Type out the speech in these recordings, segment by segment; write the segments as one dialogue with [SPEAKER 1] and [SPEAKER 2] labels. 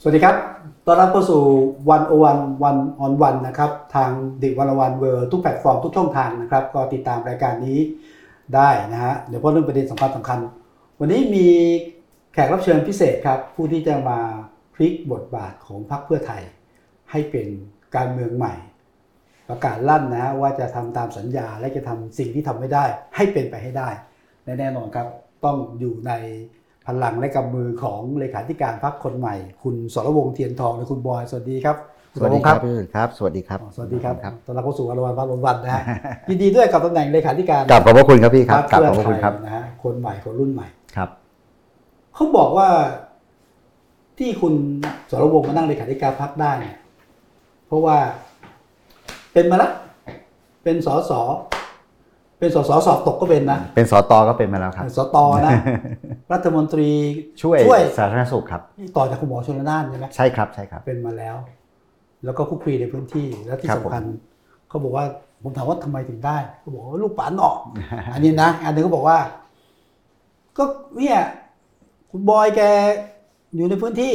[SPEAKER 1] สวัสดีครับ ต้อนรับเข้าสู่วันโอวันวันออนวันนะครับ ทางดิวันละวันเวอร์ทุกแพลตฟอร์มทุกช่องทางนะครับ ก็ติดตามรายการนี้ได้นะฮะเดี๋ยวพูดเรื่องประเด็นสำคัญสำคัญ วันนี้มีแขกรับเชิญพิเศษครับ ผู้ที่จะมาพลิกบทบาทของพรรคเพื่อไทย ให้เป็นการเมืองใหม่ ประกาศลั่นนะฮะว่าจะทำตามสัญญาและจะทำสิ่งที่ทำไม่ได้ ให้เป็นไปให้ได้ และแน่นอนครับ ต้องอยู่ในพลังและกำมือของเลขาธิการพรรคคนใหม่ คุณสรวงศ์เทียนทองและคุณบอยสวัสดีครับ
[SPEAKER 2] สวัสดีครับพี่อื่นครับ สวัสดีครับ
[SPEAKER 1] อ๋อสวัสดีครับตอนรับเข้าสู่วันละวันวันละวันนะฮะ ยินดีด้วยกับตำแหน่งเลขาธิการ
[SPEAKER 2] กลับขอบพระคุณครับพี่ครับ
[SPEAKER 1] พ
[SPEAKER 2] กลับ
[SPEAKER 1] เพื่
[SPEAKER 2] ขอบพระคุณครับ
[SPEAKER 1] นะฮะคนใหม่คนรุ่นใหม่
[SPEAKER 2] ครับ
[SPEAKER 1] เขาบอกว่าที่คุณสรวงศ์มานั่งเลขาธิการพักได้เนี่ยเพราะว่าเป็นมาละเป็นสสเป็นสสสอบตกก็เป็นนะ
[SPEAKER 2] เป็นสตก็เป็นมาแล้วครับ
[SPEAKER 1] สตนะ รัฐมนตรี
[SPEAKER 2] ช่วย
[SPEAKER 1] ช่วย
[SPEAKER 2] สาธารณสุขครับ
[SPEAKER 1] ต่อจากคุณหมอชนละนานใช่ไหม
[SPEAKER 2] ใช่ครับใช่ครับ
[SPEAKER 1] เป็นมาแล้ว แล้วก็คุกคีในพื้นที่แล้วที่
[SPEAKER 2] ครับผม
[SPEAKER 1] สำคัญเขาบอกว่าผมถามว่าทำไมถึงได้เขาบอกว่าลูกป่านออก อันนี้นะ อันหนึงก็บอกว่า ก็เนี่ยคุณบอยแกอยู่ในพื้นที่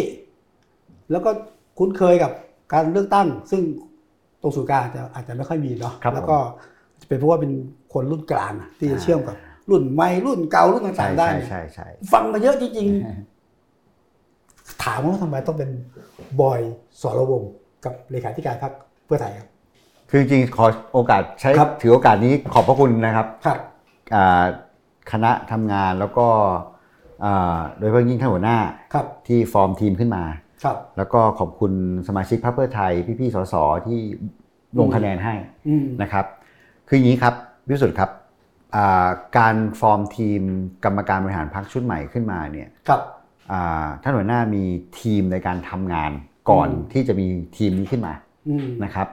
[SPEAKER 1] แล้วก็คุ้นเคยกับการเลือกตั้ง ซึ่งตรงสูนย์กลางอาจจะอาจจะไม่ค่อยมีเนาะ
[SPEAKER 2] ครับผม
[SPEAKER 1] แล้วก็จะเป็นเพราะว่าเป็นคนรุ่นกลางอะที่จะ
[SPEAKER 2] อ่า
[SPEAKER 1] เชื่อมกับ รุ่นใหม่รุ่นเก่ารุ่น
[SPEAKER 2] ใช่
[SPEAKER 1] ต่างๆได้
[SPEAKER 2] ใช่
[SPEAKER 1] เนี่ย
[SPEAKER 2] ใช่ใช่
[SPEAKER 1] ฟังมาเยอะจริงๆ ถามว่าทำไมต้องเป็นบอยสรวงศ์กับเลขาธิการพรรคเพื่อไทยครับ
[SPEAKER 2] คือจริงๆขอโอกาสใช้
[SPEAKER 1] ครับ
[SPEAKER 2] ถือโอกาสนี้ขอบพระคุณนะครับ
[SPEAKER 1] ครับ
[SPEAKER 2] อ่าคณะทำงานแล้วก็อ่าโดยเฉพาะยิ่งท่านหัวหน้า
[SPEAKER 1] ครับ
[SPEAKER 2] ที่ฟอร์มทีมขึ้นมา
[SPEAKER 1] ครับ
[SPEAKER 2] แล้วก็ขอบคุณสมาชิกพรรคเพื่อไทยพี่ๆสสที่ลง
[SPEAKER 1] อืม
[SPEAKER 2] คะแนนให้
[SPEAKER 1] อืม
[SPEAKER 2] นะครับ คืออย่างนี้ครับพิสุทธิ์ครับอ่าการฟอร์มทีมกรรมการบริหารพรรคชุดใหม่ขึ้นมาเนี่ย
[SPEAKER 1] ครับ
[SPEAKER 2] อ่าท่านหัวหน้ามีทีมในการทำงานก่อน
[SPEAKER 1] อืม
[SPEAKER 2] ที่จะมีทีมนี้ขึ้นมา
[SPEAKER 1] อืม
[SPEAKER 2] นะครับ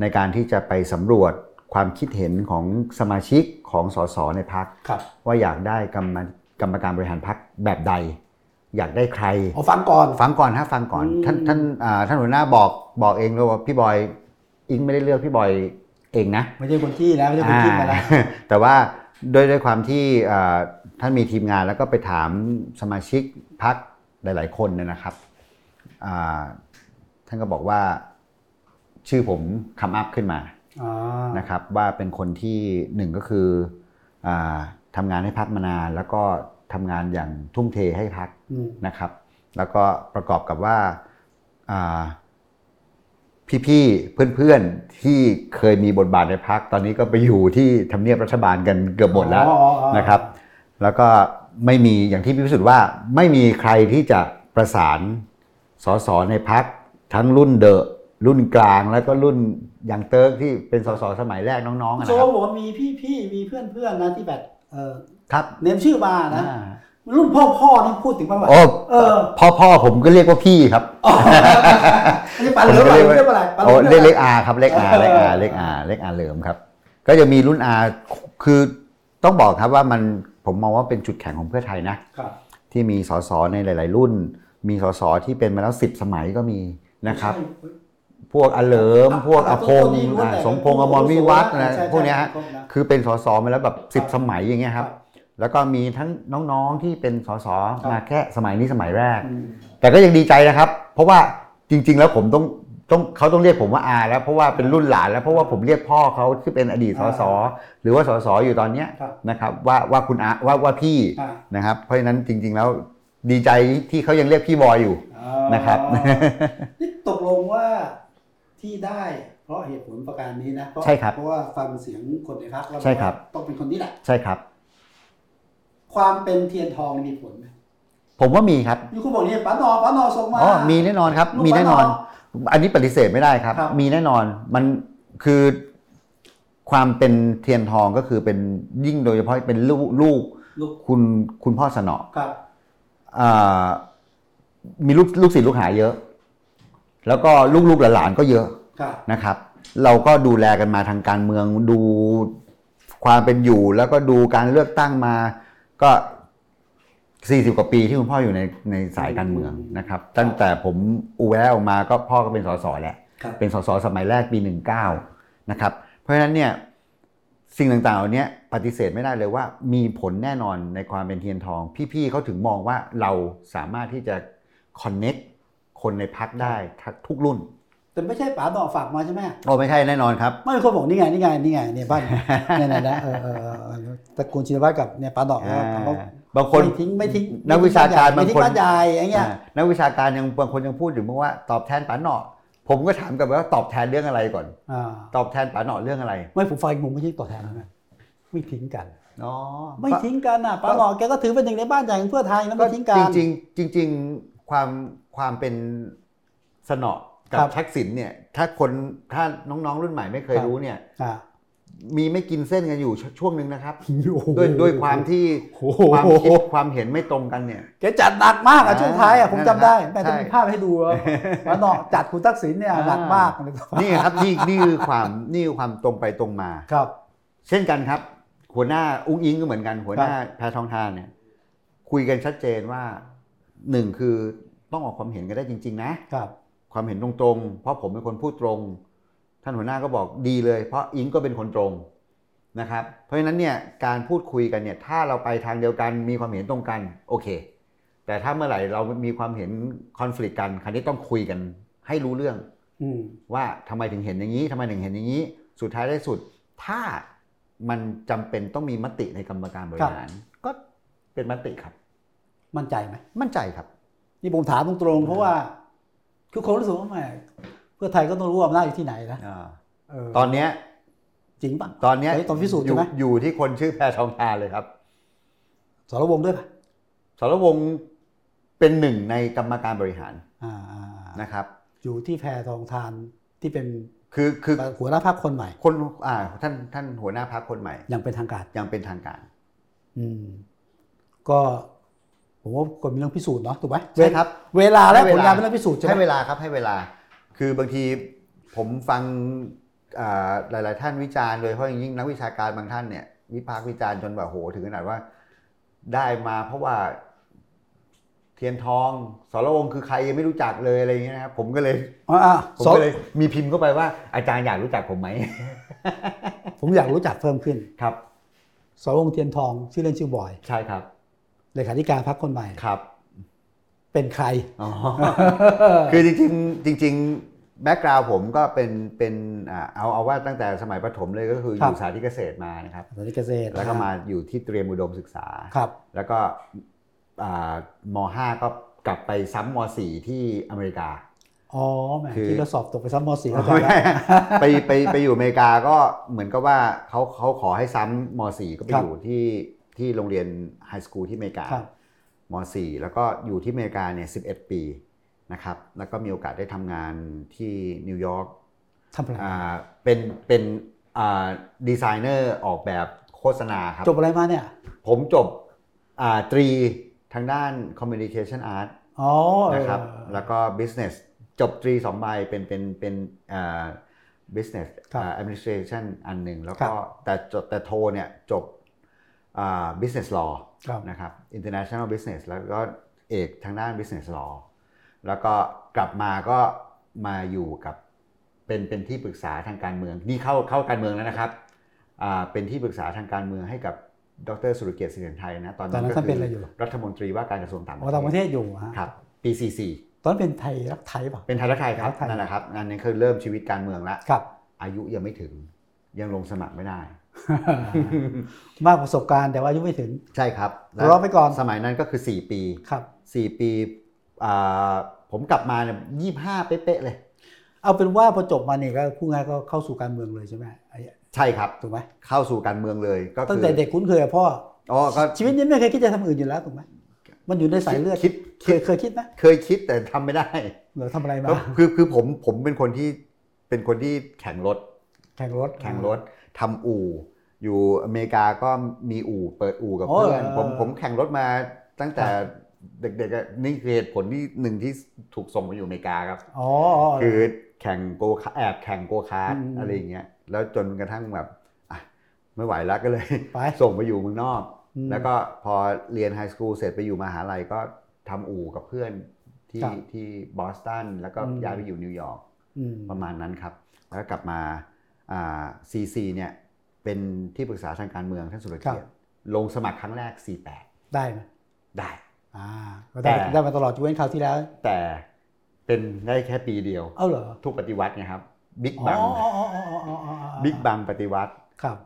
[SPEAKER 2] ในการที่จะไปสำรวจความคิดเห็นของสมาชิกของสสในพรรค
[SPEAKER 1] ครับ
[SPEAKER 2] ว่าอยากได้กรรมกรรมการบริหารพรรคแบบใด อยากได้ใคร
[SPEAKER 1] เอาฟังก่อน
[SPEAKER 2] ฟังก่อนฮะฟังก่อน
[SPEAKER 1] อืม
[SPEAKER 2] ท่านท่านอ่าท่านหัวหน้าบอกบอกเองเลยว่าพี่บอยอิงไม่ได้เลือกพี่บอยเองนะ
[SPEAKER 1] ไม่ใช่คนที่นะไม่ใช่คนที่มาแล้ว
[SPEAKER 2] อ่า แต่ว่าด้วยด้วยความที่เอ่อท่านมีทีมงานแล้วก็ไปถามสมาชิกพักหลาย ๆ คนเนยนะครับอ่าท่านก็บอกว่าชื่อผมคำอัพขึ้นมา
[SPEAKER 1] อ่า
[SPEAKER 2] นะครับ ว่าเป็นคนที่หนึ่งก็คืออาทำงานให้พักมานาน แล้วก็ทำงานอย่างทุ่มเทให้พัก
[SPEAKER 1] อืม
[SPEAKER 2] นะครับแล้วก็ประกอบกับว่าอ่าพี่ๆเพื่อนๆที่เคยมีบทบาทในพักตอนนี้ก็ไปอยู่ที่ทำเนียบรัฐบาลกันเกือบหมดแล้ว
[SPEAKER 1] อ๋ออ๋ออ๋อ
[SPEAKER 2] นะครับ แล้วก็ไม่มีอย่างที่พี่พิสุทธิ์ว่าไม่มีใครที่จะประสานสสในพักทั้งรุ่นเดอะรุ่นกลางแล้วก็รุ่นยังเติร์กที่เป็นสสสมัยแรกน้องๆอะ
[SPEAKER 1] โช
[SPEAKER 2] นะ
[SPEAKER 1] ว์
[SPEAKER 2] ครับ
[SPEAKER 1] บอกว่ามีพี่พี่มีเพื่อนเพื่อนนะที่แบบเออ
[SPEAKER 2] ครับ
[SPEAKER 1] เนมชื่อมานะ
[SPEAKER 2] อ่า
[SPEAKER 1] รุ่นพ่อพ่อนี่พูดถึงบ้างไหม
[SPEAKER 2] โอ้
[SPEAKER 1] เออ
[SPEAKER 2] พ่อพ่อผมก็เรียกว่าพี่ครับ
[SPEAKER 1] ไม่ใช่ปันเหลือปันเหลือเรียกว่าอะไรปัน
[SPEAKER 2] โอ้
[SPEAKER 1] เหลื
[SPEAKER 2] เล็
[SPEAKER 1] อกเรี
[SPEAKER 2] เล็
[SPEAKER 1] ย
[SPEAKER 2] ก
[SPEAKER 1] กอะไร
[SPEAKER 2] อาครับเล็กอา
[SPEAKER 1] เออ
[SPEAKER 2] เล็กอาเล็กอาเล็กอาเหลิมครับ ก็จะมีรุ่นอาคือต้องบอกครับว่ามันผมมองว่าเป็นจุดแข็งของเพื่อไทยนะครับ ที่มีสสในหลาย ๆ รุ่น มีสสที่เป็นมาแล้วสิบสมัยก็มีนะครับ พวกอาเหลิม พวกอภงศ์อ่าสมพงษ์อมรวิวัฒน์อะไรพวกเนี้ยฮะ คือเป็นสสมาแล้วแบบสิบสมัยอย่างเงี้ยครับ แล้วก็มีทั้งน้องๆที่เป็นสส
[SPEAKER 1] ครับ
[SPEAKER 2] มาแค่สมัยนี้สมัยแรก แต่ก็ยังดีใจนะครับ เพราะว่าจริง ๆ แล้วผมต้องต้องเขาต้องเรียกผมว่าอาแล้วเพราะว่าเป็นรุ่นหลานแล้วเพราะว่าผมเรียกพ่อเขาที่เป็นอดีตสสหรือว่าสสอยู่ตอนเนี้ย
[SPEAKER 1] ครับ
[SPEAKER 2] นะครับว่าว่าคุณอาว่าว่าพี่
[SPEAKER 1] อ่า
[SPEAKER 2] นะครับเพราะฉะนั้นจริง ๆ แล้วดีใจที่เขายังเรียกพี่บอยอยู่
[SPEAKER 1] อ๋อ
[SPEAKER 2] นะครับ
[SPEAKER 1] นี่ตกลงว่าที่ได้เพราะเหตุผลประการนี้นะเพาะ
[SPEAKER 2] ใช่ครับ
[SPEAKER 1] เพราะว่าฟังเสียงคนในพักแล้ว
[SPEAKER 2] ใช่ครับ
[SPEAKER 1] ว่าต้องเป็นคนนี้แหละ
[SPEAKER 2] ใช่ครับ
[SPEAKER 1] ความเป็นเทียนทองมีผลไหม
[SPEAKER 2] ผมว่ามีครับ
[SPEAKER 1] อยู่คุณบอกนี่ป้านอป้านอส่งมา
[SPEAKER 2] อ๋อมีแน่นอนครับ
[SPEAKER 1] ลูก
[SPEAKER 2] มีแน่นอน
[SPEAKER 1] บ้าน
[SPEAKER 2] อันนี้ปฏิเสธไม่ได้ครับ
[SPEAKER 1] ครับ
[SPEAKER 2] มีแน่นอนมันคือความเป็นเทียนทองก็คือเป็นยิ่งโดยเฉพาะเป็นลูกลูก
[SPEAKER 1] ลูก
[SPEAKER 2] คุณคุณพ่อสนอ
[SPEAKER 1] ครับ
[SPEAKER 2] อ่ามีลูกลูกศิษย์ลูกหาเยอะ แล้วก็ลูกๆหลานๆก็เยอะ
[SPEAKER 1] ครับ
[SPEAKER 2] นะครับ เราก็ดูแลกันมาทางการเมืองดูความเป็นอยู่ แล้วก็ดูการเลือกตั้งมาก็ 40 กว่าปีที่คุณพ่ออยู่ในในสายการเมืองนะครับ ตั้งแต่ผมอูแวะออกมาก็พ่อก็เป็นสสแหละ
[SPEAKER 1] ครับ
[SPEAKER 2] เป็นสสสมัยแรกปี 19 นะครับ เพราะฉะนั้นเนี่ยสิ่งต่างๆเหล่านี้ปฏิเสธไม่ได้เลยว่ามีผลแน่นอนในความเป็นเทียนทอง พี่ๆเขาถึงมองว่าเราสามารถที่จะ connect ค คนในพักได้ทักทุกรุ่น
[SPEAKER 1] แต่ไม่ใช่ป๋าหน่อฝากมาใช่ไหม
[SPEAKER 2] โอ้ไม่ใช่แน่นอนครับ
[SPEAKER 1] ไม่มีคนบอกนี่ไงนี่ไงนี่ไงเนี่ยบ้าน เนี่ยนะนะเออเออเออตระกูลชินวัตรกับเนี่ยป๋าหน่อ
[SPEAKER 2] อ่า
[SPEAKER 1] เขา
[SPEAKER 2] บางคน
[SPEAKER 1] ไม่ทิ้งไม่ทิ้ง
[SPEAKER 2] นักวิชาการ
[SPEAKER 1] ไม่ทิ้ง
[SPEAKER 2] บางคน
[SPEAKER 1] บ้านใหญ่อย่างเงี้ย
[SPEAKER 2] อ่านักวิชาการยังบางคนยังพูดอยู่ว่าตอบแทนป๋าหนอผมก็ถามกลับไปว่าตอบแทนเรื่องอะไรก่อน
[SPEAKER 1] อ่า
[SPEAKER 2] ตอบแทนป๋าหนอเรื่องอะไร
[SPEAKER 1] ไม่ผมฟังผมไม่ใช่ต่อแทนนะไม่ทิ้งกัน
[SPEAKER 2] อ๋อ
[SPEAKER 1] ไม่ทิ้งกันนะป๋าหน่อแกก็ถือเป็นหนึ่งในบ้านใหญ่ของเพื่อไทยนะไม่ทิ้งกัน
[SPEAKER 2] จริงๆจริง ๆความความเป็นสนอกั
[SPEAKER 1] ครับ บ
[SPEAKER 2] ทักษิณเนี่ย ถ้าคนถ้าน้องๆรุ่นใหม่ไม่เคย
[SPEAKER 1] ครับ
[SPEAKER 2] รู้เนี่ย
[SPEAKER 1] อ่า
[SPEAKER 2] มีไม่กินเส้นกันอยู่ชช่วงหนึ่งนะครับ
[SPEAKER 1] โอ้โห
[SPEAKER 2] ด้วยด้วยความที่
[SPEAKER 1] โอ้โห
[SPEAKER 2] ความคิดความเห็นไม่ตรงกันเนี่ย
[SPEAKER 1] แกจัดหนักมากอะช่วงท้ายอะผมจำได้แม่
[SPEAKER 2] ใช่
[SPEAKER 1] จะมีภาพให้ดูว่าป๋าหน่อจัดคุณทักษิณเนี่ยหนักมากเลย
[SPEAKER 2] นี่ครับนี่นี่คือความนี่คือความตรงไปตรงมา
[SPEAKER 1] ครับ
[SPEAKER 2] เช่นกันครับ หัวหน้าอุ้งอิงก็เหมือนกัน หัวหน้าแพทองทานเนี่ย คุยกันชัดเจนว่าหนึ่งคือต้องออกความเห็นกันได้จริง ๆ นะ
[SPEAKER 1] ครับ
[SPEAKER 2] ความเห็นตรงๆ เพราะผมเป็นคนพูดตรง ท่านหัวหน้าก็บอกดีเลย เพราะอิงก็เป็นคนตรงนะครับ เพราะฉะนั้นเนี่ยการพูดคุยกันเนี่ย ถ้าเราไปทางเดียวกันมีความเห็นตรงกัน โอเค แต่ถ้าเมื่อไหร่เรามีความเห็นคอน FLICT กันคราวนี้ต้องคุยกันให้รู้เรื่อง
[SPEAKER 1] อืม
[SPEAKER 2] ว่าทำไมถึงเห็นอย่างนี้ทำไมถึงเห็นอย่างนี้ สุดท้ายได้สุด ถ้ามันจำเป็นต้องมีมติในกรรมการบริหาร ก็เป็นมติครับ
[SPEAKER 1] มั่นใจไหม
[SPEAKER 2] มั่นใจครับ
[SPEAKER 1] นี่ผมถามตรงๆ เพราะว่า คือคนรู้สึกว่าแหมเพื่อไทยก็ต้องรู้อำนาจอยู่ที่ไหนนะเออ
[SPEAKER 2] ตอนเนี้ย
[SPEAKER 1] จริงป่ะ
[SPEAKER 2] ตอนเนี้ย
[SPEAKER 1] ตอนพิสูจน์ใช่
[SPEAKER 2] ยู่
[SPEAKER 1] ไหม
[SPEAKER 2] อยู่ที่คนชื่อแพทองทานเลยครับ
[SPEAKER 1] สรวงด้วยป่ะ
[SPEAKER 2] สรวงศ์เป็นหนึ่งในกรรมการบริหาร
[SPEAKER 1] อ่าๆ
[SPEAKER 2] นะครับ
[SPEAKER 1] อยู่ที่แพทองทานที่เป็น
[SPEAKER 2] คือคือ
[SPEAKER 1] หัวหน้าพรรคคนใหม่
[SPEAKER 2] คนอ่าท่านท่านหัวหน้าพักคนใหม่
[SPEAKER 1] อย่างเป็นทางการ
[SPEAKER 2] ยังเป็นทางการ
[SPEAKER 1] อืม ก็ ผมว่าคนมีเรื่องพิสูจน์เนาะถูกไหม
[SPEAKER 2] ใช่ครับ
[SPEAKER 1] เวลาและผลงานเป็นเรื่องพิสูจน์ใช่ไหม
[SPEAKER 2] ให้เวลาครับให้เวลา คือบางทีผมฟังอ่าหลาย ๆ ท่านวิจารณ์เลยเพราะอย่างยิ่งนักวิชาการบางท่านเนี่ยวิพากษ์วิจารณ์จนแบบโหถึงขนาดว่า ได้มาเพราะว่าเทียนทองสรวงศ์คือใครยังไม่รู้จักเลยอะไรอย่างเงี้ยนะครับผมก็เลย
[SPEAKER 1] อ่าอ่า
[SPEAKER 2] ผม
[SPEAKER 1] สอ
[SPEAKER 2] ก็เลยมีพิมพ์เข้าไปว่าอาจารย์อยากรู้จักผม ไหม
[SPEAKER 1] ผมอยากรู้จักเพิ่มขึ้น
[SPEAKER 2] ครับ
[SPEAKER 1] สรวงเทียนทองชื่อเล่นชื่อบอย
[SPEAKER 2] ใช่ครับ
[SPEAKER 1] เลขาธิการพรรคคนใหม่
[SPEAKER 2] ครับ
[SPEAKER 1] เป็นใคร
[SPEAKER 2] อ๋อ คือจริงๆจริงๆแบ็กกราวผมก็เป็นเป็นอ่าเอาเอาว่าตั้งแต่สมัยประถมเลยก็คืออ
[SPEAKER 1] ครับ
[SPEAKER 2] ยู่สาธิตเกษตรมา นะครับ
[SPEAKER 1] สารเกษตร
[SPEAKER 2] แล้วก็มาอยู่ที่เตรียมอุดมศึกษา
[SPEAKER 1] ครับ
[SPEAKER 2] แล้วก็อ่าม5ก็กลับไปซ้ำม4ที่อเมริกา
[SPEAKER 1] อ๋อแหม
[SPEAKER 2] คือ
[SPEAKER 1] ที่เราสอบตกไปซ้ำมสี่
[SPEAKER 2] ไ
[SPEAKER 1] เข้าใจแล้ว
[SPEAKER 2] ป ไปไปอยู่อเมริกาก็เหมือนกับว่าเขาเขาขอให้ซ้ำม4ก็ไป
[SPEAKER 1] ครับ
[SPEAKER 2] อยู่ที่ที่โรงเรียนไฮสคูลที่อเมริกา
[SPEAKER 1] ครับ
[SPEAKER 2] ม4แล้วก็อยู่ที่อเมริกาเนี่ย11 ปีนะครับแล้วก็มีโอกาสได้ทำงานที่นิวยอร์ก
[SPEAKER 1] ทำอะไร
[SPEAKER 2] อ่าเป็นเป็นอ่าดีไซเนอร์ออกแบบโฆษณาครับ
[SPEAKER 1] จบอะไรมาเนี่ย
[SPEAKER 2] ผมจบอ่าตรีทางด้าน Communication Art
[SPEAKER 1] อ๋อ
[SPEAKER 2] นะครับ
[SPEAKER 1] เออ
[SPEAKER 2] แล้วก็ Business จบตรีสองใบเป็นเป็นเป็นอ่า Business
[SPEAKER 1] ครับ
[SPEAKER 2] อ่า Administration อันหนึ่งแล้ว
[SPEAKER 1] ครั
[SPEAKER 2] ก็
[SPEAKER 1] บ
[SPEAKER 2] แต่จบแต่โทเนี่ยจบอ่า Business Law
[SPEAKER 1] ครับ
[SPEAKER 2] นะครับ International Business แล้วก็เอกทางด้าน Business Law แล้วก็กลับมาก็มาอยู่กับเป็นเป็นที่ปรึกษาทางการเมือง นี่เข้าเข้าการเมืองแล้วนะครับอ่าเป็นที่ปรึกษาทางการเมืองให้กับดรสุรเกียรติสิริไทยนะตอน
[SPEAKER 1] ตอน
[SPEAKER 2] นั้
[SPEAKER 1] นั้นน
[SPEAKER 2] ก็
[SPEAKER 1] ท่าน
[SPEAKER 2] คื
[SPEAKER 1] เป็นอะไรอยู่
[SPEAKER 2] รัฐมนตรีว่าการกระทรวงต่างป
[SPEAKER 1] อ๋อต่างประ ระ
[SPEAKER 2] เท
[SPEAKER 1] เทศ
[SPEAKER 2] ศ
[SPEAKER 1] อยู่ฮะ
[SPEAKER 2] ครับปี44
[SPEAKER 1] ตอนนั้นเป็นไทยรักไทยเปล่ะ
[SPEAKER 2] เป็นไทยรักไทยครับ
[SPEAKER 1] ไทยรักไทย
[SPEAKER 2] นั่นแหละครับอันนี้คือเริ่มชีวิตการเมืองละ
[SPEAKER 1] ครับ
[SPEAKER 2] อายุยังไม่ถึงยังลงสมัครไม่ได้
[SPEAKER 1] มากประสบการณ์แต่ว่าอายุไม่ถึง
[SPEAKER 2] ใช่ครับ
[SPEAKER 1] รอไปก่อน
[SPEAKER 2] สมัยนั้นก็คือ 4 ปี
[SPEAKER 1] ครับ
[SPEAKER 2] 4 ปีอ่าผมกลับมาเนี่ยยี่ห้าเป๊ะๆเลย
[SPEAKER 1] เอาเป็นว่าพอจบมาเนี่ยก็พูดง่ายก็เข้าสู่การเมืองเลยใช่ไหมไอ้
[SPEAKER 2] ใช่ครับ
[SPEAKER 1] ถูกไหม
[SPEAKER 2] เข้าสู่การเมืองเลยก็คือ
[SPEAKER 1] ตั้งแต่เด็กคุ้นเคยกับพ่อ
[SPEAKER 2] อ๋อก็
[SPEAKER 1] ชีวิตนี้ไม่เคยคิดจะทำอื่นอยู่แล้วถูกไหมมันอยู่ในสายเลือด
[SPEAKER 2] คิด
[SPEAKER 1] เค
[SPEAKER 2] คิ
[SPEAKER 1] ย
[SPEAKER 2] ด
[SPEAKER 1] เคยคิดไหม
[SPEAKER 2] เคยคิดแต่ทำไม่ได้
[SPEAKER 1] เหรือทำอะไรมา
[SPEAKER 2] ก็คือคือผมผมเป็นคนที่เป็นคนที่แข่งรถ
[SPEAKER 1] แข่งรถ
[SPEAKER 2] แข่งรถทำอู่ อยู่อเมริกาก็มีอู่เปิดอู่กับ
[SPEAKER 1] โอ้
[SPEAKER 2] เพื่อน
[SPEAKER 1] เออ
[SPEAKER 2] ผมผมแข่งรถมาตั้งแต่
[SPEAKER 1] ครั
[SPEAKER 2] เด็กๆอะนี่คือเหตุผลที่หนึ่งที่ถูกส่งมาอยู่อเมริกาครับ
[SPEAKER 1] อ๋ออ๋อ
[SPEAKER 2] คือแข่งโกคาแอบแข่งโกคาร์ท
[SPEAKER 1] อืม
[SPEAKER 2] อะไรอย่างเงี้ยแล้วจนกระทั่งแบบอ่ะไม่ไหวแล้วก็เลย
[SPEAKER 1] ไป
[SPEAKER 2] ส่งไปอยู่เมืองนอก
[SPEAKER 1] อืม
[SPEAKER 2] แล้วก็พอเรียนไฮสคูลเสร็จไปอยู่มหาลัยก็ทำอู่กับเพื่อนที่
[SPEAKER 1] ครับ
[SPEAKER 2] ที่บอสตันแล้วก็
[SPEAKER 1] อืม
[SPEAKER 2] ย้ายไปอยู่นิวยอร์ก
[SPEAKER 1] อืม
[SPEAKER 2] ประมาณนั้นครับ แล้วก็กลับมาซีซีเนี่ยเป็นที่ปรึกษาทางการเมืองท่านสุรเกีย
[SPEAKER 1] ค
[SPEAKER 2] ร
[SPEAKER 1] รั
[SPEAKER 2] ติ
[SPEAKER 1] บ
[SPEAKER 2] ลงสมัครครั้งแรก
[SPEAKER 1] ได้ไหม
[SPEAKER 2] 48 ได้
[SPEAKER 1] อ่าก็ได้
[SPEAKER 2] แต่
[SPEAKER 1] ได้มาตลอดยกเว้นคราวที่แล้ว
[SPEAKER 2] แต่ เป็นได้แค่ปีเดียว
[SPEAKER 1] เอาเหรอ
[SPEAKER 2] ถูกปฏิวัติไงครับบิ๊ก
[SPEAKER 1] อ๋อ
[SPEAKER 2] บัง
[SPEAKER 1] อ๋ออ๋ออ๋ออ๋ออ๋ออ๋อ
[SPEAKER 2] บิ๊กบังปฏิวัติ
[SPEAKER 1] ครับ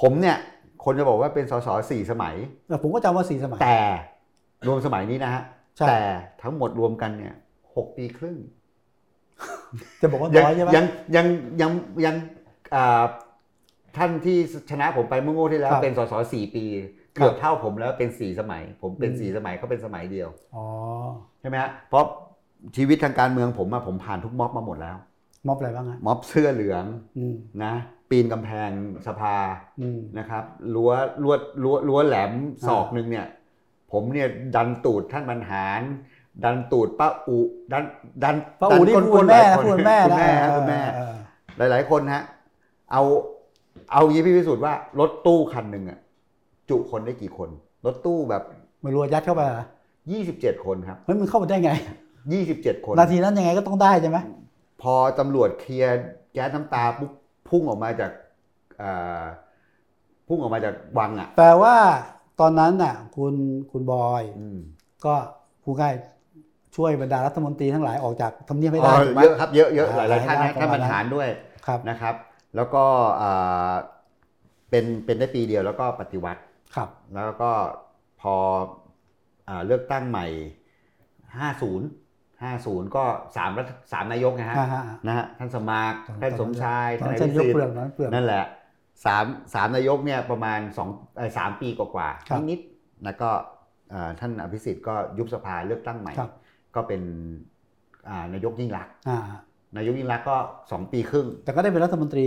[SPEAKER 2] ผมเนี่ยคนจะบอกว่าเป็นสสสี่สมัย
[SPEAKER 1] แต่ผมก็จำว่าสี่สมัย
[SPEAKER 2] แต่รวมสมัยนี้นะฮะ
[SPEAKER 1] ใช่
[SPEAKER 2] แต่ทั้งหมดรวมกันเนี่ยหกปีครึ่ง
[SPEAKER 1] จะบอกว่า
[SPEAKER 2] ยั
[SPEAKER 1] น้อยใช่ไหม
[SPEAKER 2] ยังยังยังยังอ่าท่านที่ชนะผมไปเมื่อโง่ที่แล้ว
[SPEAKER 1] ครับ
[SPEAKER 2] เป็นสสสี่ปี
[SPEAKER 1] ครับ
[SPEAKER 2] เกือบเท่าผมแล้วเป็นสี่สมัย ผมเป็น
[SPEAKER 1] อืม
[SPEAKER 2] สี่สมัยเขาเป็นสมัยเดียว
[SPEAKER 1] อ๋อ
[SPEAKER 2] ใช่ไหมฮะเพราะชีวิตทางการเมืองผมอะผมผ่านทุกม็อบมาหมดแล้ว
[SPEAKER 1] มอบอะไรบ้างฮะ
[SPEAKER 2] ม็อบเสื้อเหลือง
[SPEAKER 1] อืม
[SPEAKER 2] นะปีนกำแพงสภา
[SPEAKER 1] อืม
[SPEAKER 2] นะครับรั้วลวดรั้วรั้วแหลมศอกหนึ่งเนี่ย ผมเนี่ยดันตูดท่านบรรหาร ดันตูดป้าอุดันดัน
[SPEAKER 1] ป้าอูนี่
[SPEAKER 2] ดั
[SPEAKER 1] พูด
[SPEAKER 2] หลา
[SPEAKER 1] แม่
[SPEAKER 2] ย
[SPEAKER 1] นะ
[SPEAKER 2] คน
[SPEAKER 1] พูดแม่
[SPEAKER 2] คุณ
[SPEAKER 1] นะ
[SPEAKER 2] แม่ฮะคุณแม่
[SPEAKER 1] เออ
[SPEAKER 2] หลาย ๆ คนฮะ เอาเอางี้พี่พิสูจน์ว่ารถตู้คันหนึ่งอะจุคนได้กี่คน รถตู้แบบ
[SPEAKER 1] ไม่รู้ว่ายัดเข้าไปเหรอ
[SPEAKER 2] 27 คนครั
[SPEAKER 1] เฮ้ยมันเข้าไปได้ไง
[SPEAKER 2] บ 27 คน
[SPEAKER 1] นาทีนั้นยังไงก็ต้องได้ใช่ไหม
[SPEAKER 2] พอตำรวจเคลียร์แก๊สน้ำตาปุ๊บพุ่งออกมาจากเอ่อพุ่งออกมาจากวังอะ
[SPEAKER 1] แปลว่าตอนนั้นน่ะ คุณคุณบอย
[SPEAKER 2] อืม
[SPEAKER 1] ก็ผู้ง่ายช่วยบรรดารัฐมนตรีทั้งหลายออกจากทำเนียบให้
[SPEAKER 2] อ๋
[SPEAKER 1] ได้
[SPEAKER 2] อ
[SPEAKER 1] ถูกไหม
[SPEAKER 2] เยอะครับเยอะเยอะหลายหลายๆท่าน
[SPEAKER 1] หลาย
[SPEAKER 2] นะ
[SPEAKER 1] ๆท่าน
[SPEAKER 2] ท่านบร
[SPEAKER 1] ประ
[SPEAKER 2] ร
[SPEAKER 1] มาณนั้น
[SPEAKER 2] หารด้วย
[SPEAKER 1] ครับ
[SPEAKER 2] นะครับ แล้วก็เอ่อเป็นเป็นได้ปีเดียวแล้วก็ปฏิวัติ
[SPEAKER 1] ครับ
[SPEAKER 2] แล้วก็พออาเลือกตั้งใหม่ 50 50 ก็สามรัฐสามนายกนะฮะ
[SPEAKER 1] อ่าฮะ
[SPEAKER 2] นะฮะท่านสมาร์
[SPEAKER 1] ตอนนั้น
[SPEAKER 2] ท่านสมชาย
[SPEAKER 1] ตอนั้
[SPEAKER 2] ท่าน น
[SPEAKER 1] น
[SPEAKER 2] อ
[SPEAKER 1] ฉัน
[SPEAKER 2] ภิ
[SPEAKER 1] ยก
[SPEAKER 2] สิท
[SPEAKER 1] เปลือก
[SPEAKER 2] ธิ์
[SPEAKER 1] นั้นเปลือก
[SPEAKER 2] นั่นแหละสามสามนายกเนี่ยประมาณสองเอ่อสามปีกว่า
[SPEAKER 1] ครับ
[SPEAKER 2] ๆนิดๆแล้วก็อ่าท่านอภิสิทธิ์ก็ยุบสภาเลือกตั้งใหม่
[SPEAKER 1] ครับ
[SPEAKER 2] ก็เป็นอ่านายกยิ่งรักษณ์
[SPEAKER 1] อ่าน
[SPEAKER 2] ายกยิ่งรักษณ์ก็สองปีครึ่ง
[SPEAKER 1] แต่ก็ได้เป็นรัฐมนตรี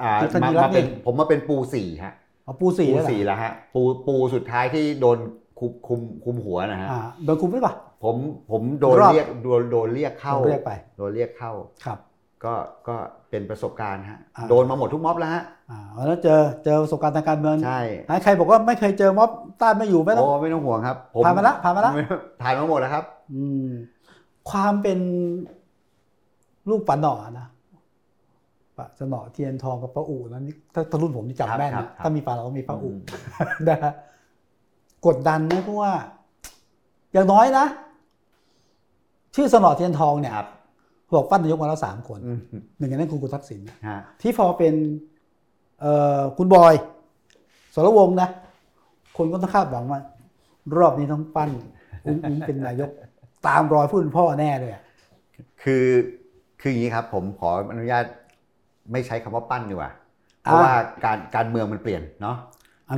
[SPEAKER 2] อ่า
[SPEAKER 1] ท่าน
[SPEAKER 2] มา
[SPEAKER 1] ยิ่งรักษณ์
[SPEAKER 2] มาเป็น
[SPEAKER 1] นี่
[SPEAKER 2] ผมมาเป็นปูสี่ฮะ
[SPEAKER 1] เอาปูสี่
[SPEAKER 2] ปู
[SPEAKER 1] แล้วเหรอ
[SPEAKER 2] สี่แล้วฮะปูปูสุดท้ายที่โดนคุมคุมคุมหัวนะฮะ
[SPEAKER 1] อ่าโดนคุมด้วยป่ะ
[SPEAKER 2] ผมผมโดน
[SPEAKER 1] รอบ
[SPEAKER 2] เรียกโดนโดนเรียกเข้า
[SPEAKER 1] โดนเรียกไป
[SPEAKER 2] โดนเรียกเข้า
[SPEAKER 1] ครับ
[SPEAKER 2] ก็ก็เป็นประสบการณ์ฮะ
[SPEAKER 1] อ่า
[SPEAKER 2] โดนมาหมดทุกม็อบแล้วฮะ
[SPEAKER 1] อ่าแล้วเจอเจอประสบการณ์ทางการเมือง
[SPEAKER 2] ใช่
[SPEAKER 1] ใครบอกว่าไม่เคยเจอม็อบต้านไม่อยู่ไม่ต้อง
[SPEAKER 2] โอ้ไม่ต้องห่วงครับผ
[SPEAKER 1] ผ่านมาละผ่านมาละ
[SPEAKER 2] ไผ่าน มาหมดแล้วครับ
[SPEAKER 1] อืมความเป็นลูกปะหน่อนะปะหน่อเทียนทองกับปะอู่นั้นนี่ถ้าถ้ารุ่นผมนี่
[SPEAKER 2] ครับ
[SPEAKER 1] จำแม่น
[SPEAKER 2] ครั
[SPEAKER 1] นะ
[SPEAKER 2] บครับ
[SPEAKER 1] ถ้ามีปลาเราก็มีปะอู่นะฮะกดดันนะเพราะว่า อย่างน้อยนะ ชื่อสนอเทียนทองเนี่ย
[SPEAKER 2] ครับ
[SPEAKER 1] บอกฟันนายกมาแล้วสามคน
[SPEAKER 2] อืม
[SPEAKER 1] หนึ่งในนั้นคุณกุณทักษิณ
[SPEAKER 2] ฮะ
[SPEAKER 1] ที่พอเป็น เอ่อคุณบอยสรวงศ์นะ คนก็ต้องคาดหวังว่า รอบนี้ต้องปั้นอุ้งอิงเป็นนายก ตามรอยผู้เป็นพ่อแน่เลยอะ
[SPEAKER 2] คือคืออย่างนี้ครับ ผมขออนุญาตไม่ใช้คำว่าปั้นดีกว่าเพ
[SPEAKER 1] อ่า
[SPEAKER 2] ราะว่าการการเมืองมันเปลี่ยนเนาะ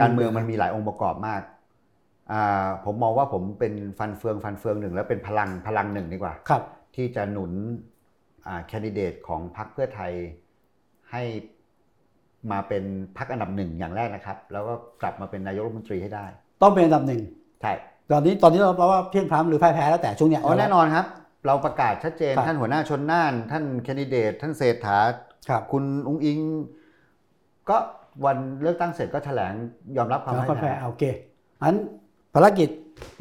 [SPEAKER 2] การเมืองมันมีหลายองค์ประกอบมากอ่าผมมองว่าผมเป็นฟันเฟืองฟันเฟืองหนึ่งแล้วเป็นพลังพลังหนึ่งดีกว่า
[SPEAKER 1] ครับ
[SPEAKER 2] ที่จะหนุนแคนดิเดตของพรรคเพื่อไทยให้มาเป็นพรรคอันดับหนึ่งอย่างแรกนะครับ แล้วก็กลับมาเป็นนายกรัฐมนตรีให้ได้
[SPEAKER 1] ต้องเป็นอันดับหนึ่ง
[SPEAKER 2] ใช่
[SPEAKER 1] ตอนนี้ตอนนี้เราเราว่าเพียงพล้ำหรือพ่ายแพ้แล้วแต่ช่วงเนี้ย
[SPEAKER 2] อ๋อแน่นอนครับ เราประกาศชัดเจน
[SPEAKER 1] ครับ
[SPEAKER 2] ท่านหัวหน้าชนน่าน ท่านแคนดิเดต ท่านเศรษฐา
[SPEAKER 1] ครับ
[SPEAKER 2] คุณอุ้งอิง ก็วันเลือกตั้งเสร็จก็แถลงยอมรับความ
[SPEAKER 1] แล้ว
[SPEAKER 2] พ่า
[SPEAKER 1] ก็
[SPEAKER 2] ย
[SPEAKER 1] แพ้
[SPEAKER 2] แพ้
[SPEAKER 1] โอเคอันภารกิจ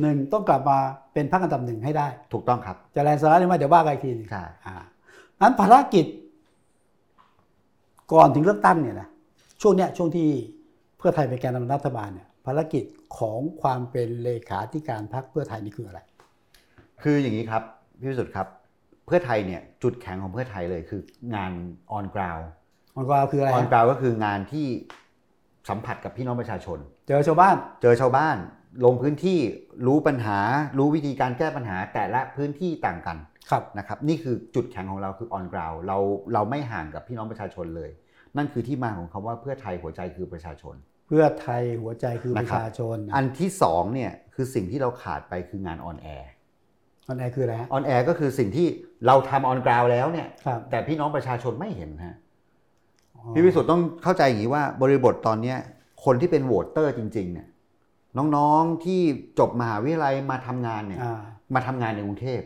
[SPEAKER 1] หนึ่งต้องกลับมาเป็นพรรคอันดับหนึ่งให้ได้
[SPEAKER 2] ถูกต้องครับ
[SPEAKER 1] จะแลนด์สไลด์หรือไม่เดี๋ยวว่ากันอีกทีหนึง
[SPEAKER 2] ใช่
[SPEAKER 1] อ่านั้นภารกิจ ก่อนถึงเลือกตั้งเนี่ยนะช่วงเนี้ยช่วงที่เพื่อไทยเป็นแกนนำรัฐบาลเนี่ยภารกิจของความเป็นเลขาธิการพรรคเพื่อไทยนี่คืออะไร
[SPEAKER 2] คืออย่างนี้ครับพี่พิสุทธิ์ครับ เพื่อไทยเนี่ยจุดแข็งของเพื่อไทยเลยคืองาน on ground
[SPEAKER 1] มันก็คืออะไร
[SPEAKER 2] on ground ก็คืองานที่สัมผัสกับพี่น้องประชาชน
[SPEAKER 1] เจอชาวบ้าน
[SPEAKER 2] เจอชาวบ้าน ลงพื้นที่รู้ปัญหา รู้วิธีการแก้ปัญหาแต่ละพื้นที่ต่างกัน
[SPEAKER 1] ครับ
[SPEAKER 2] นะครับนี่คือจุดแข็งของเราคือ on ground เราเราไม่ห่างกับพี่น้องประชาชนเลย นั่นคือที่มาของคำว่าเพื่อไทยหัวใจคือประชาชน
[SPEAKER 1] เพื่อไทยหัวใจคือประ
[SPEAKER 2] นะครับ
[SPEAKER 1] ชาชน
[SPEAKER 2] อันที่สองเนี่ยคือสิ่งที่เราขาดไปคืองาน on air
[SPEAKER 1] อันไหนคืออะไรฮะ
[SPEAKER 2] on air ก็คือสิ่งที่เราทำ on ground แล้วเนี่ย
[SPEAKER 1] ครับ
[SPEAKER 2] แต่พี่น้องประชาชนไม่เห็นฮะ
[SPEAKER 1] อ๋อ
[SPEAKER 2] พี่วิสุทธ์ต้องเข้าใจอย่างนี้ว่าบริบทตอนเนี้ยคนที่เป็นโหวตเตอร์จริง ๆ เนี่ย น้องๆที่จบมหาวิทยาลัยมาทำงานเนี่ย
[SPEAKER 1] อ่า
[SPEAKER 2] มาทำงานในกรุงเทพ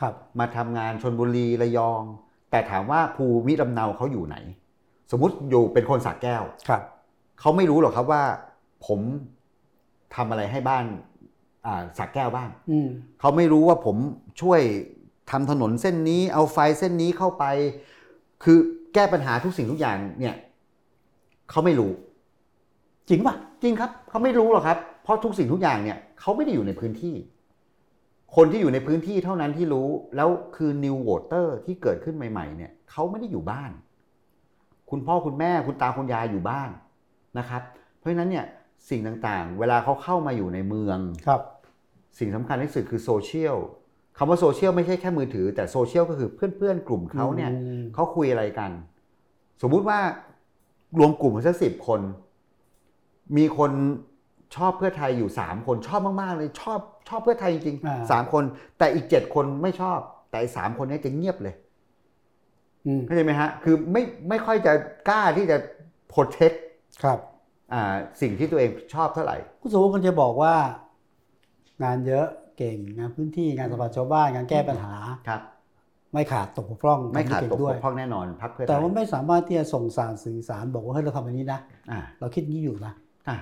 [SPEAKER 1] ครับ
[SPEAKER 2] มาทำงานชนบุรีระยอง แต่ถามว่าภูมิลำเนาเขาอยู่ไหน สมมติอยู่เป็นคนสระแก้ว
[SPEAKER 1] ครับ
[SPEAKER 2] เขาไม่รู้หรอกครับว่า ผมทำอะไรให้บ้านอ่าสระแก้วบ้าง
[SPEAKER 1] อืม
[SPEAKER 2] เขาไม่รู้ว่าผมช่วยทำถนนเส้นนี้ เอาไฟเส้นนี้เข้าไป คือแก้ปัญหาทุกสิ่งทุกอย่างเนี่ยเขาไม่รู้
[SPEAKER 1] จริงป่ะ
[SPEAKER 2] จริงครับเขาไม่รู้หรอกครับ เพราะทุกสิ่งทุกอย่างเนี่ยเขาไม่ได้อยู่ในพื้นที่ คนที่อยู่ในพื้นที่เท่านั้นที่รู้ แล้วคือ new voter ที่เกิดขึ้นใหม่ๆเนี่ยเขาไม่ได้อยู่บ้าน คุณพ่อคุณแม่คุณตาคุณยายอยู่บ้านนะครับ เพราะฉะนั้นเนี่ยสิ่งต่างๆ เวลาเขาเข้ามาอยู่ในเมือง
[SPEAKER 1] ครับ
[SPEAKER 2] สิ่งสำคัญที่สุดคือโซเชียลคำว่าโซเชียลไม่ใช่แค่มือถือ แต่โซเชียลก็คือเพื่อนๆ กลุ่มเขาเนี่ย
[SPEAKER 1] อืม
[SPEAKER 2] เขาคุยอะไรกัน สมมุติว่ารวมกลุ่มกันสักสิบคน มีคนชอบเพื่อไทยอยู่สามคนชอบมากๆเลยชอบชอบเพื่อไทยจริง
[SPEAKER 1] อ่า
[SPEAKER 2] ๆสามคน แต่อีกเจ็ดคนไม่ชอบ แต่อีกสามคนเนี้จะเงียบเลย
[SPEAKER 1] อืม
[SPEAKER 2] เข้าใจไหมฮะคือไม่ไม่ค่อยจะกล้าที่จะโปรเทค
[SPEAKER 1] ครับ
[SPEAKER 2] อ่าสิ่งที่ตัวเองชอบเท่าไหร่
[SPEAKER 1] คุณสุวรรณคนจะบอกว่า งานเยอะเก่งงานพื้นที่งานสภาชาวบ้านงานแก้ปัญหา
[SPEAKER 2] ครับ
[SPEAKER 1] ไม่ขาดตกบกพร่อง
[SPEAKER 2] ไม่ขาดต
[SPEAKER 1] ทำให้
[SPEAKER 2] ก
[SPEAKER 1] เง
[SPEAKER 2] บ
[SPEAKER 1] ด้วย
[SPEAKER 2] กพร่องแน่นอนพักเพื่อไท
[SPEAKER 1] แต่
[SPEAKER 2] ย
[SPEAKER 1] ว่าไม่สามารถที่จะส่งสารสื่อสารบอกว่าเฮ้ยเราทำแบบนี้นะ
[SPEAKER 2] อ่า
[SPEAKER 1] เราคิดงี้อยู่นะ
[SPEAKER 2] อ่า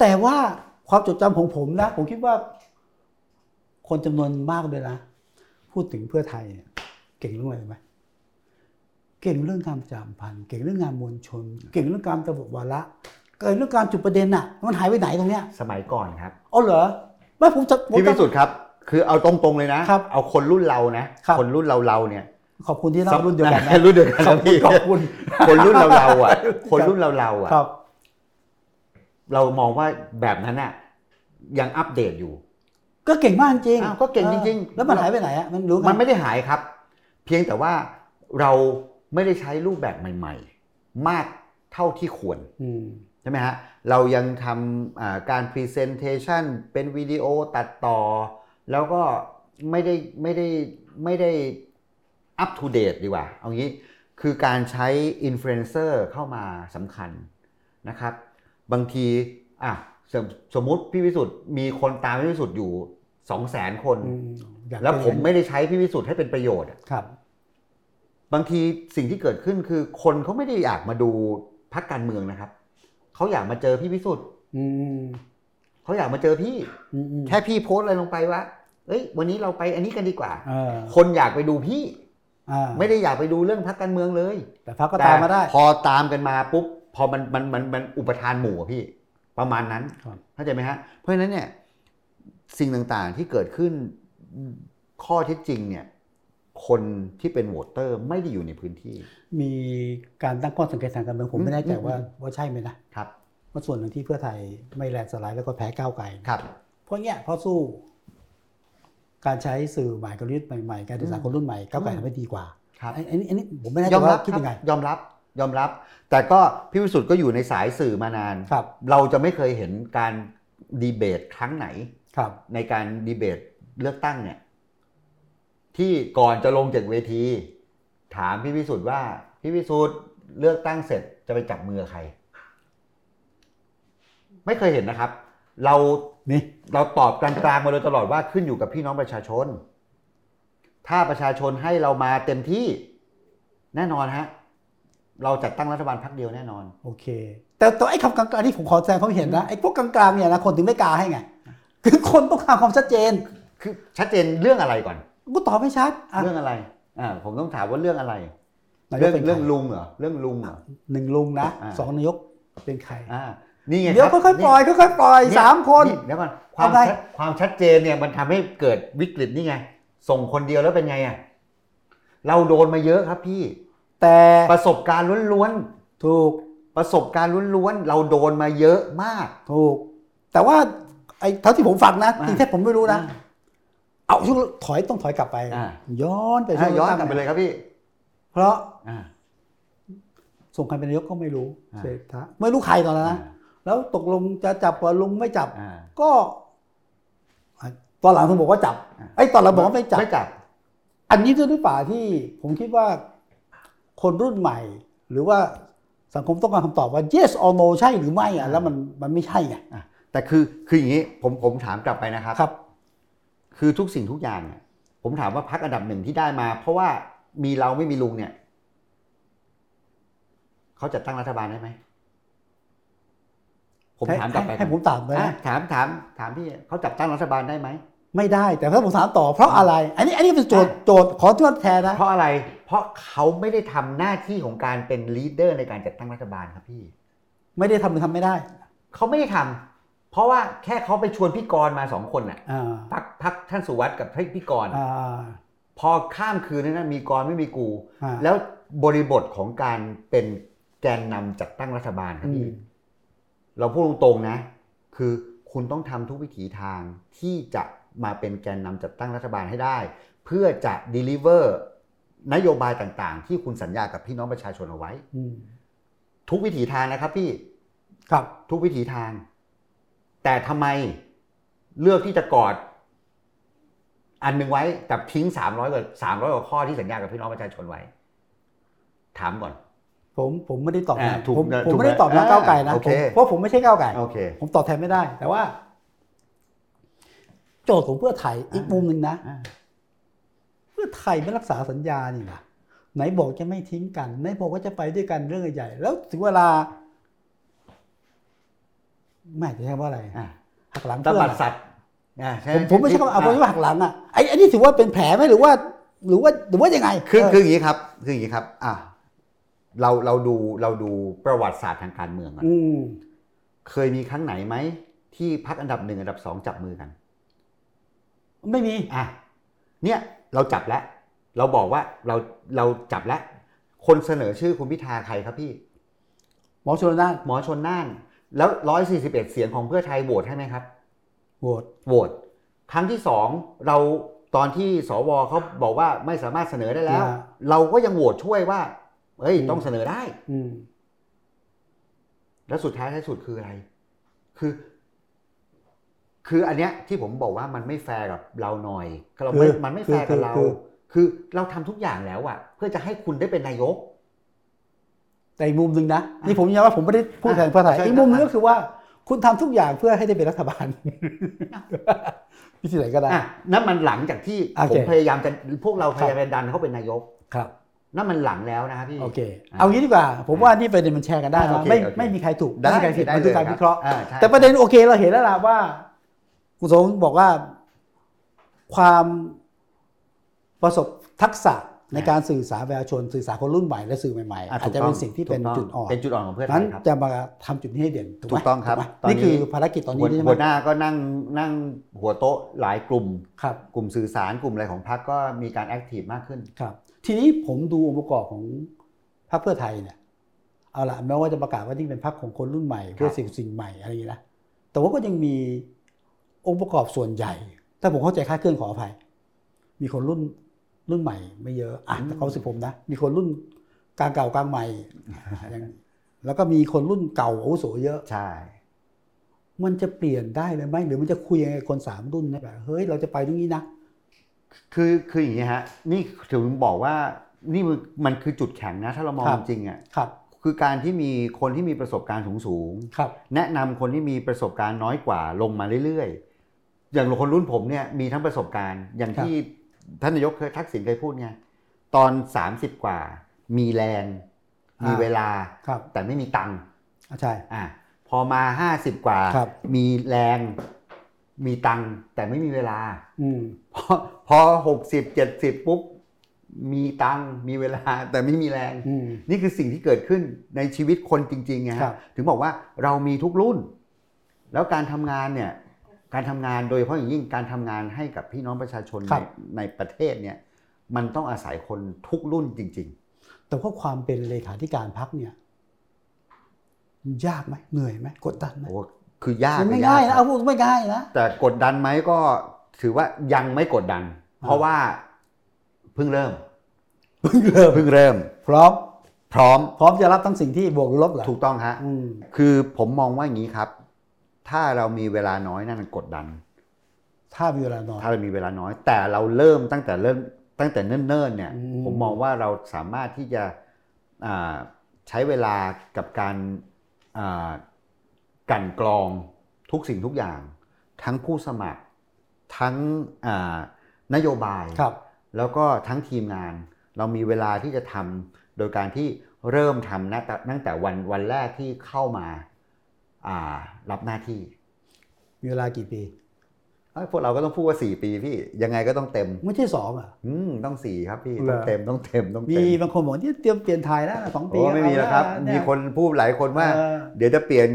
[SPEAKER 1] แต่ว่าความจดจำของผมนะ ผมคิดว่า คนจำนวนมากเลยนะ พูดถึงเพื่อไทยเนี่ยเก่งเรื่องอะไรรู้ไหมเก่งเรื่องการประชาสัมพันธ์เก่งเรื่องงานมวลชน เก่งเรื่องการตบวาระเก่งเรื่องการจุดประเด็นน่ะ มันหายไปไหนตรงเนี้ย
[SPEAKER 2] สมัยก่อนครับ
[SPEAKER 1] อ๋อเหรอไม่ผมจะผม
[SPEAKER 2] พี่
[SPEAKER 1] จะ
[SPEAKER 2] พิสุทธิ์ครับ คือเอาตรงๆเลยนะ
[SPEAKER 1] ครับ
[SPEAKER 2] เอาคนรุ่นเรานะ
[SPEAKER 1] ครับ
[SPEAKER 2] คนรุ่นเราเราๆเนี่ย
[SPEAKER 1] ขอบคุณที่เล่ารุ่นเดียว กันนะ
[SPEAKER 2] รุ่นเดียวกัน
[SPEAKER 1] ขอบคุ
[SPEAKER 2] นะ
[SPEAKER 1] ณ
[SPEAKER 2] พี่
[SPEAKER 1] ขอบคุณ
[SPEAKER 2] คนรุ่นเราเรา ๆอ่ะ คนรุ่นเราเราๆอ่ะ
[SPEAKER 1] ครับ
[SPEAKER 2] เรามองว่าแบบนั้นอ่ะยังอัปเดตอยู่
[SPEAKER 1] ก็เก่งมากจริง
[SPEAKER 2] อ้าวก็เก่งจริงๆ
[SPEAKER 1] แล้วมันหายไปไหนอ่ะมันรู้กั
[SPEAKER 2] มันไม่ได้หายครับ เพียงแต่ว่าเราไม่ได้ใช้รูปแบบใหม่ๆ มากเท่าที่ควร
[SPEAKER 1] อืม
[SPEAKER 2] ใช่ไหมฮะ เรายังทำอ่าการ Presentation เป็นวิดีโอตัดต่อ แล้วก็ไม่ได้ไม่ได้ไม่ได้ up to date ดีกว่า เอางี้ คือการใช้ Influencer เข้ามาสำคัญนะครับ บางทีอ่ะสมสมมุติพี่วิสุทธ์มีคนตามพี่วิสุทธ์อยู่ 2 0 0 0 0 0 คน
[SPEAKER 1] อืมอยาก
[SPEAKER 2] แล้วผม
[SPEAKER 1] เป็นอย่างนั้น
[SPEAKER 2] ไม่ได้ใช้พี่วิสุทธ์ให้เป็นประโยชน์อะ
[SPEAKER 1] ครับ
[SPEAKER 2] บางทีสิ่งที่เกิดขึ้นคือคนเขาไม่ได้อยากมาดูพักการเมืองนะครับ เขาอยากมาเจอพี่พิสุทธิ์
[SPEAKER 1] อืม
[SPEAKER 2] เขาอยากมาเจอพี่
[SPEAKER 1] อืมอืม
[SPEAKER 2] แค่พี่โพสต์อะไรลงไปว่าเอ้ย วันนี้เราไปอันนี้กันดีกว่า
[SPEAKER 1] เออ
[SPEAKER 2] คนอยากไปดูพี่
[SPEAKER 1] อ่า
[SPEAKER 2] ไม่ได้อยากไปดูเรื่องพักการเมืองเลย
[SPEAKER 1] แต่พักก็ตามมาได้
[SPEAKER 2] แต่พอตามกันมาปุ๊บพอมันมันมันมันอุปทานหมู่อะพี่ ประมาณนั้น
[SPEAKER 1] ครับ
[SPEAKER 2] เข้าใจไหมฮะเพราะฉะนั้นเนี่ยสิ่งต่างๆที่เกิดขึ้นข้อเท็จจริงเนี่ย คนที่เป็นโหวตเตอร์ไม่ได้อยู่ในพื้นที่
[SPEAKER 1] มีการตั้งข้อสังเกตทางการเมืองผม
[SPEAKER 2] อืม
[SPEAKER 1] ไม่แน่ใจ
[SPEAKER 2] อืม
[SPEAKER 1] ว่าว่าใช่ไหมนะครับ ว่าส่วนหนึ่งที่เพื่อไทยไม่แลนด์สไลด์แล้วก็แพ้ก้าวไกล
[SPEAKER 2] ครับ
[SPEAKER 1] เพราะเนี้ยเพราะสู้ การใช้สื่อใหม่กลยุทธ์ใหม่ๆ การสื่อสารคนรุ่นใหม่ก้าวไกลทำให้ดีกว่า
[SPEAKER 2] ครับ
[SPEAKER 1] อันอันนี้อันนี้ผมไม่แน่ใจ
[SPEAKER 2] ยอมรั
[SPEAKER 1] ว่า
[SPEAKER 2] บ
[SPEAKER 1] คิดยังไง
[SPEAKER 2] ยอมรับ ยอมรับ แต่ก็พี่วิสุทธ์ก็อยู่ในสายสื่อมานาน
[SPEAKER 1] ครับ
[SPEAKER 2] เราจะไม่เคยเห็นการดีเบตครั้งไหน
[SPEAKER 1] ครับ
[SPEAKER 2] ในการดีเบตเลือกตั้งเนี่ย ที่ก่อนจะลงจากเวที ถามพี่วิสุทธ์ว่า พี่วิสุทธ์เลือกตั้งเสร็จจะไปจับมือใคร ไม่เคยเห็นนะครับ เรา
[SPEAKER 1] นี่
[SPEAKER 2] เราตอบกลางๆมาโดยตลอดว่าขึ้นอยู่กับพี่น้องประชาชน ถ้าประชาชนให้เรามาเต็มที่แน่นอนฮะ เราจัดตั้งรัฐบาลพักเดียวแน่นอน
[SPEAKER 1] โอเค แต่แต่ไอ้คำกลางๆที่ผมขอแสดงความเห็นนะไอ้พวกกลางๆเนี่ยนะคนถึงไม่กล้าให้ไงคือคนต้องการความชัดเจน
[SPEAKER 2] คือชัดเจนเรื่องอะไรก่อน
[SPEAKER 1] กูตอบไม่ชัดอ่ะ
[SPEAKER 2] เรื่องอะไร อ่า ผมต้องถามว่าเรื่องอะไร
[SPEAKER 1] นายก
[SPEAKER 2] เรื่อง
[SPEAKER 1] ป็นใค
[SPEAKER 2] เรื่องลุงเหรอ เรื่องลุงเหรอ
[SPEAKER 1] หนึ่งลุงนะ
[SPEAKER 2] อ่า
[SPEAKER 1] สองนายกเป็นใคร
[SPEAKER 2] อ่า นี่ไง
[SPEAKER 1] เดี๋ยว
[SPEAKER 2] รับ
[SPEAKER 1] ค่อยๆปล่อยค่อยๆปล่อย
[SPEAKER 2] เย
[SPEAKER 1] สามคน
[SPEAKER 2] เดี๋ยวก่อนความ
[SPEAKER 1] อะไร
[SPEAKER 2] ชัดความชัดเจนเนี่ยมันทำให้เกิดวิกฤตนี่ไง ส่งคนเดียวแล้วเป็นไงอ่ะ เราโดนมาเยอะครับพี่
[SPEAKER 1] แต่
[SPEAKER 2] ประสบการณ์ล้วนๆ
[SPEAKER 1] ถูก
[SPEAKER 2] ประสบการณ์ล้วนๆ เราโดนมาเยอะมาก
[SPEAKER 1] ถูก แต่ว่าไอ้เท่าที่ผมฟังนะ
[SPEAKER 2] อ่า
[SPEAKER 1] จริงแท้ผมไม่รู้นะ
[SPEAKER 2] อ่า
[SPEAKER 1] เอาช่วงถอยต้องถอยกลับไป
[SPEAKER 2] อ่า
[SPEAKER 1] ย้อนไปช่
[SPEAKER 2] อ่ะ
[SPEAKER 1] วง
[SPEAKER 2] ย้อนกลับไปเลยครับพี่
[SPEAKER 1] เพราะ
[SPEAKER 2] อ่า
[SPEAKER 1] ส่งใครเป็นนายกก็ไม่รู้
[SPEAKER 2] อ่า
[SPEAKER 1] เศรษฐาไม่รู้ใครตอนนั้นนะแล้วตกลงจะจับว่าลุงไม่จับ
[SPEAKER 2] อ่า
[SPEAKER 1] ก็อ่ะตอนหลังผมบอกว่าจับไอ้ยตอนหลังบอกว่าไม่จับ
[SPEAKER 2] ไม่จับ
[SPEAKER 1] อันนี้ด้วยหรือเปล่าที่ผมคิดว่าคนรุ่นใหม่ หรือว่าสังคมต้องการคำตอบว่า yes or no ใช่หรือไม่อ่ะแล้วมันมันไม่ใช่ไง
[SPEAKER 2] อ่ะแต่คือคืออย่างนี้ผมผมถามกลับไปนะครับ
[SPEAKER 1] ครับ
[SPEAKER 2] คือทุกสิ่งทุกอย่างเนี่ยผมถามว่าพักอันดับหนึ่งที่ได้มา เพราะว่ามีเราไม่มีลุงเนี่ยเขาจัดตั้งรัฐบาลได้ไหมผมถามกลับไป
[SPEAKER 1] ให้ให้ผมตามเลย
[SPEAKER 2] อ่ะ
[SPEAKER 1] นะ
[SPEAKER 2] ถามถามถามพี่เขาจัดตั้งรัฐบาลได้ไหม
[SPEAKER 1] ไม่ได้แต่ถ้าผมถามต่อเพราะอะไร อันนี้อันนี้เป็นโจทย์โจทย์ขอที่ว่าแทนนะ
[SPEAKER 2] เพราะอะไร เพราะเขาไม่ได้ทำหน้าที่ของการเป็นลีดเดอร์ในการจัดตั้งรัฐบาลครับพี่
[SPEAKER 1] ไม่ได้ทำหรือทำไม่ได้
[SPEAKER 2] เขาไม่ได้ทำ เพราะว่าแค่เขาไปชวนพี่กรณ์มาสองคนน่ะ
[SPEAKER 1] อ่า
[SPEAKER 2] พักพักท่านสุวัสด์กับพี่กรณ์
[SPEAKER 1] อ่า
[SPEAKER 2] พอข้ามคืนนั้นนะมีกรณ์ไม่มีกู
[SPEAKER 1] อ่า
[SPEAKER 2] แล้วบริบทของการเป็นแกนนำจัดตั้งรัฐบาลครับ
[SPEAKER 1] อืม
[SPEAKER 2] พี่เราพูดตรงๆนะ คือคุณต้องทำทุกวิถีทางที่จะมาเป็นแกนนำจัดตั้งรัฐบาลให้ได้ เพื่อจะ deliver นโยบายต่างๆ ที่คุณสัญญากับพี่น้องประชาชนเอาไว้
[SPEAKER 1] อืม
[SPEAKER 2] ทุกวิถีทางนะครับพี่
[SPEAKER 1] ครับ
[SPEAKER 2] ทุกวิถีทาง แต่ทำไมเลือกที่จะกอด อันหนึ่งไว้แต่ทิ้งสามร้อยกว่าสามร้อยกว่าข้อที่สัญญากับพี่น้องประชาชนไว้ ถามก่อน
[SPEAKER 1] ผมผมไม่ได้ตอบ
[SPEAKER 2] อ่า
[SPEAKER 1] นะ
[SPEAKER 2] ถูก
[SPEAKER 1] ผม
[SPEAKER 2] นะ
[SPEAKER 1] ผม
[SPEAKER 2] ถูก
[SPEAKER 1] ไม่ได้
[SPEAKER 2] นะ
[SPEAKER 1] ตอบนะ
[SPEAKER 2] อ่า
[SPEAKER 1] ก้าวไก่นะ
[SPEAKER 2] โอเค
[SPEAKER 1] ผมเพราะผมไม่ใช่ก้าวไก่
[SPEAKER 2] โอเค
[SPEAKER 1] ผมตอบแทนไม่ได้ แต่ว่า โจทย์ของเพื่อไทยอีกมุมหนึ่งนะ
[SPEAKER 2] อ่า
[SPEAKER 1] เพื่อไทยไม่รักษาสัญญานี่นะไหนบอกจะไม่ทิ้งกัน ไหนบอกว่าจะไปด้วยกันเรื่องใหญ่ๆแล้วถึงเวลาไม่จะใช้คำว่าอะไร
[SPEAKER 2] อ่ะ
[SPEAKER 1] หักหลัง
[SPEAKER 2] ต
[SPEAKER 1] เพื่อน
[SPEAKER 2] บัด
[SPEAKER 1] อะ
[SPEAKER 2] สัตว์อ่ะ
[SPEAKER 1] ผมผมไม่ใช่คำว่าเอาผม
[SPEAKER 2] อ่ะ
[SPEAKER 1] ไม่าหักหลังอ่ะไอ้ไอ้นี่ถือว่าเป็นแผลไหมหรือว่า หรือว่าหรือว่ายังไง
[SPEAKER 2] คือ
[SPEAKER 1] เ
[SPEAKER 2] คืออย่างนี้ครับ คืออย่างนี้ครับ อ่ะเราเราดูเราดูประวัติศาสตร์ทางการเมืองก่อน
[SPEAKER 1] อืม
[SPEAKER 2] เคยมีครั้งไหนไหมที่พักอันดับหนึ่งอันดับสองจับมือกัน
[SPEAKER 1] ไม่มี
[SPEAKER 2] อ่ะเนี่ยเราจับแล้ว เราบอกว่าเราเราจับแล้ว คนเสนอชื่อคุณพิธาใครครับพี่
[SPEAKER 1] หมอชนละนาน
[SPEAKER 2] หมอชนน่าน แล้ว141 เสียงของเพื่อไทยโหวตให้ไหมครับ
[SPEAKER 1] โหวต
[SPEAKER 2] โหวตครั้งที่สองเราตอนที่สวเขาบอกว่าไม่สามารถเสนอได้แล้ว เราก็ยังโหวตช่วยว่าเอ้ยต้องเสนอได้
[SPEAKER 1] อืม
[SPEAKER 2] แล้วสุดท้ายท้ายสุดคืออะไร คือ คืออันเนี้ยที่ผมบอกว่ามันไม่แฟร์กับเราหน่อยเรา
[SPEAKER 1] คื
[SPEAKER 2] ไม่
[SPEAKER 1] อ
[SPEAKER 2] มันไม่แฟร์กับเรา
[SPEAKER 1] คือ
[SPEAKER 2] คือเราทำทุกอย่างแล้วอะเพื่อจะให้คุณได้เป็นนายก
[SPEAKER 1] แต่อีกมุมหนึ่งนะนี่ผมย้ำว่าผมไม่ได้พูดแทนเพื่อไทย
[SPEAKER 2] ใช่
[SPEAKER 1] อีกมุมหนึง
[SPEAKER 2] ครับ
[SPEAKER 1] ก็คือว่า คุณทำทุกอย่างเพื่อให้ได้เป็นรัฐบาลวิธีไหนก็ได้
[SPEAKER 2] อ่ะนั่นมันหลังจากที่
[SPEAKER 1] โอเค
[SPEAKER 2] ผมพยายามจะพวกเรา
[SPEAKER 1] ค
[SPEAKER 2] พ
[SPEAKER 1] รับ
[SPEAKER 2] ยายามจะดันเขาเป็นนายก
[SPEAKER 1] ครับ
[SPEAKER 2] นั่นมันหลังแล้วนะครับพี่
[SPEAKER 1] โอเค
[SPEAKER 2] อ่ะ
[SPEAKER 1] เอางี้ดีกว่า ผมว่านี่ประเด็นมันแชร์กันได้
[SPEAKER 2] โอ
[SPEAKER 1] นะ
[SPEAKER 2] เค
[SPEAKER 1] ไม่
[SPEAKER 2] โอเค
[SPEAKER 1] ไม่มีใครถูกไม่มีใครผิดมันคือการวิเคราะห์
[SPEAKER 2] อ่ใช่
[SPEAKER 1] แต่ประเด็นโอเคเราเห็นแล้วล่ะว่าคุณสงบอกว่าความประสบทักษะในการสื่อสารประชาชนสื่อสารคนรุ่นใหม่และสื่อใหม่ๆ
[SPEAKER 2] อ่
[SPEAKER 1] อาจ
[SPEAKER 2] ถูก
[SPEAKER 1] จะ
[SPEAKER 2] ต้
[SPEAKER 1] เป็นสิ่งที่เป็น
[SPEAKER 2] ถูกต้ง
[SPEAKER 1] จุดอ่อน
[SPEAKER 2] เป็นจุดอ่อนของเพื่อไท
[SPEAKER 1] นั้น
[SPEAKER 2] ยครับ
[SPEAKER 1] จะมาทำจุดนี้ให้เด่นถูกไหม
[SPEAKER 2] ถูกต้องครับ
[SPEAKER 1] ถูกไหม
[SPEAKER 2] ตอนนี้
[SPEAKER 1] นี่คือภารกิจตอนนี้
[SPEAKER 2] หัว
[SPEAKER 1] ใช่ไหม
[SPEAKER 2] หัวหน้าก็นั่งนั่งหัวโต๊ะหลายกลุ่ม
[SPEAKER 1] ครับ
[SPEAKER 2] กลุ่มสื่อสารกลุ่มอะไรของพรรคก็มีการแอคทีฟมากขึ้น
[SPEAKER 1] ครับทีนี้ผมดูองค์ประกอบของพรรคเพื่อไทยเนี่ยเอาละแม้ว่าจะประกาศว่านี่เป็นพรรคของคนรุ่นใหม่ เพื่อสิ่งสิ่งใหม่อะไรอย่างนี้นะแต่ว่าก็ยังมีองค์ประกอบส่วนใหญ่ ถ้าผมเข้าใจคลาดเคลื่อนขออภัย มีคนรุ่นรุ่นใหม่ ไม่เยอะอ่ะ
[SPEAKER 2] อืม
[SPEAKER 1] แต่เขามรู้สึกผมนะ มีคนรุ่นกลางเก่ากลาง ใหม่อย่างแล้วก็มีคนรุ่นเก่าอาวุโสเยอะ
[SPEAKER 2] ใช่
[SPEAKER 1] มันจะเปลี่ยนได้เลยไหมหรือมันจะคุยยังไงกับคนสามรุ่นนะแบบเฮ้ยเราจะไปตรงนี้นะ
[SPEAKER 2] คือคืออย่างนี้ฮะ นี่ถึงบอกว่านี่มันมันคือจุดแข็งนะ ถ้าเรามองจริงๆอ่ะ
[SPEAKER 1] ครับ
[SPEAKER 2] คือการที่มีคนที่มีประสบการณ์สูง
[SPEAKER 1] ครับ
[SPEAKER 2] ๆแนะนำคนที่มีประสบการณ์น้อยกว่าลงมาเรื่อยๆ อย่างคนรุ่นผมเนี่ยมีทั้งประสบการณ์อย่างที่ท่านนายกเคยทักษิณเคยพูดไงตอน 30 กว่า มีแรง มีเวลา
[SPEAKER 1] ครับ
[SPEAKER 2] แต่ไม่มีตังค์
[SPEAKER 1] อ่ะใช่
[SPEAKER 2] อ่ะพอมา 50 กว่า
[SPEAKER 1] ครับ
[SPEAKER 2] มีแรงมีตังค์แต่ไม่มีเวลา
[SPEAKER 1] อืม
[SPEAKER 2] พอพอหกสิบเจ็ดสิบปุ๊บ มีตังค์มีเวลา แต่ไม่มีแรง
[SPEAKER 1] อืม
[SPEAKER 2] นี่คือสิ่งที่เกิดขึ้นในชีวิตคนจริงๆไง
[SPEAKER 1] ครั
[SPEAKER 2] ฮะ
[SPEAKER 1] บ
[SPEAKER 2] ถึงบอกว่าเรามีทุกรุ่น แล้วการทำงานเนี่ยการทำงานโดยเฉพาะอย่างยิ่งการทำงานให้กับพี่น้องประชาชน
[SPEAKER 1] ค
[SPEAKER 2] ใน
[SPEAKER 1] รับ
[SPEAKER 2] ในประเทศเนี่ยมันต้องอาศัยคนทุกรุ่นจริง
[SPEAKER 1] แต่ว่าความเป็นเลขาธิการพักเนี่ยมันยากไหมเหนื่อยไหมกดดัน
[SPEAKER 2] ๆ
[SPEAKER 1] ไหม
[SPEAKER 2] โอ้คือยาก
[SPEAKER 1] มันไม่
[SPEAKER 2] ก
[SPEAKER 1] ง่าย
[SPEAKER 2] ค
[SPEAKER 1] นะ
[SPEAKER 2] รั
[SPEAKER 1] เอา
[SPEAKER 2] บ
[SPEAKER 1] พูดไม่ง่ายนะ
[SPEAKER 2] แต่กดดันไหมก็ถือว่ายังไม่กดดัน เพราะว่าเพิ่งเริ่ม
[SPEAKER 1] เพิ่งเริ่ม
[SPEAKER 2] เพิ่งเริ่ม
[SPEAKER 1] พร้อม
[SPEAKER 2] พร้อม
[SPEAKER 1] พร้อมจะรับทั้งสิ่งที่บวกหรือลบเหรอ
[SPEAKER 2] ถูกต้องฮะ
[SPEAKER 1] อืม
[SPEAKER 2] คือผมมองว่าอย่างนี้ครับ ถ้าเรามีเวลาน้อยนั่นมันกดดัน
[SPEAKER 1] ถ้ามีเวลาน้อย
[SPEAKER 2] ถ้าเรามีเวลาน้อย แต่เราเริ่มตั้งแต่เริ่มตั้งแต่เนิ่นๆเนี่ย
[SPEAKER 1] อืม
[SPEAKER 2] ผมมองว่าเราสามารถที่จะอ่าใช้เวลากับการอ่ากลันกรองทุกสิ่งทุกอย่าง ทั้งผู้สมัครทั้งอ่านโยบาย
[SPEAKER 1] ครับ
[SPEAKER 2] แล้วก็ทั้งทีมงาน เรามีเวลาที่จะทำโดยการที่เริ่มทำนะตั้งแต่วันวันแรกที่เข้ามาอ่ารับหน้าที่
[SPEAKER 1] มีเวลากี่ปี
[SPEAKER 2] เอ้ยพวกเราก็ต้องพูดว่า 4 ปีพี่ ยังไงก็ต้องเต็ม
[SPEAKER 1] ไม่ใช่สองอ่ะ
[SPEAKER 2] อืมต้อง 4 ครับพี่
[SPEAKER 1] เหร
[SPEAKER 2] ต้อ
[SPEAKER 1] อ
[SPEAKER 2] งเต็มต้องเต็มต้อง
[SPEAKER 1] มี
[SPEAKER 2] เต็ม
[SPEAKER 1] บางคนบอกเนี่ยเตรียมเปลี่ยนถ่ายแล้วนะสองปี
[SPEAKER 2] โอ้ไม่มีแล้วครับ
[SPEAKER 1] เา
[SPEAKER 2] มีคนพูดหลายคนว่า
[SPEAKER 1] เออ
[SPEAKER 2] เดี๋ยวจะเปลี่ยน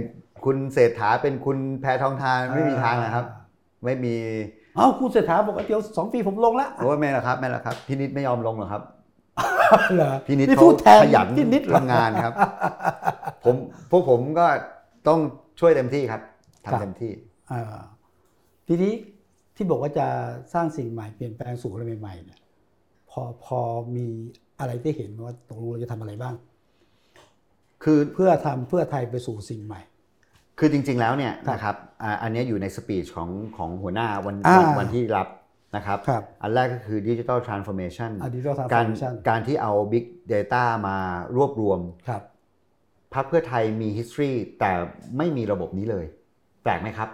[SPEAKER 2] คุณเศรษฐาเป็นคุณแพทองทานไม่มีทางนะครับ ไม่มี
[SPEAKER 1] เอ้าคุณเศรษฐาบอกว่าเดี๋ยวสองปีผมลงละ
[SPEAKER 2] โอ้ยไม่ละครับไม่ละครับพี่นิดไม่ยอมลงหรอกครับ
[SPEAKER 1] เหรอ
[SPEAKER 2] พี่นิด
[SPEAKER 1] นี่
[SPEAKER 2] เขา
[SPEAKER 1] พูดแทน
[SPEAKER 2] ขยัน
[SPEAKER 1] พี่นิดเหรอ
[SPEAKER 2] ทำงานครับ ผมพวกผมก็ต้องช่วยเต็มที่ครับ
[SPEAKER 1] ครับ
[SPEAKER 2] ทำเต็มที่
[SPEAKER 1] อ่าทีนี้ที่บอกว่าจะสร้างสิ่งใหม่เปลี่ยนแปลงสู่อะไรใหม่ๆเนี่ยพอพอมีอะไรได้เห็นไหมว่าตกลงเราจะทำอะไรบ้าง
[SPEAKER 2] คือ
[SPEAKER 1] เพื่อทำเพื่อไทยไปสู่สิ่งใหม่
[SPEAKER 2] คือจริง ๆ แล้วเนี่ย
[SPEAKER 1] ครับ
[SPEAKER 2] นะครับอ่าอันเนี้ยอยู่ในสปีชของของหัวหน้าวัน
[SPEAKER 1] อ่า
[SPEAKER 2] วันวันที่รับนะครับ
[SPEAKER 1] ครับ
[SPEAKER 2] อันแรกก็คือดิจิ t a ลทรานส์ฟอร์เมชัน
[SPEAKER 1] อดีตเราทำ
[SPEAKER 2] การ
[SPEAKER 1] ชั่น
[SPEAKER 2] การที่เอา Big Data มารวบรวม
[SPEAKER 1] ครับ
[SPEAKER 2] พรรคเพื่อไทยมี history แต่ไม่มีระบบนี้เลย แปลกไหมครับ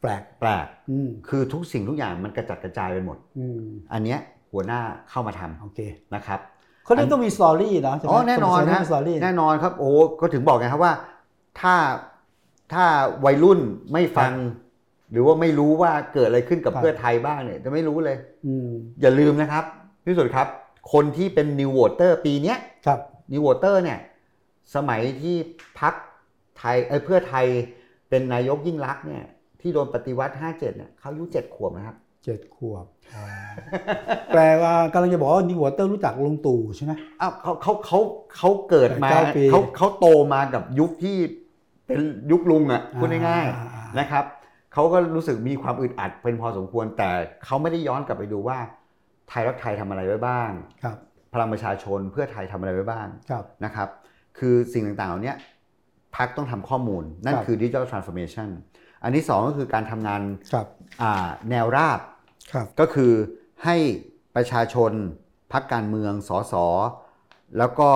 [SPEAKER 1] แปลก
[SPEAKER 2] แปลก
[SPEAKER 1] อืม
[SPEAKER 2] คือทุกสิ่งทุกอย่างมันกระจัดกระจายไปหมด
[SPEAKER 1] อืม
[SPEAKER 2] อันเนี้ยหัวหน้าเข้ามาทำ
[SPEAKER 1] โอเค
[SPEAKER 2] นะครับ
[SPEAKER 1] เขาเรียกต้องมีสตอรี่เนาะใช่ไหม
[SPEAKER 2] อ๋อแน่นอนฮะ
[SPEAKER 1] สตอรี่
[SPEAKER 2] แน่นอนครับโอ้ก็ถึงบอกไงครับว่าถ้าถ้าวัยรุ่นไม่ฟัง หรือว่าไม่รู้ว่าเกิดอะไรขึ้นกับ
[SPEAKER 1] ครับ
[SPEAKER 2] เพื่อไทยบ้างเนี่ยจะไม่รู้เลย
[SPEAKER 1] อืม
[SPEAKER 2] อย่าลืมนะครับพี่สุดครับ คนที่เป็นนิวโวเตอร์ปีเนี้ย
[SPEAKER 1] ครับ
[SPEAKER 2] นิวโวเตอร์เนี่ยสมัยที่พักไทยเอ้ยเพื่อไทยเป็นนายกยิ่งรักษณ์เนี่ยที่โดนปฏิวัติ 57เนี่ยเขาอายุ7ขวบนะครับ
[SPEAKER 1] เจ็ดขวบ แปลว่ากำลังจะบอกว่านิววอเตอร์รู้จักลุงตู่ใช่ไหม
[SPEAKER 2] อ้าวเขาเขาเขาเขาเกิดมา
[SPEAKER 1] แปดเก้าปี
[SPEAKER 2] เขาเขาโตมากับยุคที่เป็นยุคลุงอ่ะพูดง่าย
[SPEAKER 1] อ่าอ่า
[SPEAKER 2] ๆ
[SPEAKER 1] อ่าน
[SPEAKER 2] นะครับเขาก็รู้สึกมีความอึดอัดเป็นพอสมควร แต่เขาไม่ได้ย้อนกลับไปดูว่า ไทยรักไทยทำอะไรไว้บ้าง
[SPEAKER 1] ครับ
[SPEAKER 2] พลังประชาชนเพื่อไทยทำอะไรไว้บ้าง
[SPEAKER 1] ครับ
[SPEAKER 2] นะครับ คือสิ่งต่างๆเหล่านี้พักต้องทำข้อมูล นั่น
[SPEAKER 1] ครับ
[SPEAKER 2] คือดิจิทัลทรานส์ฟอร์เมชันอันที่สองก็คือการทำงาน
[SPEAKER 1] ครับ
[SPEAKER 2] อ่าแนวราบ
[SPEAKER 1] ครับ
[SPEAKER 2] ก็คือให้ประชาชนพักการเมืองสสแล้วก็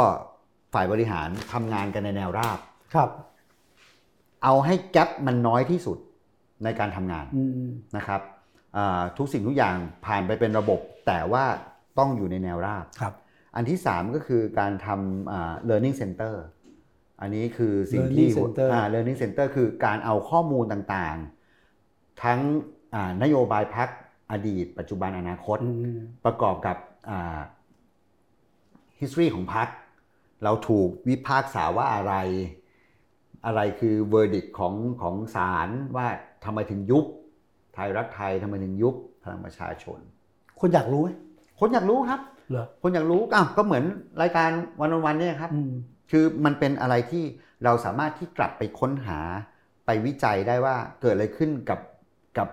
[SPEAKER 2] ฝ่ายบริหารทำงานกันในแนวราบ
[SPEAKER 1] ครับ
[SPEAKER 2] เอาให้แกลบมันน้อยที่สุดในการทำงาน
[SPEAKER 1] อืม
[SPEAKER 2] นะครับอ่าทุกสิ่งทุกอย่างผ่านไปเป็นระบบ แต่ว่าต้องอยู่ในแนวราบ
[SPEAKER 1] ครับ
[SPEAKER 2] อันที่ 3 ก็คือการทำอ่า learning center อันนี้คือสิ่ง
[SPEAKER 1] Learning
[SPEAKER 2] ที่
[SPEAKER 1] Center
[SPEAKER 2] อ่า learning center คือการเอาข้อมูลต่างๆ ทั้งอ่านโยบายพักอดีต ปัจจุบันอนาคต
[SPEAKER 1] อืม
[SPEAKER 2] ประกอบกับอ่า history ของพัก เราถูกวิพากษาว่าอะไร อะไรคือ verdict ของของศาลว่าทำไมถึงยุบไทยรักไทยทำไมถึงยุบพลังประชาชน
[SPEAKER 1] คนอยากรู้ไหม
[SPEAKER 2] คนอยากรู้ครับ
[SPEAKER 1] เหรอ
[SPEAKER 2] คนอยากรู้อ้าวก็เหมือนรายการวันวันๆเนี่ยครับ
[SPEAKER 1] อืม
[SPEAKER 2] คือมันเป็นอะไรที่เราสามารถที่กลับไปค้นหาไปวิจัยได้ว่าเกิดอะไรขึ้นกับกับ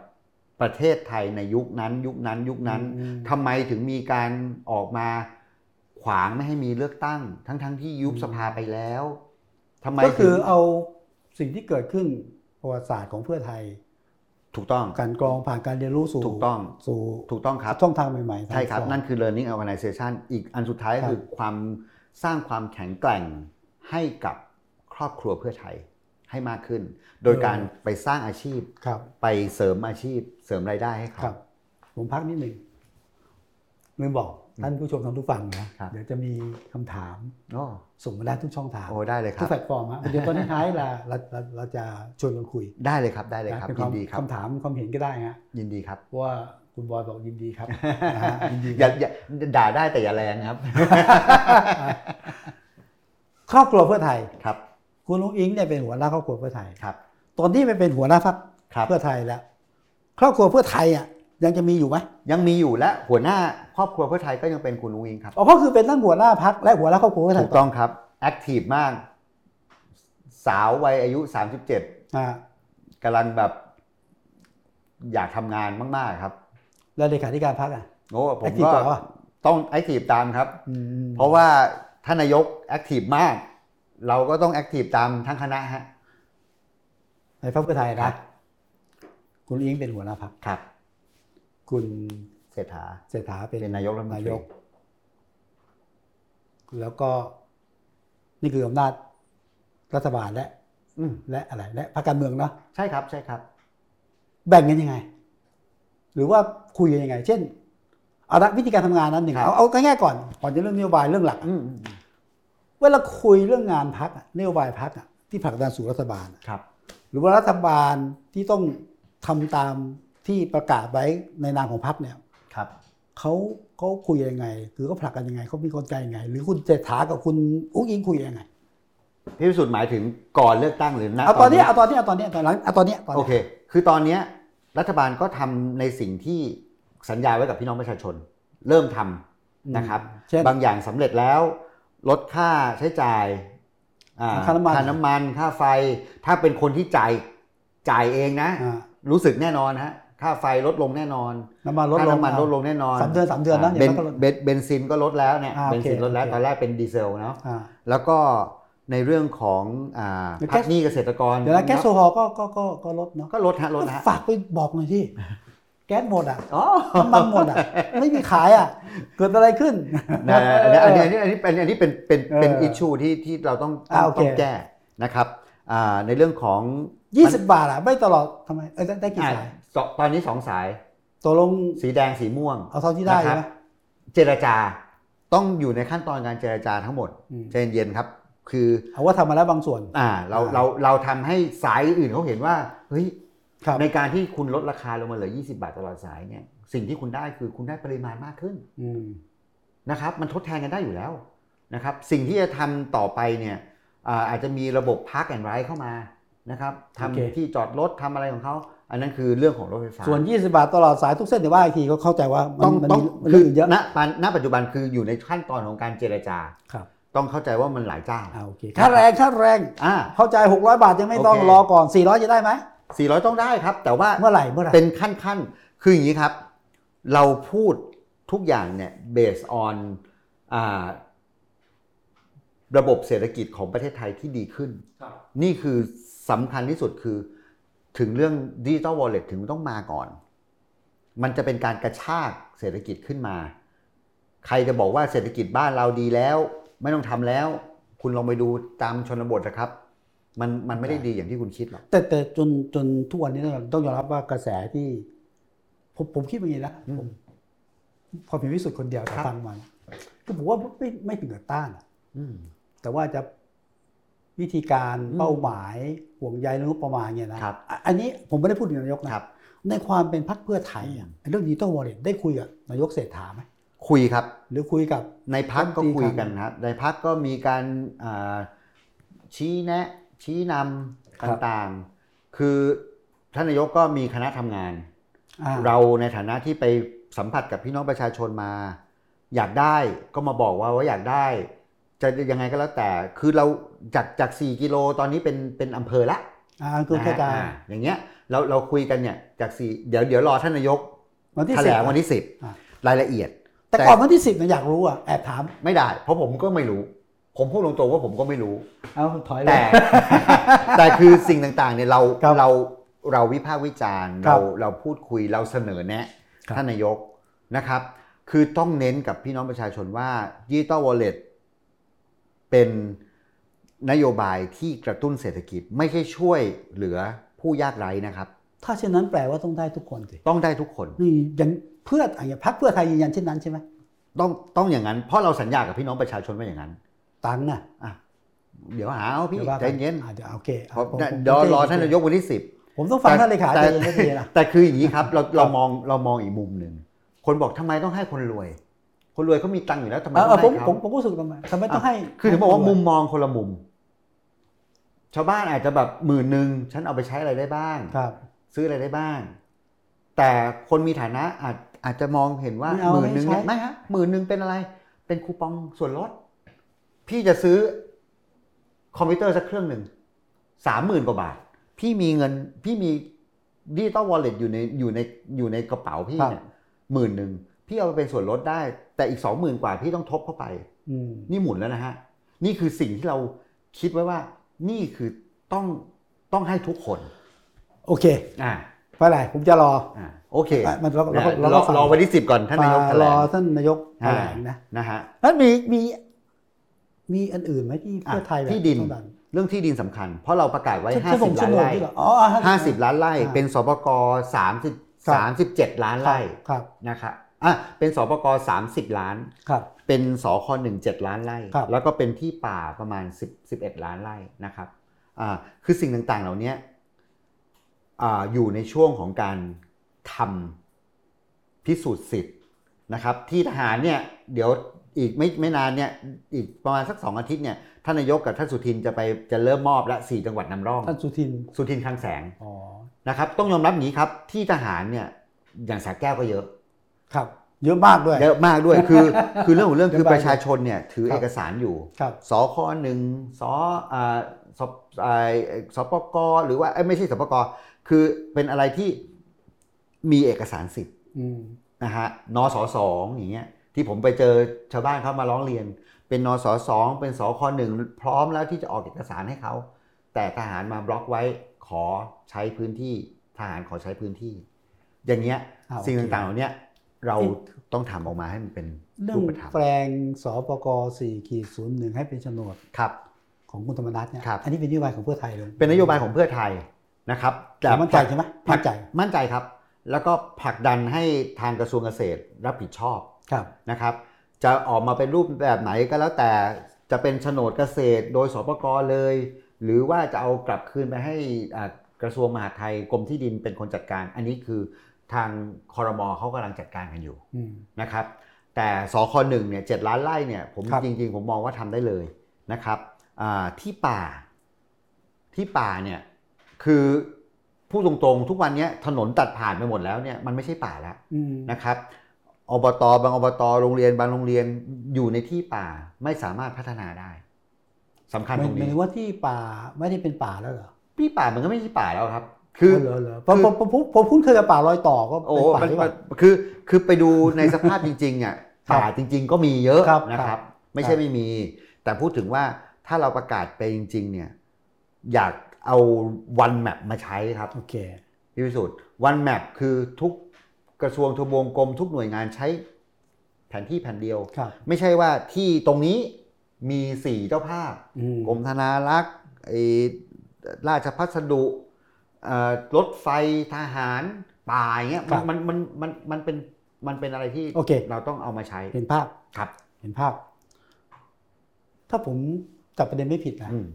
[SPEAKER 2] ประเทศไทยในยุคนั้น ยุคนั้นยุคนั้น
[SPEAKER 1] อืม
[SPEAKER 2] ทำไมถึงมีการออกมาขวางไม่ให้มีเลือกตั้ง ทั้งๆทที่ยุบ
[SPEAKER 1] อืม
[SPEAKER 2] สภาไปแล้วทำไม
[SPEAKER 1] ก็คือ
[SPEAKER 2] ถึง
[SPEAKER 1] เอาสิ่งที่เกิดขึ้นประวัติศาสตร์ของเพื่อไทย
[SPEAKER 2] ถูกต้อง
[SPEAKER 1] การกรองผ่านการเรียนรู้สู่
[SPEAKER 2] ถูกต้อง
[SPEAKER 1] สู่
[SPEAKER 2] ถูกต้องครับ
[SPEAKER 1] ช่องทางใหม่ๆ
[SPEAKER 2] ใช่ครับ
[SPEAKER 1] ทางสอง
[SPEAKER 2] นั่นคือ learning organization อีกอันสุดท้ายก็
[SPEAKER 1] ครับ
[SPEAKER 2] คือความสร้างความแข็งแกร่งให้กับครอบครัวเพื่อไทยให้มากขึ้น โดยการไปสร้างอาชีพ
[SPEAKER 1] ครับ
[SPEAKER 2] ไปเสริมอาชีพ เสริมรายได้ให้
[SPEAKER 1] ครั
[SPEAKER 2] เขา
[SPEAKER 1] บ ผมพักนิดหนึ่งลืมบอกท่านผู้ชมทางทุกฝั่งนะครับ เดี๋ยวจะมีคำถาม
[SPEAKER 2] โอ้
[SPEAKER 1] ส่งมาได้ทุกช่องทาง
[SPEAKER 2] โอ้ได้เลยค
[SPEAKER 1] ทุก
[SPEAKER 2] รับ
[SPEAKER 1] แพลตฟอร์มฮะเดี๋ยวตอนท้ายๆเราเราเราเราจะชวนกันคุย
[SPEAKER 2] ได้เลยครับได้เลยครับ
[SPEAKER 1] เป็น
[SPEAKER 2] ยินดีครับ
[SPEAKER 1] คำถามความเห็นก็ได้ฮะ
[SPEAKER 2] ยินดีครับ
[SPEAKER 1] เพราะว่าคุณบอยบอกยินดี ครับนะฮะยินดี
[SPEAKER 2] อย่าอย่าด่าได้แต่อย่าแรง ครับ
[SPEAKER 1] ครอบครัวเพื่อไทย
[SPEAKER 2] ครับ
[SPEAKER 1] คุณลุงอิงเนี่ยเป็นหัวหน้าครอบครัวเพื่อไทย
[SPEAKER 2] ครับ
[SPEAKER 1] ตอนที่ไปเป็นหัวหน้าพรรค
[SPEAKER 2] ครับ
[SPEAKER 1] เพื่อไทยแล้ว ครอบครัวเพื่อไทยอ่ะยังจะมีอยู่ไหม
[SPEAKER 2] ยังมีอยู่และหัวหน้าครอบครัวเพื่อไทยก็ยังเป็นคุณนุ้งอิงครับ
[SPEAKER 1] อ๋อก็คือเป็นทั้งหัวหน้าพรรคและหัวหน้าครอบครัวเพื่อไทย
[SPEAKER 2] ถูกต้องครับแอคทีฟมาก สาววัยอายุ 37
[SPEAKER 1] อ่าก
[SPEAKER 2] ำลังแบบอยากทำงานมาก ๆ ครับ
[SPEAKER 1] แล้วเลขาธิการพรรคอ่ะ
[SPEAKER 2] โอ้ผม
[SPEAKER 1] Active
[SPEAKER 2] ก็
[SPEAKER 1] ต่อวะ
[SPEAKER 2] ต้องแอคทีฟตามครับ
[SPEAKER 1] อืม
[SPEAKER 2] เพราะว่าท่านนายกแอคทีฟมาก เราก็ต้องแอคทีฟตามทั้งคณะฮะ
[SPEAKER 1] ในพรรคเพื่อไทย
[SPEAKER 2] ครั
[SPEAKER 1] นะ
[SPEAKER 2] บ
[SPEAKER 1] คุณอิงเป็นหัวหน้าพรรค
[SPEAKER 2] ครับ
[SPEAKER 1] คุณ
[SPEAKER 2] เศรษฐา
[SPEAKER 1] เศรษฐาเป็น
[SPEAKER 2] เป็นนายกรัฐมน
[SPEAKER 1] นา
[SPEAKER 2] ต
[SPEAKER 1] ย
[SPEAKER 2] รี
[SPEAKER 1] ก แล้วก็นี่คืออำนาจรัฐบาลและ
[SPEAKER 2] อืม
[SPEAKER 1] และอะไรและพรรคการเมืองเนาะ
[SPEAKER 2] ใช่ครับใช่ครับ
[SPEAKER 1] แบ่งกันยังไง หรือว่าคุยกันยังไง เช่นเอาละวิธีการทำงานนั้นหนึ่ง
[SPEAKER 2] ครับ
[SPEAKER 1] เอาเอาง่ายๆก่อนก่อนจะเรื่องนโยบายเรื่องหลักอะ
[SPEAKER 2] อืม
[SPEAKER 1] เวลาคุยเรื่องงานพักนโยบายพักที่ผลักดันสู่รัฐบาลอะ
[SPEAKER 2] ครับ
[SPEAKER 1] หรือว่ารัฐบาลที่ต้องทำตามที่ประกาศไว้ในนามของพักเนี่ย
[SPEAKER 2] ครับ
[SPEAKER 1] เขาเขาคุยยังไง คือเขาผลักกันยังไงเขามีกลไกยังไง หรือคุณเศรษฐากับคุณอุ้งอิงคุยยังไง
[SPEAKER 2] พี่วิสุทธิ์หมายถึงก่อนเลือกตั้งหรือณ
[SPEAKER 1] เอาตอนนี้เอาตอนนี้เอาตอนนี้ตอนหลังเอาตอนนี้ตอน
[SPEAKER 2] โอ
[SPEAKER 1] นี้
[SPEAKER 2] เค คือตอนเนี้ยรัฐบาลก็ทำในสิ่งที่สัญญาไว้กับพี่น้องประชาชน เริ่มทำนะครับ
[SPEAKER 1] เช่น
[SPEAKER 2] บางอย่างสำเร็จแล้วลดค่าใช้จ่ายอ่
[SPEAKER 1] ค่าน้ำมัน
[SPEAKER 2] ค่าน้ำมันค่าไฟ ถ้าเป็นคนที่จ่ายจ่ายเองนะ
[SPEAKER 1] อ่า
[SPEAKER 2] รู้สึกแน่นอนฮะค่าไฟลดลงแน่นอน
[SPEAKER 1] น้ำมันลด
[SPEAKER 2] ค่า
[SPEAKER 1] ลง
[SPEAKER 2] น้ำมันลดลงแน่นอน
[SPEAKER 1] สามเดือนสามเดือนนะ
[SPEAKER 2] อ่า
[SPEAKER 1] อ
[SPEAKER 2] เบ
[SPEAKER 1] ย่าง
[SPEAKER 2] น
[SPEAKER 1] นั้นก็ลด
[SPEAKER 2] เบนเบนซินก็ลดแล้วเนี่ย
[SPEAKER 1] อ่าโอเค
[SPEAKER 2] เบนซินลดแล้ว
[SPEAKER 1] โอเค
[SPEAKER 2] ตอนแรกเป็นดีเซลเนาะ
[SPEAKER 1] อ่า
[SPEAKER 2] แล้วก็ในเรื่องของอ่า
[SPEAKER 1] เดี๋ยว
[SPEAKER 2] พั
[SPEAKER 1] แก๊
[SPEAKER 2] ก
[SPEAKER 1] ส
[SPEAKER 2] หนี้เกษตรกร
[SPEAKER 1] เดี๋ยวนะแก๊สโซฮอล์ก็ก็ก็ก็ลดเนาะ
[SPEAKER 2] ก็ลดฮะลดฮะ
[SPEAKER 1] ฝากไปบอกหน่อยที่ แก๊สหมดอ่ะ
[SPEAKER 2] อ๋อ
[SPEAKER 1] น้ำมันหมดอ่ ะ ไม่มีขายอ่ะ เกิดอะไร ขึ้น
[SPEAKER 2] นะอันนี้อันนี้อันนี้เป็นอันนี้เป็นเป็นเป็น
[SPEAKER 1] เออ
[SPEAKER 2] อิชชูที่ที่เราต้อง
[SPEAKER 1] อ่าโอเค
[SPEAKER 2] ต้องแก้นะครับอ่าในเรื่องของ
[SPEAKER 1] ยี่สิบบาทอ่ะ ไม่ตลอดทำไมเออได้ได้กี่
[SPEAKER 2] อ่ะ
[SPEAKER 1] สาย
[SPEAKER 2] สองตอนนี้สองสาย
[SPEAKER 1] ตกลง
[SPEAKER 2] สีแดงสีม่วง
[SPEAKER 1] เอาเท่าที่ได้
[SPEAKER 2] นะครั
[SPEAKER 1] ใช่
[SPEAKER 2] บ
[SPEAKER 1] ไหม
[SPEAKER 2] เจรจาต้องอยู่ในขั้นตอนการเจรจาทั้งหมด
[SPEAKER 1] อืม
[SPEAKER 2] ใจเย็นๆครับ คือ
[SPEAKER 1] เอาว่าทำมาแล้วบางส่วน
[SPEAKER 2] อ่าเรา
[SPEAKER 1] อ่า
[SPEAKER 2] เราเราทำให้สายอื่นเขาเห็นว่าเฮ้ย
[SPEAKER 1] ครับ
[SPEAKER 2] ในการที่คุณลดราคาลงมาเหลือ 20 บาทตลอดสายเนี่ยสิ่งที่คุณได้คือคุณได้ปริมาณมากขึ้น
[SPEAKER 1] อืม
[SPEAKER 2] นะครับ มันทดแทนกันได้อยู่แล้วนะครับ สิ่งที่จะทำต่อไปเนี่ยอ่าอาจจะมีระบบพักแอนไรเข้ามานะครับ
[SPEAKER 1] โอเค
[SPEAKER 2] ทำที่จอดรถทำอะไรของเขาอันนั้นคือเรื่องของรถไฟฟ้า
[SPEAKER 1] ส่วน 20 บาทตลอดสายทุกเส้นแต่ว่าอีกทีก็เข้าใจว่ามัน
[SPEAKER 2] ต้อง
[SPEAKER 1] มัน
[SPEAKER 2] ต้อง
[SPEAKER 1] มัน
[SPEAKER 2] คือ
[SPEAKER 1] มีเยอะ
[SPEAKER 2] ณปัจณปัจจุบันคืออยู่ในขั้นตอนของการเจรจา
[SPEAKER 1] ครับ
[SPEAKER 2] ต้องเข้าใจว่ามันหลายเจ้า
[SPEAKER 1] อ่าโอเคค่าแรงค่าแรง
[SPEAKER 2] อ่า
[SPEAKER 1] เข้าใจ 600 บาทยังไม่ต้อง
[SPEAKER 2] โอเค
[SPEAKER 1] รอก่อน 400 จะได้ไหม
[SPEAKER 2] 400 ต้องได้ครับ แต่ว่า
[SPEAKER 1] เมื่อไหร่เมื่อไหร่
[SPEAKER 2] เป็นขั้นขั้นๆคืออย่างนี้ครับ เราพูดทุกอย่างเนี่ย based on อ่าระบบเศรษฐกิจของประเทศไทยที่ดีขึ้น
[SPEAKER 1] ครับ
[SPEAKER 2] นี่คือสำคัญที่สุดคือถึงเรื่องดิจิ t a ลวอลเล็ตถึงต้องมาก่อน มันจะเป็นการกระชากเศรษฐกิจขึ้นมา ใครจะบอกว่าเศรษฐกิจบ้านเราดีแล้ว ไม่ต้องทำแล้ว คุณลองไปดูตามชนบทนะครับ มันมันไม่ได้ดีอย่างที่คุณคิดหรอก
[SPEAKER 1] แต่แต่จนจนทุกวันนี้ต้องต้องยอมรับว่ากระแสที่ผมผมคิดว่าอย่างนี้นะ
[SPEAKER 2] อืม
[SPEAKER 1] ผมพอพิมพ์วิสุทธิ์คนเดียว
[SPEAKER 2] ครับ
[SPEAKER 1] ฟังมาก็ผมว่าไม่ไม่ถึงกับต้านอะ
[SPEAKER 2] อืม
[SPEAKER 1] แต่ว่าจะวิธีการ
[SPEAKER 2] อืม
[SPEAKER 1] เป้าหมายห่วงใยเรื่องงบประมาณเนี่ยนะครับ อ่ะอันนี้ผมไม่ได้พูดถึงนายกนะครับ ในความเป็นพรรคเพื่อไทยอะเรื่องดิจิตอลวอลเล็ตได้คุยกับนายกเศรษฐาไหม
[SPEAKER 2] คุยครับ
[SPEAKER 1] หรือคุยกับ
[SPEAKER 2] ในพักก็
[SPEAKER 1] ต้องตี
[SPEAKER 2] คุย
[SPEAKER 1] กัน
[SPEAKER 2] กันนะครับในพักก็มีการอ่าชี้แนะ ชี้นำต่างๆ คือท่านนายกก็มีคณะทำงาน
[SPEAKER 1] อ่า
[SPEAKER 2] เราในฐานะที่ไปสัมผัสกับพี่น้องประชาชนมา อยากได้ก็มาบอกว่าว่าอยากได้ จะยังไงก็แล้วแต่ คือเราจากจาก 4 กิโลตอนนี้เป็นเป็นอำเภอละ
[SPEAKER 1] อ่าคือเข้าใจ
[SPEAKER 2] นะฮะอ่าอย่างเงี้ยเราเราคุยกันเนี่ยจากสี่เดี๋ยวเดี๋ยวรอท่านนายก
[SPEAKER 1] วันที่
[SPEAKER 2] แถ
[SPEAKER 1] สิ
[SPEAKER 2] ล
[SPEAKER 1] บ
[SPEAKER 2] งวันที่
[SPEAKER 1] อ่ะ
[SPEAKER 2] 10 รายละเอียด
[SPEAKER 1] แต่ก่อนวันที่สิบนะอยากรู้อ่ะแอบถาม
[SPEAKER 2] ไม่ได้ เพราะผมก็ไม่รู้ ผมพูดตรงๆว่าผมก็ไม่รู้
[SPEAKER 1] เอาถอยเลย
[SPEAKER 2] แต่ แต่คือสิ่งต่างๆเนี่ยเรา
[SPEAKER 1] ครับ
[SPEAKER 2] เราเราวิพากษ์วิจารณ์
[SPEAKER 1] ครั
[SPEAKER 2] เรา
[SPEAKER 1] บ
[SPEAKER 2] เราพูดคุยเราเสนอแนะครับ ท่านนายกนะครับ คือต้องเน้นกับพี่น้องประชาชนว่าดิจิตอลวอลเล็ตเป็นนโยบายที่กระตุ้นเศรษฐกิจไม่ใช่ช่วยเหลือผู้ยากไร้นะครับ
[SPEAKER 1] ถ้าเช่นนั้นแปลว่าต้องได้ทุกคนสิ
[SPEAKER 2] ต้องได้ทุกคน
[SPEAKER 1] นี่ยังเพื่ออ่ะอย่างพักเพื่อไทยยืนยันเช่นนั้นใช่ไหม
[SPEAKER 2] ต้องต้องอย่างนั้น เพราะเราสัญญากับพี่น้องประชาชนว่าอย่างนั้น
[SPEAKER 1] ตังค์น่ะ
[SPEAKER 2] อ่ะเดี๋ยวหาเอาพี่
[SPEAKER 1] ดี๋วว่า
[SPEAKER 2] ใจ
[SPEAKER 1] กั
[SPEAKER 2] เย็น
[SPEAKER 1] อ่ะเดี๋ยวโอเค
[SPEAKER 2] เพราะ
[SPEAKER 1] ผมผม
[SPEAKER 2] เดี๋ยวรอท่า
[SPEAKER 1] ผ
[SPEAKER 2] น
[SPEAKER 1] ม
[SPEAKER 2] นายกวันที่สิบ
[SPEAKER 1] ผมต้องฟังท่านเลขา
[SPEAKER 2] แต่
[SPEAKER 1] ใจเย็นใจเย็นนะ
[SPEAKER 2] แต่คืออย่างนี้ครับเราเรามองเรามองอีกมุมหนึ่งคนบอกทำไมต้องให้คนรวย คนรวยเขามีตังค์อยู่แล้วทำไม
[SPEAKER 1] เอ
[SPEAKER 2] ต้อง
[SPEAKER 1] อ
[SPEAKER 2] ให้
[SPEAKER 1] ผมผมผ
[SPEAKER 2] เขา
[SPEAKER 1] มรู้สึกทำไมทำไมต้องให้
[SPEAKER 2] คือถึงบอกว่ามุมมองคนละมุม ชาวบ้านอาจจะแบบหมื่นหนึ่งฉันเอาไปใช้อะไรได้บ้าง
[SPEAKER 1] ครับ
[SPEAKER 2] ซื้ออะไรได้บ้าง แต่คนมีฐานะอาจอาจจะมองเห็นว่า
[SPEAKER 1] ไม่เอา
[SPEAKER 2] หมื่นหนึ่งเนี่ย
[SPEAKER 1] ไม่ใช้
[SPEAKER 2] ไม่ฮะหมื่นหนึ่งเป็นอะไร เป็นคูปองส่วนลดพี่จะซื้อคอมพิวเตอร์สักเครื่องหนึ่งสามหมื่นกว่าบาท พี่มีเงินพี่มีดิจิตอลวอลเล็ตอยู่ในอยู่ในอยู่ในกระเป๋าพี่เนี่ยหมื่นหนึ่งพี่เอาไปเป็นส่วนลดได้ แต่อีกสองหมื่นกว่าพี่ต้องทบเข้าไป
[SPEAKER 1] อืม
[SPEAKER 2] นี่หมุนแล้วนะฮะ นี่คือสิ่งที่เราคิดไว้ว่า นี่คือต้องต้องให้ทุกคน
[SPEAKER 1] โอเค
[SPEAKER 2] อ่า
[SPEAKER 1] ไม่เป็นไรผมจะรอ
[SPEAKER 2] อ่ะโอเค
[SPEAKER 1] ไปมันเราเราก็
[SPEAKER 2] ร
[SPEAKER 1] เรา
[SPEAKER 2] อ
[SPEAKER 1] ก็ฟัง
[SPEAKER 2] รอวันที่สิบก่อนท่านนายกแถล
[SPEAKER 1] รอง ท่านนายกแถลงนะ
[SPEAKER 2] นะฮะ
[SPEAKER 1] แล้วมีมีมีอันอื่นไหมที่เพื่อไทยแบบ
[SPEAKER 2] ที่ดิน
[SPEAKER 1] ต้องการ
[SPEAKER 2] เรื่องที่ดินสำคัญ เพราะเราประกาศไว้
[SPEAKER 1] ใช่ใช่ผม
[SPEAKER 2] 50
[SPEAKER 1] ชั่วน โมง
[SPEAKER 2] ล้าไร่
[SPEAKER 1] ที่เหรออ๋อ50
[SPEAKER 2] ห้าสิบล้านไร่
[SPEAKER 1] อ่า
[SPEAKER 2] เป็นสปกสาม
[SPEAKER 1] ค
[SPEAKER 2] สิบ
[SPEAKER 1] รับ
[SPEAKER 2] สามสิบเจ็ดล้านไร่
[SPEAKER 1] ครับ
[SPEAKER 2] นะครับอ่ะเป็นสปกสามสิบล้าน
[SPEAKER 1] ครับ
[SPEAKER 2] เป็นสคหนึ่งเจ็ดล้านไร่
[SPEAKER 1] ครับ
[SPEAKER 2] แล้วก็เป็นที่ป่าประมาณสิบสิบเอ็ดล้านไร่นะครับอ่าคือสิ่งต่างๆเหล่านี้อ่าอยู่ในช่วงของการทำพิสูจน์สิทธิ์ นะครับที่ทหารเนี่ยเดี๋ยวอีกไม่ไม่นานเนี่ยอีกประมาณสักสองอาทิตย์เนี่ยท่านนายกกับท่านสุทินจะไปจะเริ่มมอบละสี่จังหวัดนำร่อง
[SPEAKER 1] ท่านสุทิน
[SPEAKER 2] สุทินคลังแสง
[SPEAKER 1] อ๋อ
[SPEAKER 2] นะครับต้องยอมรับอย่างนี้ครับที่ทหารเนี่ยอย่างสาแก้วก็เยอะ
[SPEAKER 1] ครับ เยอะมากด้วย
[SPEAKER 2] เยอะมากด้วยคือ คือเรื่องของเรื่องคือ
[SPEAKER 1] เยอะมาก
[SPEAKER 2] ประชาชนเนี่ยถือ
[SPEAKER 1] ครับ
[SPEAKER 2] เอกสารอยู่
[SPEAKER 1] ครับ
[SPEAKER 2] สอคหนึ่งสออ่าสออ่าสปกหรือว่าเอ้ยไม่ใช่สปกคือเป็นอะไรที่มีเอกสารสิทธิ์
[SPEAKER 1] อืม
[SPEAKER 2] นะฮะนสสองอย่างเงี้ยที่ผมไปเจอชาวบ้านเขามาร้องเรียน เป็นนสสองเป็นสคหนึ่งพร้อมแล้วที่จะออกเอกสารให้เขาแต่ทหารมาบล็อกไว้ขอใช้พื้นที่ทหารขอใช้พื้นที่ อย่างเงี้ย
[SPEAKER 1] อ่
[SPEAKER 2] สิ่ง
[SPEAKER 1] โอเค
[SPEAKER 2] ต่างๆเหล่าเนี้ยเรา
[SPEAKER 1] ที่
[SPEAKER 2] ต้องทำออกมาให้มันเป็น
[SPEAKER 1] เรื่อง
[SPEAKER 2] รูปธรรม
[SPEAKER 1] แปลงสปกสี่ขีดศูนย์หนึ่งให้เป็นโฉนด
[SPEAKER 2] ครับ
[SPEAKER 1] ของคุณธรรมนัฐเนี่ย
[SPEAKER 2] ครับ
[SPEAKER 1] อันนี้เป็นนโยบายของเพื่อไทยเลย
[SPEAKER 2] เป็นนโยบายของเพื่อไทยนะครับ
[SPEAKER 1] แต่มั่นใจ
[SPEAKER 2] ผลัก
[SPEAKER 1] ใช่ไหม
[SPEAKER 2] ผลั
[SPEAKER 1] มั่
[SPEAKER 2] ก
[SPEAKER 1] นใจ
[SPEAKER 2] มั่นใจครับ แล้วก็ผลักดันให้ทางกระทรวงเกษตรรับผิดชอบ
[SPEAKER 1] ครับ
[SPEAKER 2] นะครับ จะออกมาเป็นรูปแบบไหนก็แล้วแต่จะเป็นโฉนดเกษตรโดยสปกรเลย หรือว่าจะเอากลับคืนไปให้อ่ากระทรวงมหาดไทยกรมที่ดินเป็นคนจัดการ อันนี้คือทางคอรมอเขากำลังจัดการกันอยู่
[SPEAKER 1] อืม
[SPEAKER 2] นะครับแต่สคหนึ่งเนี่ยเจ็ดล้านไร่เนี่ยผม
[SPEAKER 1] ครับ
[SPEAKER 2] จริงๆ ผมมองว่าทำได้เลยนะครับอ่าที่ป่าที่ป่าเนี่ยคือพูดตรงๆ ทุกวันเนี้ยถนนตัดผ่านไปหมดแล้วเนี่ยมันไม่ใช่ป่าแล้ว
[SPEAKER 1] อืม
[SPEAKER 2] นะครับอบตบางอบตโรงเรียนบางโรงเรียนอยู่ในที่ป่าไม่สามารถพัฒนาได้สำคัญ
[SPEAKER 1] หมา
[SPEAKER 2] ต
[SPEAKER 1] ย
[SPEAKER 2] รง
[SPEAKER 1] หมาย
[SPEAKER 2] นี้
[SPEAKER 1] ถึงว่าที่ป่าไม่ได้เป็นป่าแล้วเหรอ
[SPEAKER 2] ที่ป่ามันก็ไม่ใช่ป่าแล้วครับ คือ
[SPEAKER 1] เหรอเหรอผมผมผมผมผมคุ้นเคยกับป่ารอยต่อก็
[SPEAKER 2] โอ้
[SPEAKER 1] เป็นป่า
[SPEAKER 2] มัน
[SPEAKER 1] หรือเป
[SPEAKER 2] มั
[SPEAKER 1] ล่า
[SPEAKER 2] นคือ คือไปดูในสภาพจริงๆเนี่ย
[SPEAKER 1] ครับ
[SPEAKER 2] ป่าจริง ๆ ก็มีเยอะ
[SPEAKER 1] ครับ
[SPEAKER 2] นะค
[SPEAKER 1] ครั
[SPEAKER 2] รับ
[SPEAKER 1] บ
[SPEAKER 2] ไม่ใช่ไม่มี แต่พูดถึงว่าถ้าเราประกาศไปจริง ๆ เนี่ย อยากเอาวันแมปมาใช้ครับ
[SPEAKER 1] โอเค
[SPEAKER 2] พี่วิสุทธ์วันแมปคือทุกกระทรวงทบวงกรมทุกหน่วยงานใช้แผนที่แผ่นเดียว
[SPEAKER 1] ครับ
[SPEAKER 2] ไม่ใช่ว่าที่ตรงนี้มีสี่เจ้าภาพ
[SPEAKER 1] อืม
[SPEAKER 2] กรมธนารักษ์ไอ้ราชพัสดุเอ่อรถไฟทหารป่าอย่างเงี้ย
[SPEAKER 1] ครั
[SPEAKER 2] มัน
[SPEAKER 1] บ
[SPEAKER 2] มันมันมันมันเป็นมันเป็นอะไรที่
[SPEAKER 1] โอเค
[SPEAKER 2] เราต้องเอามาใช้
[SPEAKER 1] เห็นภาพ
[SPEAKER 2] ครับ
[SPEAKER 1] เห็นภาพ ถ้าผมจับประเด็นไม่ผิดนะ
[SPEAKER 2] อืม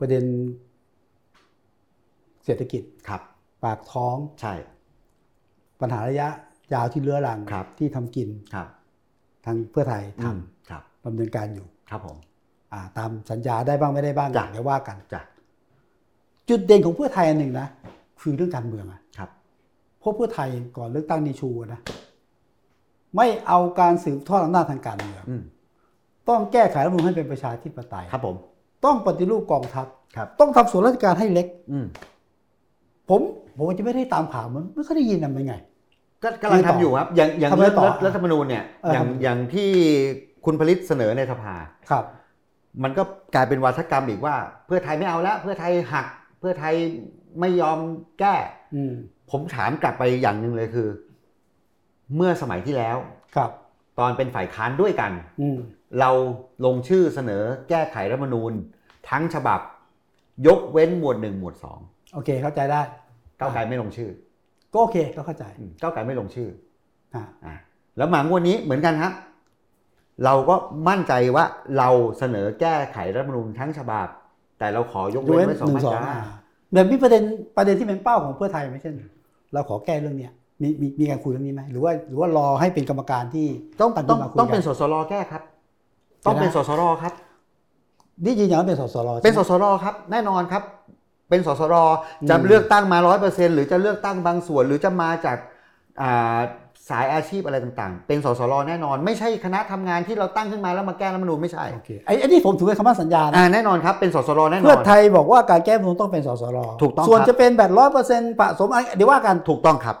[SPEAKER 1] ประเด็น เศรษฐกิจ
[SPEAKER 2] ครับ
[SPEAKER 1] ปากท้อง
[SPEAKER 2] ใช่
[SPEAKER 1] ปัญหาระยะยาวที่เรื้อรัง
[SPEAKER 2] ครับ
[SPEAKER 1] ที่ทำกิน
[SPEAKER 2] ครับ
[SPEAKER 1] ทางเพื่อไทยท
[SPEAKER 2] อืมครับ
[SPEAKER 1] ำดำเนินการอยู่
[SPEAKER 2] ครับผม
[SPEAKER 1] อ่า ตามสัญญาได้บ้างไม่ได้บ้าง
[SPEAKER 2] จ้ะ
[SPEAKER 1] เดี๋ยวว่ากัน
[SPEAKER 2] จ้ะ
[SPEAKER 1] จุดเด่นของเพื่อไทยอันหนึ่งนะคือเรื่องการเมืองอะ
[SPEAKER 2] ครับ
[SPEAKER 1] เพราะเพื่อไทยก่อนเลือกตั้งนีชูนะไม่เอาการสืบทอดอำนาจทางการเมือง
[SPEAKER 2] อืม
[SPEAKER 1] ต้องแก้ไขรัฐธรรมนูญให้เป็นประชาธิปไตย
[SPEAKER 2] ครับผม
[SPEAKER 1] ต้องปฏิรูปกองทัพ
[SPEAKER 2] ครับ
[SPEAKER 1] ต้องทำส่วนราชการให้เล็ก
[SPEAKER 2] อืม
[SPEAKER 1] ผมผมจะไม่ได้ตามข่าวมันไม่ค่อยได้ยินนะมันไง
[SPEAKER 2] ก็กำลังทำอยู่ครับ อย่างอย่าง
[SPEAKER 1] ทำไง
[SPEAKER 2] เรื่อง
[SPEAKER 1] ต่อ
[SPEAKER 2] รัฐรัฐธรรมนูญเนี่ย
[SPEAKER 1] เอออ
[SPEAKER 2] อย่างอย่างที่คุณผลิตเสนอในสภา
[SPEAKER 1] ครับ
[SPEAKER 2] มันก็กลายเป็นวาทกรรมอีกว่า เพื่อไทยไม่เอาแล้วเพื่อไทยหัก เพื่อไทยไม่ยอมแก้
[SPEAKER 1] อืม
[SPEAKER 2] ผมถามกลับไปอย่างหนึ่งเลยคือ เมื่อสมัยที่แล้ว
[SPEAKER 1] ครับ
[SPEAKER 2] ตอนเป็นฝ่ายค้านด้วยกัน
[SPEAKER 1] อืม
[SPEAKER 2] เราลงชื่อเสนอแก้ไขรัฐธรรมนูญ ทั้งฉบับ ยกเว้นหมวดหนึ่งหมวดสอง
[SPEAKER 1] โอเคเข้าใจได้
[SPEAKER 2] ก้าวไกลไม่ลงชื่อ
[SPEAKER 1] ก็โอเคก็เข้าใจ
[SPEAKER 2] อืมก้าวไกลไม่ลงชื่อ
[SPEAKER 1] อ่า
[SPEAKER 2] อ่ะแล้วมางวดนี้เหมือนกันครับ เราก็มั่นใจว่าเราเสนอแก้ไขรัฐธรรมนูญทั้งฉบับ แต่เราขอยก
[SPEAKER 1] ยก
[SPEAKER 2] เว้
[SPEAKER 1] เว้น
[SPEAKER 2] นไว้สอง
[SPEAKER 1] หนึ่
[SPEAKER 2] มาง
[SPEAKER 1] สอง
[SPEAKER 2] ตรา
[SPEAKER 1] อ่าเดี๋ยวมีประเด็นประเด็นที่เป็นเป้าของเพื่อไทยไหมเช่น เราขอแก้เรื่องเนี้ยมีมีมีการคุยเรื่องนี้ไหมหรือว่าหรือว่ารอให้เป็นกรรมการที่
[SPEAKER 2] ต้อง
[SPEAKER 1] ตัดสิ
[SPEAKER 2] ต้อง
[SPEAKER 1] มาคุย
[SPEAKER 2] ต้อง
[SPEAKER 1] กั
[SPEAKER 2] เป็น นสสรแก้ครับ ต้องเป็น
[SPEAKER 1] เดี๋
[SPEAKER 2] ส
[SPEAKER 1] ยวนะ
[SPEAKER 2] สรครับ
[SPEAKER 1] นี่ยืนยันว่าเป็นสสร
[SPEAKER 2] เป็นส
[SPEAKER 1] ใช่ไหม
[SPEAKER 2] สรครับแน่นอนครับ เป็นสสร
[SPEAKER 1] อืม
[SPEAKER 2] จะเลือกตั้งมาร้อยเปอร์เซ็นหรือจะเลือกตั้งบางส่วน หรือจะมาจากอ่าสายอาชีพอะไรต่างๆ เป็นสสรแน่นอน ไม่ใช่คณะทำงานที่เราตั้งขึ้นมาแล้วมาแก้รัฐธรรมนูญไม่ใช่
[SPEAKER 1] โอเคไอ้ไอ้นี่ผมถือเป็นคำมั่นสัญญานะ
[SPEAKER 2] อ่าแน่นอนครับเป็นสสรแน่น
[SPEAKER 1] เพื่อ
[SPEAKER 2] อน
[SPEAKER 1] ไทยบอกว่าการแก้รัฐธรรมนูญต้องเป็นสสร
[SPEAKER 2] ถูกต้อง
[SPEAKER 1] ส่วน
[SPEAKER 2] ครับ
[SPEAKER 1] จะเป็นแบบร้อยเปอร์เซ็นต์ผสมอะไรเดี๋ยวว่ากัน
[SPEAKER 2] ถูกต้องครับ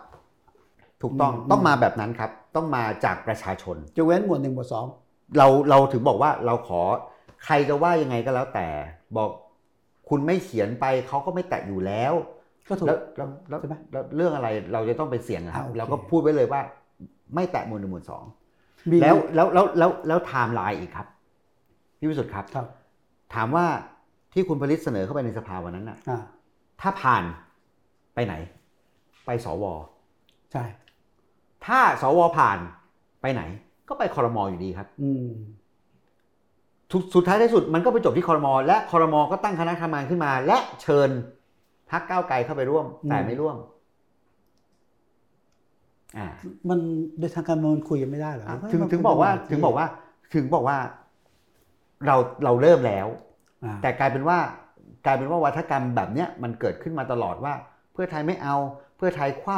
[SPEAKER 2] ถูกต้อง
[SPEAKER 1] อืม
[SPEAKER 2] ต้องมาแบบนั้นครับ ต้องมาจากประชาชน
[SPEAKER 1] ยกเว้นหมวดหนึ่งหมวดสอง
[SPEAKER 2] เราเราถึงบอกว่าเราขอใครจะว่ายังไงก็แล้วแต่ บอกคุณไม่เขียนไปเขาก็ไม่แตะอยู่แล้ว
[SPEAKER 1] ก็ถูก
[SPEAKER 2] แล้วแล้วแล้ว
[SPEAKER 1] ใช่ไหม
[SPEAKER 2] แล้วเรื่องอะไรเราจะต้องไปเสี่ยงอะครับ
[SPEAKER 1] อ่าโอเค
[SPEAKER 2] เราก็พูดไว้เลยว่า ไม่แตะหมวดหนึ่งหมวดสอง
[SPEAKER 1] มี
[SPEAKER 2] แล้วแล้วแล้วแล้วแล้วไทม์ไลน์อีกครับพี่วิสุทธ์ครับ
[SPEAKER 1] ครับ
[SPEAKER 2] ถามว่าที่คุณผลิตเสนอเข้าไปในสภาวันนั้นน่ะ
[SPEAKER 1] อ่า
[SPEAKER 2] ถ้าผ่านไปไหน ไปสว
[SPEAKER 1] ใช่
[SPEAKER 2] ถ้าสวผ่านไปไหน ก็ไปคอรมออยู่ดีครับ
[SPEAKER 1] อืม
[SPEAKER 2] ทุกสุดท้ายที่สุดมันก็ไปจบที่คอรมอและคอรมอก็ตั้งคณะทำงานขึ้นมา และเชิญพักก้าวไกลเข้าไปร่วม แต่
[SPEAKER 1] อืม
[SPEAKER 2] ไม่ร่วม อ่า
[SPEAKER 1] มันโดยทางการเมืองมันคุยกันไม่ได้เหรอ
[SPEAKER 2] อ่ะ
[SPEAKER 1] เฮ้ย
[SPEAKER 2] ถึง
[SPEAKER 1] มัน
[SPEAKER 2] ถึงบอกว่าถึงบอกว่าถึงบอกว่าเราเราเริ่มแล้ว
[SPEAKER 1] อ่า
[SPEAKER 2] แต่กลายเป็นว่ากลายเป็นว่าวัฒกรรมแบบเนี้ยมันเกิดขึ้นมาตลอดว่า เพื่อไทยไม่เอา เพื่อไทยคว่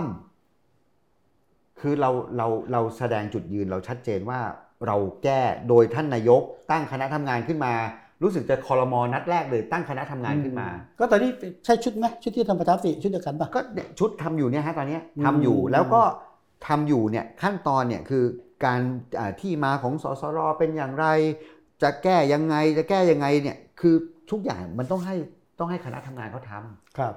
[SPEAKER 2] ำคือเราเราเราแสดงจุดยืนเราชัดเจนว่าเราแก้โดยท่านนายก ตั้งคณะทำงานขึ้นมา รู้สึกจะคอรมอนัดแรกเลยตั้งคณะทำงานขึ้นมา
[SPEAKER 1] ก็ตอนนี้ใช่ชุดไหมชุดที่ทำประชามติชุดเดียวกันปะ
[SPEAKER 2] ก็เนี่ยชุดทำอยู่เนี่ยฮะตอนเนี้ย
[SPEAKER 1] อืม
[SPEAKER 2] ทำอยู่แล้วก็ทำอยู่เนี่ยขั้นตอนเนี่ยคือการอ่าที่มาของสสรเป็นอย่างไร จะแก้ยังไงจะแก้ยังไงเนี่ยคือทุกอย่างมันต้องให้ต้องให้คณะทำงานเขาทำ
[SPEAKER 1] ครับ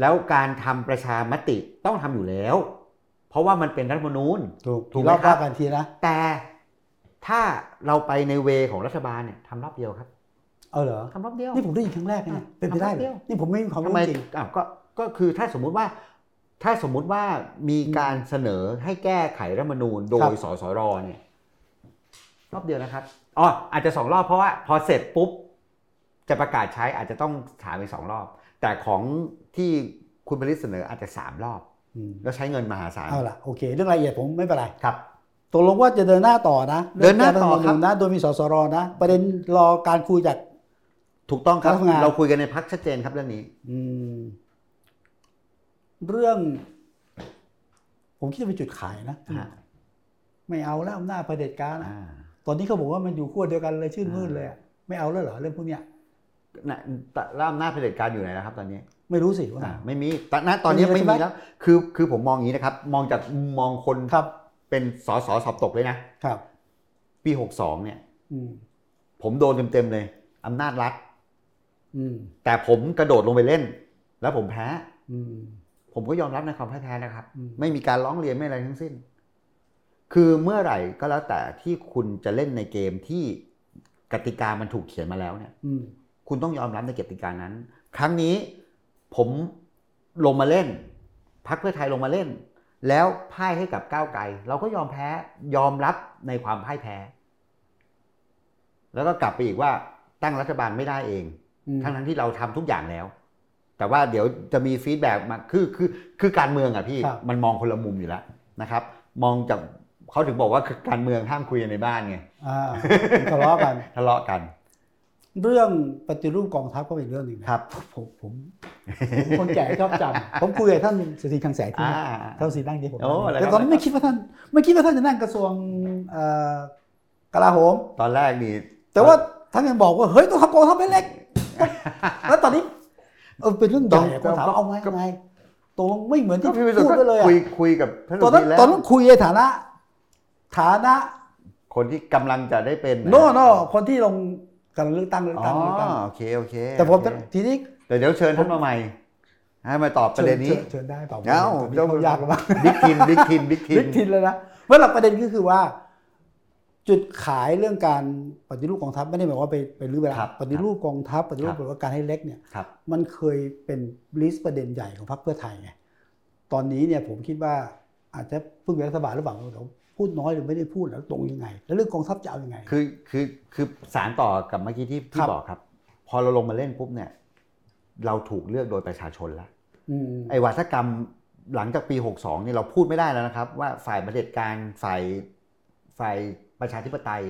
[SPEAKER 2] แล้วการทำประชามติต้องทำอยู่แล้ว เพราะว่ามันเป็นรัฐธรรมนูญ
[SPEAKER 1] ถูก
[SPEAKER 2] ถูกไหม
[SPEAKER 1] รอบ
[SPEAKER 2] ครั
[SPEAKER 1] ภา
[SPEAKER 2] บ
[SPEAKER 1] คกันทีนะ
[SPEAKER 2] แต่ถ้าเราไปในเวของรัฐบาลเนี่ยทำรอบเดียวครับ
[SPEAKER 1] เอาเหรอ
[SPEAKER 2] ทำรอบเดียว
[SPEAKER 1] นี่ผมได้ยินครั้งแรก
[SPEAKER 2] อ่ะ
[SPEAKER 1] นะเป็นไปได้เหร
[SPEAKER 2] ทำแป๊บเดี
[SPEAKER 1] อ
[SPEAKER 2] ยว
[SPEAKER 1] นี่ผมไม่มีความ
[SPEAKER 2] ทำ
[SPEAKER 1] รู้
[SPEAKER 2] ไม
[SPEAKER 1] จริง
[SPEAKER 2] อ้าวก็ก็คือถ้าสมมุติว่า ถ้าสมมุติว่ามีการเสนอให้แก้ไขรัฐธรรมนูญโด
[SPEAKER 1] ครั
[SPEAKER 2] ย
[SPEAKER 1] บ
[SPEAKER 2] สสรเนี่ยรอบเดียวนะครับอ๋ออาจจะสองรอบเพราะว่าพอเสร็จปุ๊บ จะประกาศใช้อาจจะต้องถามไปสองรอบ แต่ของที่คุณผลิตเสนออาจจะสามรอบ
[SPEAKER 1] อืม
[SPEAKER 2] แล้วใช้เงินมหาศาล
[SPEAKER 1] เอาล่ะโอเค เรื่องรายละเอียดผมไม่เป็นไร
[SPEAKER 2] ครับ
[SPEAKER 1] ตกลงว่าจะเดินหน้าต่อนะ
[SPEAKER 2] เดินหน้าต่อครับ
[SPEAKER 1] เงแก้ฐธมนูญนะ โดยมีสสรนะ ประเด็นรอการคุยจาก
[SPEAKER 2] ถูกต้องครับ
[SPEAKER 1] แล้วทำไง
[SPEAKER 2] เราคุยกันในพักชัดเจนครับเรื่องนี้
[SPEAKER 1] อืม เรื่อง ผมคิดว่าเป็นจุดขายนะ
[SPEAKER 2] ฮะ
[SPEAKER 1] ไม่เอาแล้วอำนาจเผด็จการนะ
[SPEAKER 2] อ่า
[SPEAKER 1] ตอนนี้เขาบอกว่ามันอยู่ขั้วเดียวกันเลยชื่นมื่น
[SPEAKER 2] อ่า
[SPEAKER 1] เลยอะไม่เอาแล้วเหรอเรื่องพวกเนี้ย
[SPEAKER 2] น่ะแล้วอำนาจเผด็จการอยู่ไหนแล้วครับตอนนี้
[SPEAKER 1] ไม่รู้สิว่า
[SPEAKER 2] อ่าไม่มีตอนนั้นตอนนี้
[SPEAKER 1] ไม่
[SPEAKER 2] ไม่
[SPEAKER 1] มี
[SPEAKER 2] มี
[SPEAKER 1] แล้
[SPEAKER 2] แล้ว ว คือคือผมมองอย่างนี้นะครับ มองจากมุมมองคน
[SPEAKER 1] ครับ
[SPEAKER 2] เป็นสอสอสอบตกเลยนะ
[SPEAKER 1] ครับ
[SPEAKER 2] ปี 62 เนี่ย
[SPEAKER 1] อืม
[SPEAKER 2] ผมโดนเต็มๆเลยอำนาจรัฐ
[SPEAKER 1] อืม
[SPEAKER 2] แต่ผมกระโดดลงไปเล่น แล้วผมแพ้
[SPEAKER 1] อืม
[SPEAKER 2] ผมก็ยอมรับในความพ่ายแพ้นะครับ
[SPEAKER 1] อืม
[SPEAKER 2] ไม่มีการร้องเรียนไม่อะไรทั้งสิ้น คือเมื่อไหร่ก็แล้วแต่ที่คุณจะเล่นในเกมที่กติกามันถูกเขียนมาแล้วเนี่ย
[SPEAKER 1] อืม
[SPEAKER 2] คุณต้องยอมรับในกติกานั้น ครั้งนี้ผมลงมาเล่น พักเพื่อไทยลงมาเล่น แล้วพ่ายให้กับก้าวไกล เราก็ยอมแพ้ยอมรับในความพ่ายแพ้ แล้วก็กลับไปอีกว่าตั้งรัฐบาลไม่ได้เอง
[SPEAKER 1] อืม
[SPEAKER 2] ทั้งทั้งๆที่เราทำทุกอย่างแล้ว แต่ว่าเดี๋ยวจะมีฟีดแบ็กมาคือคือคือการเมืองอ่ะพี่
[SPEAKER 1] ครับ
[SPEAKER 2] มันมองคนละมุมอยู่แล้วนะครับ มองจากเขาถึงบอกว่าคือการเมืองห้ามคุยกันในบ้านไง
[SPEAKER 1] อ่าทะเลาะกัน
[SPEAKER 2] ทะเลาะกัน
[SPEAKER 1] เรื่องปฏิรูปกองทัพก็เป็นเรื่องหนึ่งนะครับ ผมผมผมคนแก่ชอบจำ ผมคุยกับท่านสุธีคลังแสงที่
[SPEAKER 2] อ่า
[SPEAKER 1] ท่านสุธีนั่งที่ผม
[SPEAKER 2] โอ้อะไรครับ
[SPEAKER 1] แต่ตอนนั้นไม่คิดว่าท่าน ไม่คิดว่าท่านจะนั่งกระทรวงเอ่อกลาโหม
[SPEAKER 2] ตอนแรกนี่
[SPEAKER 1] แต่ว่าท่านยังบอกว่าเฮ้ยต้องทำกองทัพให้เล็ ก แล้วตอนนี้เออเป็นเรื่องใหญ่อะ
[SPEAKER 2] ต้
[SPEAKER 1] ค
[SPEAKER 2] อนง
[SPEAKER 1] ถาม
[SPEAKER 2] ก็
[SPEAKER 1] เอาไงเอาไงตกลงไม่เหมือนที่
[SPEAKER 2] ก็
[SPEAKER 1] พู
[SPEAKER 2] พี่วิสุท
[SPEAKER 1] ด
[SPEAKER 2] ธ์
[SPEAKER 1] ไป
[SPEAKER 2] ก็
[SPEAKER 1] เลยอะ
[SPEAKER 2] คุยคุยกับท่าน
[SPEAKER 1] ตอนนั้น
[SPEAKER 2] สุธีแล้ว
[SPEAKER 1] ตอนนั้นคุยในฐานะ ฐานะ
[SPEAKER 2] คนที่กำลังจะได้เป็น
[SPEAKER 1] โน่โน่คนที่ลงการเลือกตั้งเลือก
[SPEAKER 2] อ๋
[SPEAKER 1] ตั้งเลือกตั้ง
[SPEAKER 2] อโอเคโอเค
[SPEAKER 1] แต่ผม
[SPEAKER 2] โอเค
[SPEAKER 1] ทีนี้
[SPEAKER 2] เดี๋ยวเดี๋ยวเชิญท่านมาใหม่ให้มาตอบประเด็นนี้
[SPEAKER 1] ชิญชิญเชิญได้เปล่า
[SPEAKER 2] เอ้า
[SPEAKER 1] เจ้ายากมาก
[SPEAKER 2] บิ๊กทินบิ๊กทินบิ๊กทิ
[SPEAKER 1] ลิ
[SPEAKER 2] น
[SPEAKER 1] กทินแล้วนะเมื่อหลักประเด็นก็คือว่า จุดขายเรื่องการปฏิรูปกองทัพไม่ได้หมายความว่าไปไปรื้อไปละปฏิรูปกองทัพปฏิรูปบริวาการให้เล็กเนี่ย
[SPEAKER 2] ครับ
[SPEAKER 1] มันเคยเป็นลิสต์ประเด็นใหญ่ของพรรคเพื่อไทยไงตอนนี้เนี่ยผมคิดว่าอาจจะเพิ่งเป็นรัฐบาลหรือเปล่าเดี๋ยวพูดน้อยหรือไม่ได้พูดแล้วตรงยังไง แล้วเรื่องกองทัพจะเอายังไง
[SPEAKER 2] คือคือคือสารต่อกับเมื่อกี้ที่
[SPEAKER 1] ค
[SPEAKER 2] ที่
[SPEAKER 1] รับ
[SPEAKER 2] บอกครับ พอเราลงมาเล่นปุ๊บเนี่ย เราถูกเลือกโดยประชาชนแล้ว
[SPEAKER 1] อืม
[SPEAKER 2] ไอ้วัฒกรรมหลังจากปี 62เนี่ยเราพูดไม่ได้แล้วนะครับ ว่าฝ่ายเผด็จการฝ่ายฝ่ายประชาธิปไตย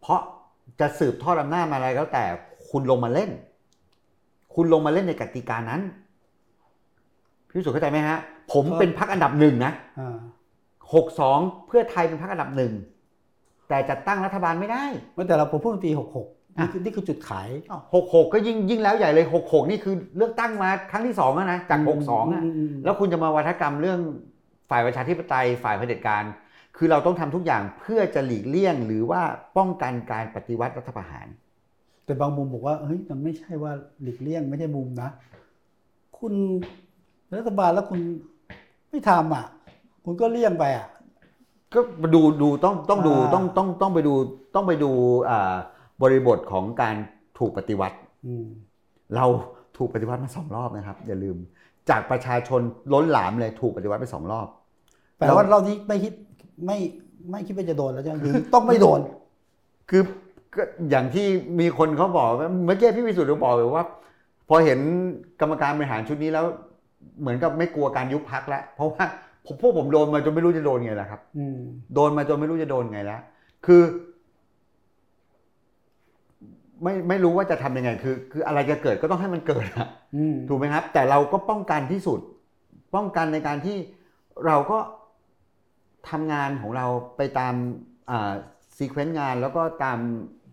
[SPEAKER 2] เพราะจะสืบทอดอำนาจมาอะไรก็แล้วแต่คุณลงมาเล่น คุณลงมาเล่นในกติกานั้นพี่วิสุทธิ์เข้าใจไหมฮะ ผม
[SPEAKER 1] ครับ
[SPEAKER 2] เป็นพักอันดับหนึ่งนะ
[SPEAKER 1] อ่า
[SPEAKER 2] 62 เพื่อไทยเป็นพักอันดับหนึ่งแต่จัดตั้งรัฐบาลไม่ได้
[SPEAKER 1] เมื่อแต่เราผมพูดปีหกหกนี่คือนี่คือจุดขาย
[SPEAKER 2] 66 ก็ยิ่งยิ่งแล้วใหญ่เลย 66 นี่คือเลือกตั้งมาครั้งที่สองแล้วนะจาก 62อะ แล้วคุณจะมาวัฒกรรมเรื่องฝ่ายประชาธิปไตยฝ่ายเผด็จการ คือเราต้องทำทุกอย่างเพื่อจะหลีกเลี่ยง หรือว่าป้องกันการปฏิวัติรัฐประหาร
[SPEAKER 1] แต่บางมุมบอกว่า เฮ้ย มันไม่ใช่ว่าหลีกเลี่ยงไม่ใช่มุมนะ คุณรัฐบาลแล้วคุณไม่ทำอ่ะ คุณก็เลี่ยงไปอ่ะ
[SPEAKER 2] ก็ดูดูต้องต้องดู
[SPEAKER 1] อ่า
[SPEAKER 2] ต้องต้องต้องไปดูต้องไปดูอ่าบริบทของการถูกปฏิวัติ
[SPEAKER 1] อืม
[SPEAKER 2] เราถูกปฏิวัติมาสองรอบนะครับ อย่าลืมจากประชาชนล้นหลามเลยถูกปฏิวัติไปสองรอบ
[SPEAKER 1] แต่ว่าเรานี้ไม่คิดไม่ไม่คิดว่าจะโดนแล้วใช่ไหมหรือต้องไม่โดน
[SPEAKER 2] คือก็อย่างที่มีคนเขาบอกว่าเมื่อกี้พี่วิสุทธิ์เขาบอกเลยว่า พอเห็นกรรมการบริหารชุดนี้แล้ว เหมือนกับไม่กลัวการยุบพักแล้วเพราะว่า ผมพวกผมโดนมาจนไม่รู้จะโดนไงแล้วครับ
[SPEAKER 1] อืม
[SPEAKER 2] โดนมาจนไม่รู้จะโดนไงแล้ว คือ ไม่ไม่รู้ว่าจะทำยังไง คือ คืออะไรจะเกิดก็ต้องให้มันเกิดอะ
[SPEAKER 1] อืม
[SPEAKER 2] ถูกไหมครับ แต่เราก็ป้องกันที่สุด ป้องกันในการที่เราก็ทำงานของเราไปตามซีเควนต์งานแล้วก็ตาม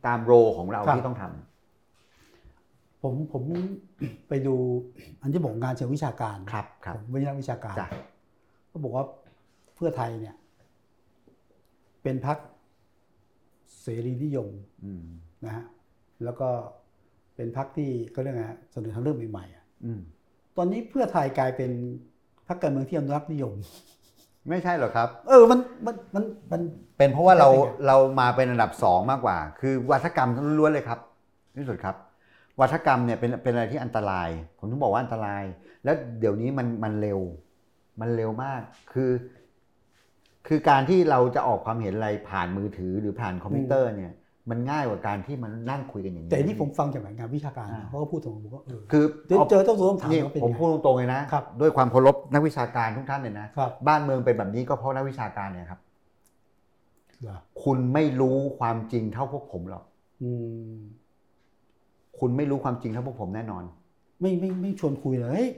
[SPEAKER 2] ตามโรของเรา
[SPEAKER 1] ครับ
[SPEAKER 2] ที่ต้องทำ
[SPEAKER 1] ผมผม ไปดู อันที่บอกงานเชิงวิชาการ
[SPEAKER 2] ครับครับ
[SPEAKER 1] ผมไม่ใช่นักวิชาการ
[SPEAKER 2] จ้ะ
[SPEAKER 1] ก็บอกว่าเพื่อไทยเนี่ย เป็นพรรคเสรีนิยม
[SPEAKER 2] อืม
[SPEAKER 1] นะฮะแล้วก็เป็นพรรคที่ก็เรื่องอะเสนอทางเรื่องใหม่ๆอะ
[SPEAKER 2] อืม
[SPEAKER 1] ตอนนี้เพื่อไทยกลายเป็นพรรคการเมืองที่อนุรักษ์นิยม
[SPEAKER 2] ไม่ใช่หรอกครับ
[SPEAKER 1] เออมันมันมันมัน
[SPEAKER 2] เป็นเพราะว่าเรา
[SPEAKER 1] เป็นไง
[SPEAKER 2] เรามาเป็นอันดับสองมากกว่า คือวัฒกรรมล้วนๆเลยครับที่สุดครับ วัฒกรรมเนี่ยเป็นเป็นอะไรที่อันตราย ผมถึงบอกว่าอันตราย แล้วเดี๋ยวนี้มันมันเร็ว มันเร็วมากคือ คือการที่เราจะออกความเห็นอะไรผ่านมือถือหรือผ่านคอมพิวเตอร์เนี่ย มันง่ายกว่าการที่มันนั่งคุยกันอย่างนี้
[SPEAKER 1] แต่ที่ผมฟังจากหน่วยงานวิชาการ
[SPEAKER 2] อ่า
[SPEAKER 1] เขาก็พูดถึงผมก็เออ
[SPEAKER 2] คือ
[SPEAKER 1] เจอเจอต้องสวมถาม
[SPEAKER 2] นี่
[SPEAKER 1] ว่าเป็น
[SPEAKER 2] ผม
[SPEAKER 1] ไง
[SPEAKER 2] พูดตรงๆเลยนะครับ ด้วยความเคารพนักวิชาการทุกท่านเลยนะครับ บ้านเมืองเป็นแบบนี้ก็เพราะนักวิชาการเนี่ยครับ
[SPEAKER 1] เหรอ
[SPEAKER 2] คุณไม่รู้ความจริงเท่าพวกผมหรอก
[SPEAKER 1] อืม
[SPEAKER 2] คุณไม่รู้ความจริงเท่าพวกผมแน่นอน
[SPEAKER 1] ไม่ไม่ไม่ชวนคุยเลยเฮ้ย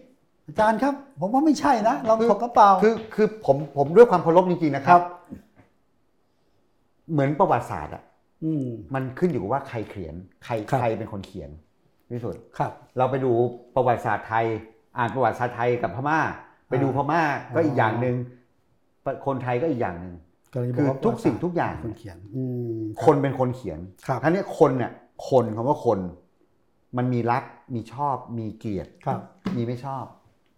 [SPEAKER 1] อาจารย์ครับ ผมว่าไม่ใช่นะลองถกกระเป๋า
[SPEAKER 2] คือคือผมผมด้วยความเคารพจริงๆนะค
[SPEAKER 1] ครั
[SPEAKER 2] รับ
[SPEAKER 1] บ
[SPEAKER 2] เหมือนประวัติศาสตร์อะ
[SPEAKER 1] อืม
[SPEAKER 2] มันขึ้นอยู่กับว่าใครเขียน ใคร
[SPEAKER 1] ครับ
[SPEAKER 2] ใครเป็นคนเขียนที่สุด
[SPEAKER 1] ครับ
[SPEAKER 2] เราไปดูประวัติศาสตร์ไทย อ่านประวัติศาสตร์ไทยกับพม่า ไปดูพม่าก็อีกอย่างหนึ่งคนไทยก็อีกอย่างหนึ่ง
[SPEAKER 1] ก็เลยบ
[SPEAKER 2] คือ
[SPEAKER 1] ว่า
[SPEAKER 2] ทุกสิ่งทุกอย่าง
[SPEAKER 1] คนเขียน อืม
[SPEAKER 2] คนเป็นคนเขียน
[SPEAKER 1] ครับ
[SPEAKER 2] ครั้งนี้ยคนเนี่ยคนคำว่าคน มันมีรักมีชอบมีเกลียด
[SPEAKER 1] ครับ
[SPEAKER 2] มีไม่ชอบ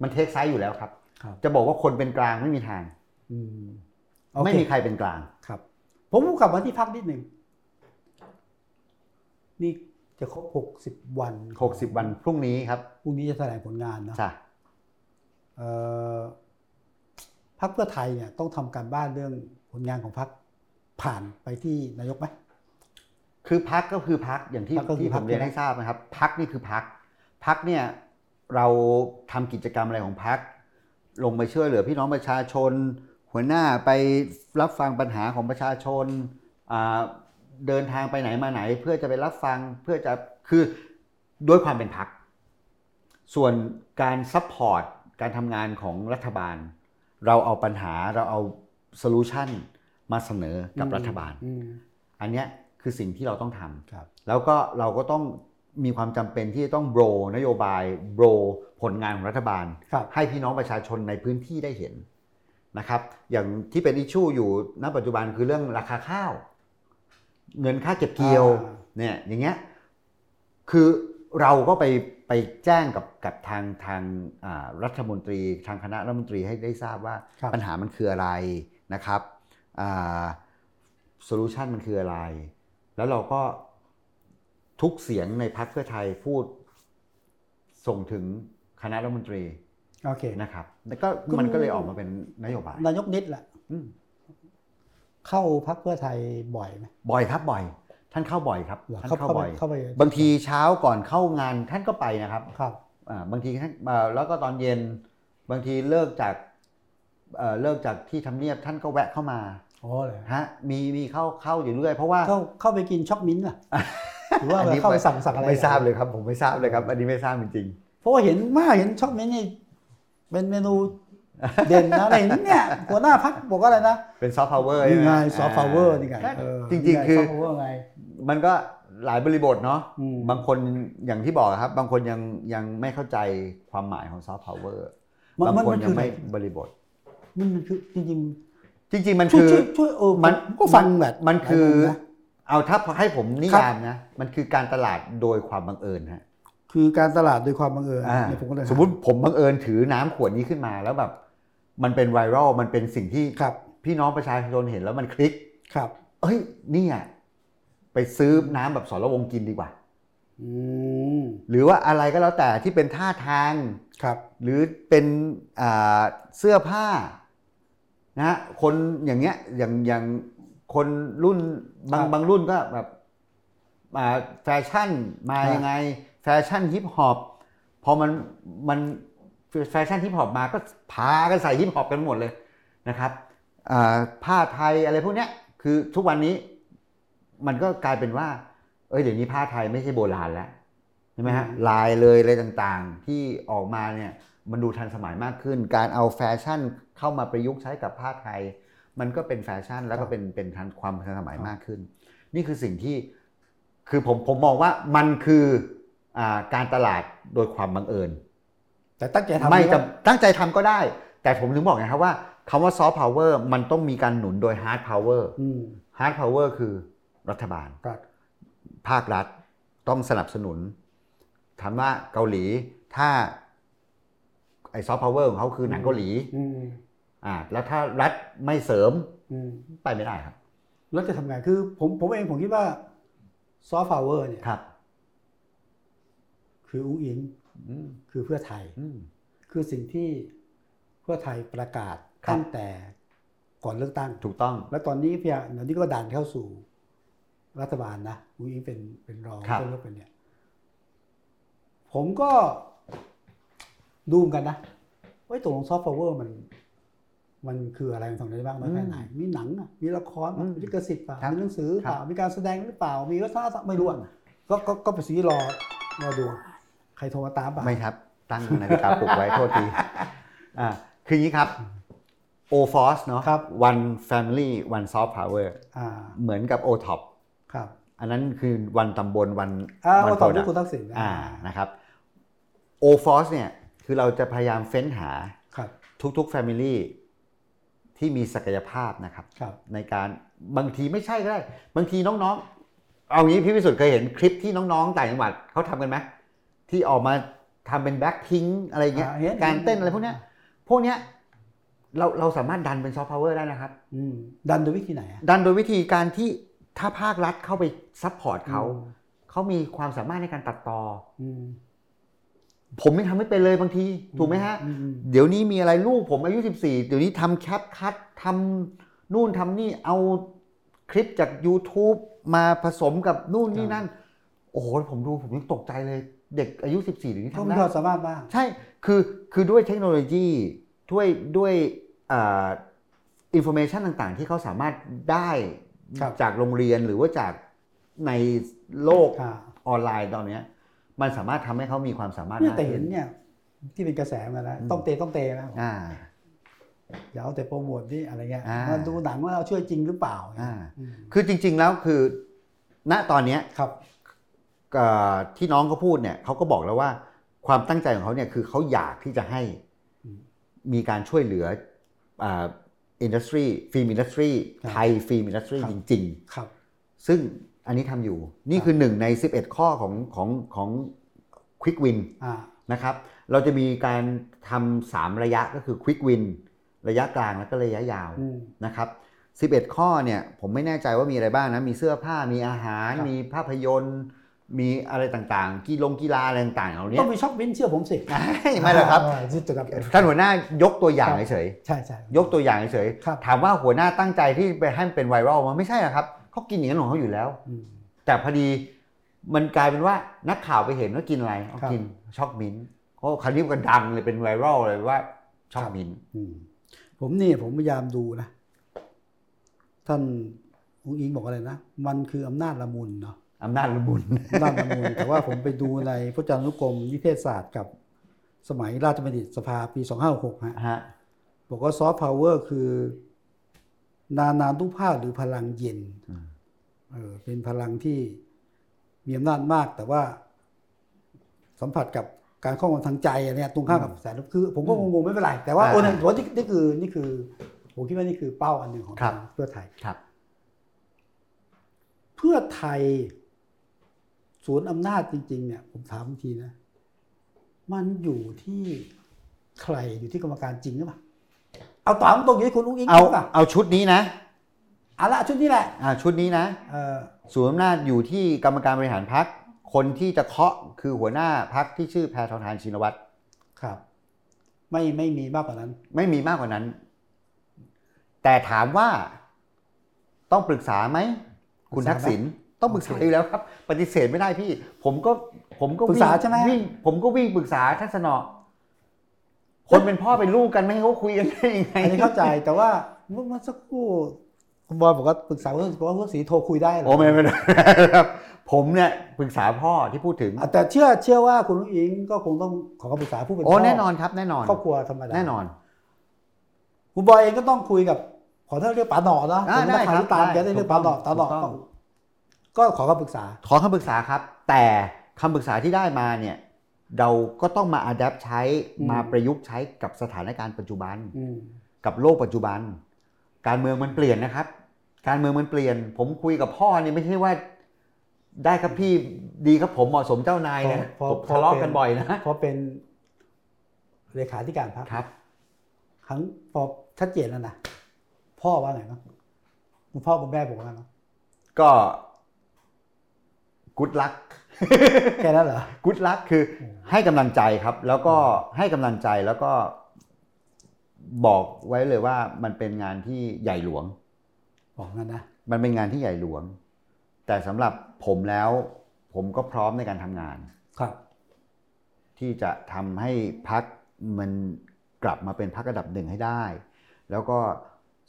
[SPEAKER 2] มันเทคไซส์อยู่แล้วครับ
[SPEAKER 1] ครับ
[SPEAKER 2] จะบอกว่าคนเป็นกลางไม่มีทาง
[SPEAKER 1] อืมโอเค
[SPEAKER 2] ไม่มีใครเป็นกลาง
[SPEAKER 1] ครับ ผมกลับมาที่พักนิดหนึ่ง นี่จะครบหกสิบ60 วัน
[SPEAKER 2] 60 วันพรุ่งนี้ครับ
[SPEAKER 1] พรุ่งนี้จะแถลงผลงานนะ
[SPEAKER 2] จ้ะ
[SPEAKER 1] เอ่อพักเพื่อไทยเนี่ยต้องทำการบ้านเรื่องผลงานของพักผ่านไปที่นายกไหม
[SPEAKER 2] คือพักก็คือพักอย่างที่
[SPEAKER 1] พรรคก็คือ
[SPEAKER 2] ที่
[SPEAKER 1] พ
[SPEAKER 2] ผ
[SPEAKER 1] รรค
[SPEAKER 2] มเรียน
[SPEAKER 1] ใช่ไหม
[SPEAKER 2] ให้ทราบนะครับพักนี่คือพักพักเนี่ยเราทำกิจกรรมอะไรของพัก ลงไปช่วยเหลือพี่น้องประชาชน หัวหน้าไปรับฟังปัญหาของประชาชนอ่าเดินทางไปไหนมาไหน เพื่อจะไปรับฟังเพื่อจะคือด้วยความเป็นพัก ส่วนการซัพพอร์ตการทำงานของรัฐบาล เราเอาปัญหาเราเอาโซลูชันมาเสนอกับรัฐบาล
[SPEAKER 1] อืม
[SPEAKER 2] อันเนี้ยคือสิ่งที่เราต้องทำ
[SPEAKER 1] ครับ
[SPEAKER 2] แล้วก็เราก็ต้องมีความจำเป็นที่จะต้องโบรนโยบายโบรผลงานของรัฐบาล
[SPEAKER 1] ครับ
[SPEAKER 2] ให้พี่น้องประชาชนในพื้นที่ได้เห็นนะครับ อย่างที่เป็นอิชชูอยู่ณปัจจุบันคือเรื่องราคาข้าว เงินค่าเก็บเกี่ยว
[SPEAKER 1] อ่า
[SPEAKER 2] เนี่ยอย่างเงี้ยคือเราก็ไปไปแจ้งกับกับทางทางอ่ารัฐมนตรีทางคณะรัฐมนตรีให้ได้ทราบว่า
[SPEAKER 1] ครับ
[SPEAKER 2] ปัญหามันคืออะไรนะครับโซลูชันมันคืออะไร แล้วเราก็ทุกเสียงในพักเพื่อไทยพูดส่งถึงคณะรัฐมนตรี
[SPEAKER 1] โอเค
[SPEAKER 2] นะครับ แล้วก็
[SPEAKER 1] คุณ
[SPEAKER 2] มันก็เลยออกมาเป็นนโยบาย
[SPEAKER 1] นายกนิดแหละ
[SPEAKER 2] อืม
[SPEAKER 1] เข้าพักเพื่อไทยบ่อยไหม
[SPEAKER 2] บ่อยครับบ่อย ท่านเข้าบ่อยครับ
[SPEAKER 1] หรอ
[SPEAKER 2] ท่าน
[SPEAKER 1] เข้า
[SPEAKER 2] เข้า
[SPEAKER 1] เข้าไป
[SPEAKER 2] บ่อย
[SPEAKER 1] เข้าไป
[SPEAKER 2] บางทีเช้าก่อนเข้างานท่านก็ไปนะครับ
[SPEAKER 1] ครับ
[SPEAKER 2] อ่าบางทีท่านอ่าแล้วก็ตอนเย็น บางทีเลิกจากเอ่อเลิกจากที่ทำเนียบท่านก็แวะเข้ามา
[SPEAKER 1] อ๋อเลย
[SPEAKER 2] ฮะมีมีเข้าเข้าอยู่เรื่อยเพราะว่า
[SPEAKER 1] เข้าเข้าไปกินช็อกมิ้นท์ล่ะ หรือว่า
[SPEAKER 2] อันนี้
[SPEAKER 1] เข้าไปสั่งสั่งอะไร
[SPEAKER 2] ไม่ทราบเลยครับ ผมไม่ทราบเลยครับ อันนี้ไม่ทราบจริง
[SPEAKER 1] เพราะว่าเห็นมากเห็นชอบเมนี่เป็นเมนูเด่นนะ อะไรเนี่ยหัวหน้าพักบอกว่าอะไรนะ
[SPEAKER 2] ๆเป็นซอฟต์พาวเวอร์
[SPEAKER 1] นี่ไง
[SPEAKER 2] ใช่หม
[SPEAKER 1] ซอฟต์พาวเวอร์นี่ไง
[SPEAKER 2] ใช่
[SPEAKER 1] เออ
[SPEAKER 2] จริง ๆ คือ
[SPEAKER 1] ซอฟต์พาวเวอร์ไง
[SPEAKER 2] มันก็หลายบริบทเนาะ
[SPEAKER 1] อืม
[SPEAKER 2] บางคนอย่างที่บอกครับ บางคนยังยังไม่เข้าใจความหมายของซอฟต์พาวเวอร์
[SPEAKER 1] มัน
[SPEAKER 2] บาง
[SPEAKER 1] มัน
[SPEAKER 2] คน
[SPEAKER 1] มัน
[SPEAKER 2] ยั
[SPEAKER 1] คือ
[SPEAKER 2] ง
[SPEAKER 1] อะไร
[SPEAKER 2] ไม่บริบท
[SPEAKER 1] มันมันคือจริง
[SPEAKER 2] จริง ๆ มัน
[SPEAKER 1] ๆช่วย
[SPEAKER 2] คื
[SPEAKER 1] ช่
[SPEAKER 2] อ
[SPEAKER 1] วยช่วยเออ
[SPEAKER 2] มั
[SPEAKER 1] มัน
[SPEAKER 2] น
[SPEAKER 1] ก็ฟังแบบ
[SPEAKER 2] มันคือ
[SPEAKER 1] หลายมุมนะ
[SPEAKER 2] เอาถ้าให้ผมนิ
[SPEAKER 1] ครับ
[SPEAKER 2] ยามนะ มันคือการตลาดโดยความบังเอิญฮะ
[SPEAKER 1] คือการตลาดโดยความบังเอิญ
[SPEAKER 2] อ่า
[SPEAKER 1] เนี่ยผมก็เลย
[SPEAKER 2] สมมติผมบังเอิญถือน้ำขวดนี้ขึ้นมาแล้วแบบมันเป็นไวรัลมันเป็นสิ่งที่
[SPEAKER 1] ครับ
[SPEAKER 2] พี่น้องประชาชนเห็นแล้วมันคลิก
[SPEAKER 1] ครับ
[SPEAKER 2] เอ้ยเนี่ยไปซื้อน้ำแบบสรวงกินดีกว่า
[SPEAKER 1] อืม
[SPEAKER 2] หรือว่าอะไรก็แล้วแต่ที่เป็นท่าทาง
[SPEAKER 1] ครับ
[SPEAKER 2] หรือเป็นอ่าเสื้อผ้านะฮะคนอย่างเงี้ยอย่างอย่างคนรุ่นบาง
[SPEAKER 1] ครับ
[SPEAKER 2] บางรุ่นก็แบบอ่าแฟชั่นมา
[SPEAKER 1] ครับ
[SPEAKER 2] ยังไง แฟชั่นฮิปฮอปพอมันมันแฟชั่นฮิปฮอปมาก็พากันใส่ฮิปฮอปกันหมดเลย นะครับเอ่อผ้าไทยอะไรพวกเนี้ยคือทุกวันนี้มันก็กลายเป็นว่า เอ้ยเดี๋ยวนี้ผ้าไทยไม่ใช่โบราณแล้วใช่ไหมฮะ
[SPEAKER 1] อืม
[SPEAKER 2] ลายเลยอะไรต่างๆ ที่ออกมาเนี่ยมันดูทันสมัยมากขึ้น การเอาแฟชั่นเข้ามาประยุกต์ใช้กับผ้าไทย มันก็เป็นแฟชั่นแล้วก็เป็นเป็นทันความทันสมัยมากขึ้น นี่คือสิ่งที่คือผมผมมองว่ามันคืออาการตลาดโดยความบังเอิญ
[SPEAKER 1] แต่ตั้งใจทำ
[SPEAKER 2] ไม่
[SPEAKER 1] ห
[SPEAKER 2] จำตั้งใจทำก็ได้ แต่ผมถึงบอกไงครับว่าคำว่าซอฟต์พาวเวอร์มันต้องมีการหนุนโดยฮาร์ดพาวเวอร์
[SPEAKER 1] อืม
[SPEAKER 2] ฮาร์ดพาวเวอร์คือรัฐบาล
[SPEAKER 1] ครับ
[SPEAKER 2] ภาครัฐต้องสนับสนุนถามว่าเกาหลีถ้าไอซอฟต์พาวเวอร์ของเขาคือหนังเกาหลี
[SPEAKER 1] อืม
[SPEAKER 2] อ่าแล้วถ้ารัฐไม่เสริม
[SPEAKER 1] อืม
[SPEAKER 2] ไปไม่ได้ครับ
[SPEAKER 1] แล้วจะทำไงคือผมผมเองผมคิดว่าซอฟต์พาวเวอร์เนี่ย
[SPEAKER 2] ครับ
[SPEAKER 1] คืออุ้งอิง
[SPEAKER 2] อืม
[SPEAKER 1] คือเพื่อไทย
[SPEAKER 2] อืม
[SPEAKER 1] คือสิ่งที่เพื่อไทยประกาศ
[SPEAKER 2] ครับ
[SPEAKER 1] ตั้งแต่ก่อนเลือกตั้ง
[SPEAKER 2] ถูกต้อง
[SPEAKER 1] แล้วตอนนี้พี่อ่ะเดี๋ยวนี้ก็ดันเข้าสู่รัฐบาลนะอุ้งอิงเป็นเป็นรอง
[SPEAKER 2] ครับ
[SPEAKER 1] ก็เลือกเป็นเนี่ย ผมก็ดูเหมอนกันนะว่าตกลงซอฟต์พาวเวอร์มัน มันคืออะไรมันทำอะไรได้บ้างมันแค่ไหน มีหนังอะมีละครอะ
[SPEAKER 2] อืม
[SPEAKER 1] มีลิขสิทธิ์เปล่า
[SPEAKER 2] ครับ
[SPEAKER 1] มีหนังสือเปล่า
[SPEAKER 2] ครับ
[SPEAKER 1] มีการแสดงหรือเปล่า มีวัฒนธรรมไม่รู้อะก็ก็ก็ไปนสีรอรอดู ใครโทรมาตามเปล่ะ
[SPEAKER 2] ไม่ครับ ตั้งนาฬิกาปลุกไว้ โทษทีอ่าคืออย่างนี้ครับ o f o r c e เนาะ one family one soft power
[SPEAKER 1] อ่า
[SPEAKER 2] เหมือนกับ o t o p
[SPEAKER 1] ครับ
[SPEAKER 2] อันนั้นคือวันตำบลวัน
[SPEAKER 1] อ่า
[SPEAKER 2] วั
[SPEAKER 1] มาตอบ
[SPEAKER 2] โปร
[SPEAKER 1] ที่
[SPEAKER 2] ดัก
[SPEAKER 1] คุ
[SPEAKER 2] ต์
[SPEAKER 1] ณทักษิณนะ
[SPEAKER 2] อ่านะครับ o f o r c e เนี่ย คือเราจะพยายามเฟ้นหา
[SPEAKER 1] ครับ
[SPEAKER 2] ทุกๆ Family ที่มีศักยภาพนะครับ
[SPEAKER 1] ครับ
[SPEAKER 2] ในการบางทีไม่ใช่ก็ได้ บางทีน้องๆ เอางี้พี่พิสุทธิ์เคยเห็นคลิปที่น้องๆต่างจังหวัดเขาทำกันไหมที่ออกมาทำเป็นแบ็คพิงอะไรเงี้ย
[SPEAKER 1] อ่าเห็น
[SPEAKER 2] การเต้นอะไรพวกเนี้ยพวกเนี้ยเราเราสามารถดันเป็นซอฟต์พาวเวอร์ได้นะครับ
[SPEAKER 1] อืมดันโดยวิธีไหนอะ
[SPEAKER 2] ดันโดยวิธีการที่ถ้าภาครัฐเข้าไปซัพพอร์ตเขา
[SPEAKER 1] อืม
[SPEAKER 2] เขามีความสามารถในการตัดต่อ
[SPEAKER 1] อืม
[SPEAKER 2] ผมยังทำไม่เป็นเลยบางทีถูกไหมฮะ
[SPEAKER 1] อืมอืม
[SPEAKER 2] เดี๋ยวนี้มีอะไรลูกผมอายุ 14 เดี๋ยวนี้ทำแคปคัดทำนู่นทำนี่เอาคลิปจาก YouTube มาผสมกับนู่นนี่นั่น โอ้โห ผมดูผมยังตกใจเลย เด็กอายุ 14เดี๋ยวนี้
[SPEAKER 1] ต้องมี
[SPEAKER 2] ทำได้
[SPEAKER 1] ความสามารถบ้าง
[SPEAKER 2] ใช่คือคือด้วยเทคโนโลยีด้วยด้วยอินโฟเมชันต่างๆ ที่เขาสามารถได้
[SPEAKER 1] ครับ
[SPEAKER 2] จากโรงเรียนหรือว่าจากในโลก
[SPEAKER 1] อ่า
[SPEAKER 2] ออนไลน์ตอนเนี้ยมันสามารถทำให้เขามีความสามารถ
[SPEAKER 1] เนี่ย
[SPEAKER 2] มาก
[SPEAKER 1] แต่เห็
[SPEAKER 2] ขึ้
[SPEAKER 1] น
[SPEAKER 2] น
[SPEAKER 1] เนี่ย ที่เป็นกระแสมาแล้ว
[SPEAKER 2] อืม
[SPEAKER 1] ต้องเตะต้องเตะนะ
[SPEAKER 2] อ่า
[SPEAKER 1] อย่าเอาแต่โปรโมทนี่อะไรเงี้ย
[SPEAKER 2] อ่ามั
[SPEAKER 1] มาดูหนังว่าเราช่วยจริงหรือเปล่า
[SPEAKER 2] อ่า
[SPEAKER 1] อืม
[SPEAKER 2] คือจริง ๆ แล้วคือ ณ ตอนเนี้ย
[SPEAKER 1] ครับ
[SPEAKER 2] เอ่อที่น้องเขาพูดเนี่ยเขาก็บอกแล้วว่าความตั้งใจของเขาเนี่ยคือเขาอยากที่จะให้มีการช่วยเหลืออินดัสทรีฟิล์มอินดัสทรีไทยฟิล์มอินดัสทรีจริง
[SPEAKER 1] ครับ
[SPEAKER 2] ๆ ซึ่งอันนี้ทำอยู่ นี่คือหนึ่งใน 11 ข้อของของของควิกวิน
[SPEAKER 1] อ่า
[SPEAKER 2] นะครับ เราจะมีการทำสามระยะก็คือควิกวินระยะกลางแล้วก็ระยะยาว
[SPEAKER 1] อืม
[SPEAKER 2] นะครับ 11 ข้อเนี่ยผมไม่แน่ใจว่ามีอะไรบ้างนะ มีเสื้อผ้า มีอาหาร
[SPEAKER 1] ครับ
[SPEAKER 2] มีภาพยนตร์ มีอะไรต่างๆ กีฬงกีฬาอะไรต่างๆ เหล่านี้
[SPEAKER 1] ต้องมีช็อปวินเชื่อผมสิ
[SPEAKER 2] ไม่หรอกครับ
[SPEAKER 1] าที่จะทำ
[SPEAKER 2] ท่านหัวหน้ายกตัวอย่างเฉย
[SPEAKER 1] ใช่ใช่
[SPEAKER 2] ๆ ยกตัวอย่างเฉยๆ
[SPEAKER 1] ครับ
[SPEAKER 2] ถามว่าหัวหน้าตั้งใจที่ไปให้มันเป็นไวรัลมันไม่ใช่หรอกครับ เขากินอย่างนั้นของเขาอยู่แล้ว
[SPEAKER 1] อืม
[SPEAKER 2] แต่พอดีมันกลายเป็นว่านักข่าวไปเห็นว่ากินอะไรเอา
[SPEAKER 1] ครับ
[SPEAKER 2] กินช็อกมิ้นท์โอ้คราวนี้มันก็ดังเลยเป็นไวรัลเลยว่าช็อกมิ้นท์
[SPEAKER 1] อืมผมเนี่ยผมพยายามดูนะ ท่านองอิงบอกอะไรนะ มันคืออำนาจละมุนเนาะ
[SPEAKER 2] อำนาจละมุน
[SPEAKER 1] ด้านประ มูลแต่ว่าผมไปดูในพจนานุกรมนิเทศศาสตร์กับสมัยราชบัณฑิตสภาปี 2566ฮะ
[SPEAKER 2] ฮะ
[SPEAKER 1] บอกว่าซอฟต์พาวเวอร์คือ นานานุภาพหรือพลังเย็น
[SPEAKER 2] อืม
[SPEAKER 1] เออเป็นพลังที่มีอำนาจมาก แต่ว่าสัมผัสกับการข้องกันทางใจอะไรเนี่ยตรงข้ามกับแสนลบคือ ผมก็งงๆไม่เป็นไร แต่ว่าโอ้นั่นผมว่านี่นี่คือนี่คือ ผมคิดว่านี่คือเป้าอันหนึ่งของทางเพื่อไทย
[SPEAKER 2] ครับ
[SPEAKER 1] เพื่อไทยศูนย์อำนาจจริง ๆ เนี่ย ผมถามบางทีนะ มันอยู่ที่ใครอยู่ที่กรรมการจริงหรือเปล่าเอาตอบตรงๆอยู่ที่คุณอุ้งอิง
[SPEAKER 2] เอา
[SPEAKER 1] หรือเปล่า
[SPEAKER 2] เอาชุดนี้นะ
[SPEAKER 1] เอาละชุดนี้แหละ
[SPEAKER 2] อ่าชุดนี้นะ
[SPEAKER 1] เออ
[SPEAKER 2] ศูนย์อำนาจอยู่ที่กรรมการบริหารพัก คนที่จะเคาะคือหัวหน้าพักที่ชื่อแพทองทานชินวัตร
[SPEAKER 1] ครับ ไม่ไม่มีมากกว่านั้น
[SPEAKER 2] ไม่มีมากกว่านั้น แต่ถามว่าต้องปรึกษาไหม คุณทักษิณต้องปรึกษา
[SPEAKER 1] โอเค
[SPEAKER 2] อยู่แล้วครับ ปฏิเสธไม่ได้พี่ ผมก็ผมก็
[SPEAKER 1] ปรึกษาใช่ไหม
[SPEAKER 2] วิ่งผมก็วิ่งปรึกษาท่านสนอ คนเป็นพ่อเป็นลูกกันไม่ให้เขาคุยกันได้ยังไง
[SPEAKER 1] อันนี้เข้าใจแต่ว่าเมื่อเมื่อสักครู่คุณบอลบอกว่าปรึกษาเพื่อนบอกว่าเพื่อนสีโทรคุยได้เหรอ
[SPEAKER 2] โอ้ไม่ไม่ได้ครับ ผมเนี่ยปรึกษาพ่อที่พูดถึง
[SPEAKER 1] อ่ะแต่เชื่อเชื่อว่าคุณลุงอิงก็คงต้องขอคำปรึกษาผู้เป็น
[SPEAKER 2] โอ้
[SPEAKER 1] พ่อ
[SPEAKER 2] แน่นอนครับแน่นอน
[SPEAKER 1] ครอบครัวธรรมดา
[SPEAKER 2] แน่นอน
[SPEAKER 1] คุณบอยเองก็ต้องคุยกับขอถ้าเรียกป๋าหนอนะ
[SPEAKER 2] อ่า
[SPEAKER 1] ผม
[SPEAKER 2] ได้
[SPEAKER 1] ต้อง
[SPEAKER 2] ค
[SPEAKER 1] ขาย
[SPEAKER 2] รับ
[SPEAKER 1] ที่ตามแก
[SPEAKER 2] ได้
[SPEAKER 1] ได้เรียกป๋าหนอ
[SPEAKER 2] ถูก
[SPEAKER 1] ป๋าหนอ
[SPEAKER 2] ต้อง
[SPEAKER 1] ก็ก็ขอคำปรึกษา
[SPEAKER 2] ขอคำปรึกษาครับ แต่คำปรึกษาที่ได้มาเนี่ยเราก็ต้องมาอัดแอปใช้
[SPEAKER 1] อืม
[SPEAKER 2] มาประยุกต์ใช้กับสถานการณ์ปัจจุบัน
[SPEAKER 1] อืม
[SPEAKER 2] กับโลกปัจจุบัน การเมืองมันเปลี่ยนนะครับ การเมืองมันเปลี่ยน ผมคุยกับพ่อเนี่ยไม่ใช่ว่า ได้ครับพี่ดีครับผมเหมาะสมเจ้านายนะ
[SPEAKER 1] พอ
[SPEAKER 2] ผม
[SPEAKER 1] พอ
[SPEAKER 2] ทะเลาะกันบ่อยนะ
[SPEAKER 1] เพราะเป็นเลขาธิการพรรค
[SPEAKER 2] ครับ
[SPEAKER 1] ครั้งพอชัดเจนแล้วนะพ่อว่าไงบ้างคุณพ่อคุณแม่บอกว่าไงบ้าง
[SPEAKER 2] ก็กุดลัก
[SPEAKER 1] แค่นั้นเหรอ
[SPEAKER 2] กุดลักคือให้กำลังใจครับ แล้วก็ให้กำลังใจแล้วก็ บอกไว้เลยว่ามันเป็นงานที่ใหญ่หลวง
[SPEAKER 1] บอกงั้นนะ
[SPEAKER 2] มันเป็นงานที่ใหญ่หลวง แต่สำหรับผมแล้ว ผมก็พร้อมในการทำงาน
[SPEAKER 1] ครับ
[SPEAKER 2] ที่จะทำให้พักมันกลับมาเป็นพักระดับหนึ่งให้ได้ แล้วก็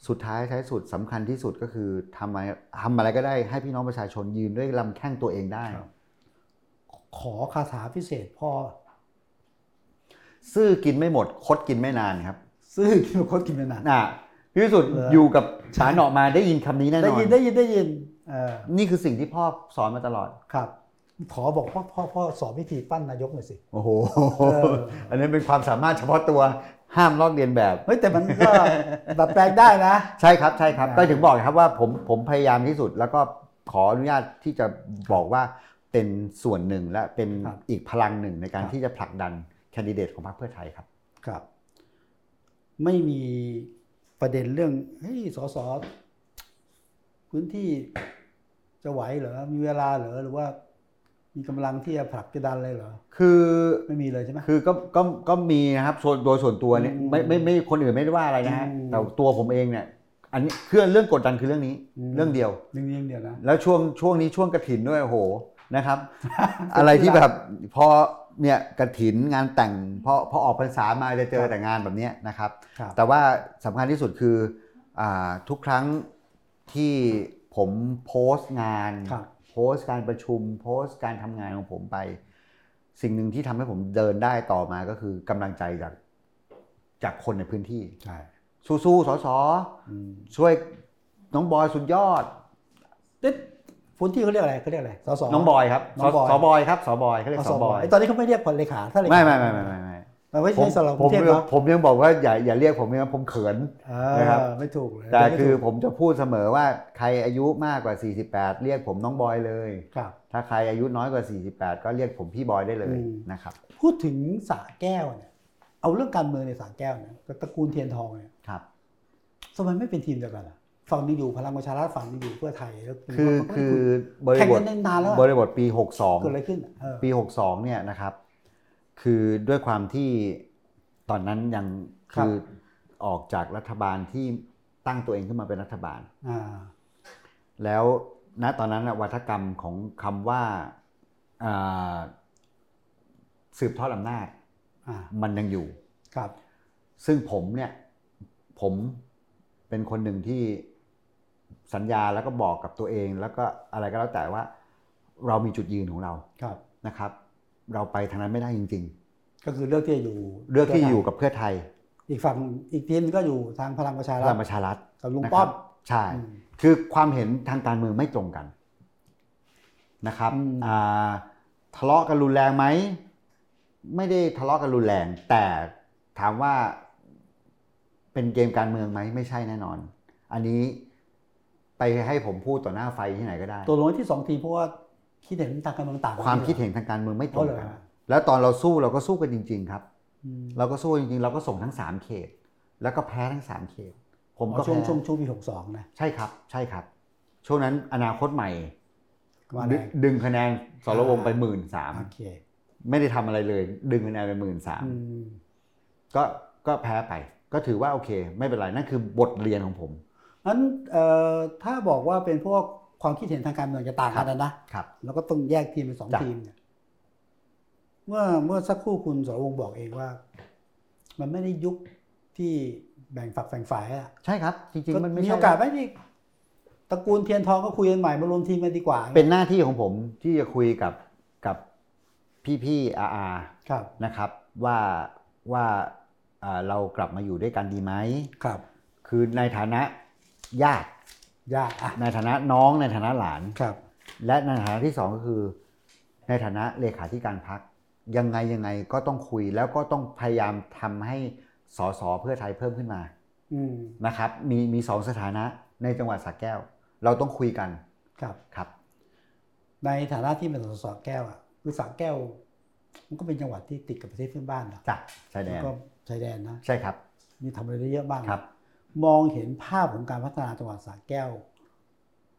[SPEAKER 2] สุดท้ายท้ายสุดสำคัญที่สุดก็คือทำอะไรทำอะไรก็ได้ให้พี่น้องประชาชนยืนด้วยลำแข้งตัวเองได้
[SPEAKER 1] ครับ ขอคาถาพิเศษพ่อ
[SPEAKER 2] ซื่อกินไม่หมด คดกินไม่นานครับ
[SPEAKER 1] ซื้อกินโคตรกินไม่นาน
[SPEAKER 2] อ่ะพี่วิสุทธิ์
[SPEAKER 1] เหรอ
[SPEAKER 2] อ
[SPEAKER 1] อ
[SPEAKER 2] ยู่กับฉานออกมาได้ยินคำนี้แน่น
[SPEAKER 1] ได้
[SPEAKER 2] อน
[SPEAKER 1] ยินได้ยินได้ยิน เออ
[SPEAKER 2] นี่คือสิ่งที่พ่อสอนมาตลอด
[SPEAKER 1] ครับ ขอบอกพ่อพ่อพ่อสอนวิธีปั้นนายกหน่อยสิ
[SPEAKER 2] โอ้โห
[SPEAKER 1] เออ
[SPEAKER 2] อันนั้นเป็นความสามารถเฉพาะตัวห้ามลอกเลียนแบบ
[SPEAKER 1] เฮ้ยแต่มัน ก็ ดัดแปลงได้นะ
[SPEAKER 2] ใช่ครับใช่ครับ
[SPEAKER 1] นะ
[SPEAKER 2] ก็ถึงบอกครับว่าผมผมพยายามที่สุด แล้วก็ขออนุญาตที่จะบอกว่าเป็นส่วนหนึ่งและเป็นอีกพลังหนึ่งในการที่จะผลักดันแคนดิเดตของพรรคเพื่อไทยครับ
[SPEAKER 1] ครับ ไม่มีประเด็นเรื่องเฮ้ยสสพื้นที่จะไหวเหรอ มีเวลาเหรอหรือว่า มีกำลังที่จะผลักจะดันเลยเหรอ
[SPEAKER 2] คือ
[SPEAKER 1] ไม่มีเลยใช่ไหม
[SPEAKER 2] คือก็ก็ก็มีนะครับส่วนโดยส่วนตัวเนี่ย
[SPEAKER 1] อืม
[SPEAKER 2] ไม่ไม่ไม่คนอื่นไม่ได้ว่าอะไรนะฮะ
[SPEAKER 1] อืม
[SPEAKER 2] แต่ตัวผมเองเนี่ยอันนี้คือเรื่องกดดันคือเรื่องนี้
[SPEAKER 1] อืม
[SPEAKER 2] เรื่องเดียว
[SPEAKER 1] หนึ่งเดียวเดียวนะ
[SPEAKER 2] แล้วช่วงช่วงนี้ช่วงกระถินด้วยโอ้โห นะครับ อะไรที่แบบพอเนี่ยกระถินงานแต่งพอพอออกพรรษามาจะเจอแต่งานแบบเนี้ยนะครับ
[SPEAKER 1] ครับ
[SPEAKER 2] แต่ว่าสำคัญที่สุดคืออาทุกครั้งที่ผมโพสต์งาน
[SPEAKER 1] ครับ
[SPEAKER 2] โพสต์การประชุม โพสต์การทำงานของผมไป สิ่งหนึ่งที่ทำให้ผมเดินได้ต่อมาก็คือกำลังใจจากจากคนในพื้นที่
[SPEAKER 1] ใช่
[SPEAKER 2] สู้ๆสส
[SPEAKER 1] อืม
[SPEAKER 2] ช่วยน้องบอยสุดยอด
[SPEAKER 1] เอ๊ะพื้นที่เขาเรียกอะไรเขาเรียกอะไรสส
[SPEAKER 2] น้องบอยครับ
[SPEAKER 1] น้องบอย
[SPEAKER 2] สสบอยครับสบอยเขาเรีย
[SPEAKER 1] อ๋อก ส
[SPEAKER 2] ส
[SPEAKER 1] บบ อ
[SPEAKER 2] อย
[SPEAKER 1] ยตอนนี้เขาไม่เรียกพลเลขาถ้าเลขา
[SPEAKER 2] ไม่ไม่ไม่ไม่ไม่ไม่
[SPEAKER 1] มันไม่
[SPEAKER 2] ผม
[SPEAKER 1] ใช่สำหรับก
[SPEAKER 2] ผม
[SPEAKER 1] รุงเทพ
[SPEAKER 2] ยัง
[SPEAKER 1] เนาะ
[SPEAKER 2] ผมยังบอกว่าอย่าอย่าเรียกผมเลยนะผมเขิน
[SPEAKER 1] เอ
[SPEAKER 2] นะครั
[SPEAKER 1] อบ ไม่ถูกเลย
[SPEAKER 2] แต่
[SPEAKER 1] ไม่ถูก
[SPEAKER 2] คือผมจะพูดเสมอว่าใครอายุมากกว่า 48 เรียกผมน้องบอยเลย
[SPEAKER 1] ครับ
[SPEAKER 2] ถ้าใครอายุน้อยกว่า 48 ก็เรียกผมพี่บอยได้เลย
[SPEAKER 1] อืม
[SPEAKER 2] นะครับ
[SPEAKER 1] พูดถึงสาแก้วเนี่ยเอาเรื่องการเมืองในสาแก้วเนี่ยตระกูลเทียนทองเนี่ย
[SPEAKER 2] ครับ
[SPEAKER 1] ทำไมไม่เป็นทีมเดียวกันอะฝั่งหนึงอยู่พลังประชารัฐฝั่งหนึงอยู่เพื่อไทยแล้ว
[SPEAKER 2] คือ
[SPEAKER 1] มันก็
[SPEAKER 2] คื
[SPEAKER 1] ไม่
[SPEAKER 2] อ
[SPEAKER 1] ณ
[SPEAKER 2] บริบท
[SPEAKER 1] แข่งกันนานแล้วอะ
[SPEAKER 2] บริบทปี
[SPEAKER 1] เกิดอะไรขึ้นอะเออ
[SPEAKER 2] 62 ปี 62เนี่ยนะครับ คือด้วยความที่ตอนนั้นยังคือออกจากรัฐบาลที่ตั้งตัวเองขึ้นมาเป็นรัฐบาล
[SPEAKER 1] อ่า
[SPEAKER 2] แล้วณตอนนั้นน่ะวัฒกรรมของคำว่าอ่าสืบทอดอำนาจ
[SPEAKER 1] อ่า
[SPEAKER 2] มันยังอยู่
[SPEAKER 1] ครับ
[SPEAKER 2] ซึ่งผมเนี่ย ผมเป็นคนหนึ่งที่สัญญาแล้วก็บอกกับตัวเอง แล้วก็อะไรก็แล้วแต่ว่า เรามีจุดยืนของเรา
[SPEAKER 1] ครับ
[SPEAKER 2] นะครับ เราไปทางนั้นไม่ได้จริง
[SPEAKER 1] ก็คือเลือกที่จะอยู่
[SPEAKER 2] ๆ เลือกที่อยู่กับเพื่อไทย
[SPEAKER 1] อีกฝั่งอีกทีมก็อยู่ทางพลังประชา
[SPEAKER 2] พ
[SPEAKER 1] รัฐ
[SPEAKER 2] ลังประชารัฐ
[SPEAKER 1] กับลุง
[SPEAKER 2] นะค
[SPEAKER 1] ป้อ
[SPEAKER 2] รับ
[SPEAKER 1] ม
[SPEAKER 2] ใช่
[SPEAKER 1] อืม
[SPEAKER 2] คือความเห็นทางการเมืองไม่ตรงกันนะครับ
[SPEAKER 1] อืม
[SPEAKER 2] อ่าทะเลาะกันรุนแรงไหม ไม่ได้ทะเลาะกันรุนแรง แต่ถามว่าเป็นเกมการเมืองไหมไม่ใช่แน่นอน อันนี้ไปให้ผมพูดต่อหน้าไฟที่ไหนก็ได้
[SPEAKER 1] ตัวลงที่สองทีมเพราะว่าคิดเห็นต่างกันเมืองต่างกั
[SPEAKER 2] ความคิด
[SPEAKER 1] หรอ
[SPEAKER 2] เห็นทางการเมืองไม่ตรง
[SPEAKER 1] อ๋
[SPEAKER 2] กั
[SPEAKER 1] อเหร
[SPEAKER 2] น
[SPEAKER 1] อฮะ
[SPEAKER 2] แล้วตอนเราสู้เราก็สู้กันจริง ๆ ครับ
[SPEAKER 1] อืม
[SPEAKER 2] เราก็สู้จริงๆ เราก็ส่งทั้งสามเขต แล้วก็แพ้ทั้งสามเขต ผมก็
[SPEAKER 1] ช่วง
[SPEAKER 2] แพ้
[SPEAKER 1] ช่วงช่วงปีหกสองนะ
[SPEAKER 2] ใช่ครับ ใช่ครับ ช่วงนั้นอนาคตใหม่
[SPEAKER 1] มา
[SPEAKER 2] ดึ
[SPEAKER 1] แรง ง
[SPEAKER 2] ดึงคะแนนสรวงไป
[SPEAKER 1] อ่า
[SPEAKER 2] หมื่นสาม
[SPEAKER 1] โอเค
[SPEAKER 2] ไม่ได้ทำอะไรเลย ดึงคะแนนไปหมื่นสาม
[SPEAKER 1] อืม
[SPEAKER 2] ก็ก็แพ้ไป ก็ถือว่าโอเค ไม่เป็นไร นั่นคือบทเรียนของผม
[SPEAKER 1] งั้นเอ่อถ้าบอกว่าเป็นพวกความคิดเห็นทางการเมืองจะต่างกันนะครับ แล้วก็ต้องแยกทีมเป็นสอง
[SPEAKER 2] จ้ะ
[SPEAKER 1] ทีมเนี่ยเมื่อเมื่อสักครู่คุณสรวงศ์บอกเองว่า มันไม่ได้ยุคที่แบ่งฝักแบ่งฝ่ายอะ
[SPEAKER 2] ใช่ครับ จริงๆ มันไม่
[SPEAKER 1] มี
[SPEAKER 2] ใช่
[SPEAKER 1] โอกาสไหมที่ตระกูลเทียนทองก็คุยกันใหม่มารวมทีมกันดีกว่า
[SPEAKER 2] เป็นหน้าที่ของผมที่จะคุยกับกับพี่ๆอาอา
[SPEAKER 1] ครับ
[SPEAKER 2] นะครับ ว่าว่าอ่าเรากลับมาอยู่ด้วยกันดีไหม
[SPEAKER 1] ครับ
[SPEAKER 2] คือในฐานะญาติ
[SPEAKER 1] ยากอ่ะ
[SPEAKER 2] ในฐานะน้องในฐานะหลาน
[SPEAKER 1] ครับ
[SPEAKER 2] และในฐานะที่สองก็คือ ในฐานะเลขาธิการพักยังไงยังไงก็ต้องคุยแล้วก็ต้องพยายามทำให้สสเพื่อไทยเพิ่มขึ้นมา
[SPEAKER 1] อืม
[SPEAKER 2] นะครับ มีมีสองสถานะในจังหวัดสระแก้ว เราต้องคุยกัน
[SPEAKER 1] ครับ
[SPEAKER 2] ครับ
[SPEAKER 1] ในฐานะที่เป็นสสแก้วอ่ะคือสระแก้ว มันก็เป็นจังหวัดที่ติดกับประเทศเพื่อนบ้านนะ
[SPEAKER 2] จากชายแด
[SPEAKER 1] แล้ว
[SPEAKER 2] น
[SPEAKER 1] ก็ชายแดนนะ
[SPEAKER 2] ใช่ครับ
[SPEAKER 1] นี่ทำอะไรได้เยอะบ้างนะครับ มองเห็นภาพของการพัฒนาจังหวัดสระแก้ว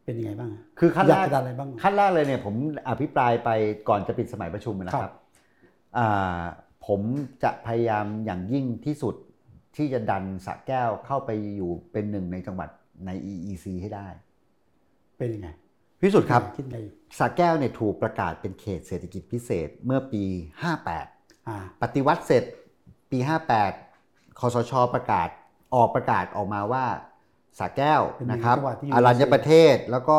[SPEAKER 1] เป็นยังไงบ้างอะ
[SPEAKER 2] คือขั้น
[SPEAKER 1] อ
[SPEAKER 2] แร
[SPEAKER 1] ยาก
[SPEAKER 2] ก
[SPEAKER 1] จะดันอะไรบ้าง
[SPEAKER 2] ขั้นแรกเลยเนี่ยผมอภิปรายไปก่อนจะปิดสมัยประชุมนะ
[SPEAKER 1] ค
[SPEAKER 2] ค
[SPEAKER 1] รั
[SPEAKER 2] รับบ อ่าผมจะพยายามอย่างยิ่งที่สุดที่จะดันสระแก้วเข้าไปอยู่เป็นหนึ่งในจังหวัดใน EEC ให้ได้
[SPEAKER 1] เป็นยังไง
[SPEAKER 2] พิสุทธิ์ครับ
[SPEAKER 1] คิดไงอยู่
[SPEAKER 2] สระแก้วเนี่ยถูกประกาศเป็นเขตเศรษฐกิจพิเศษเมื่อปี 58
[SPEAKER 1] อ่า
[SPEAKER 2] ปฏิวัติเสร็จปี 58คสช ประกาศออกประกาศออกมาว่าสระแก้ว
[SPEAKER 1] เป็นหนึ่ง
[SPEAKER 2] นะครับ
[SPEAKER 1] จังหวัดที่อยู่
[SPEAKER 2] อรัญญประเทศแล้วก็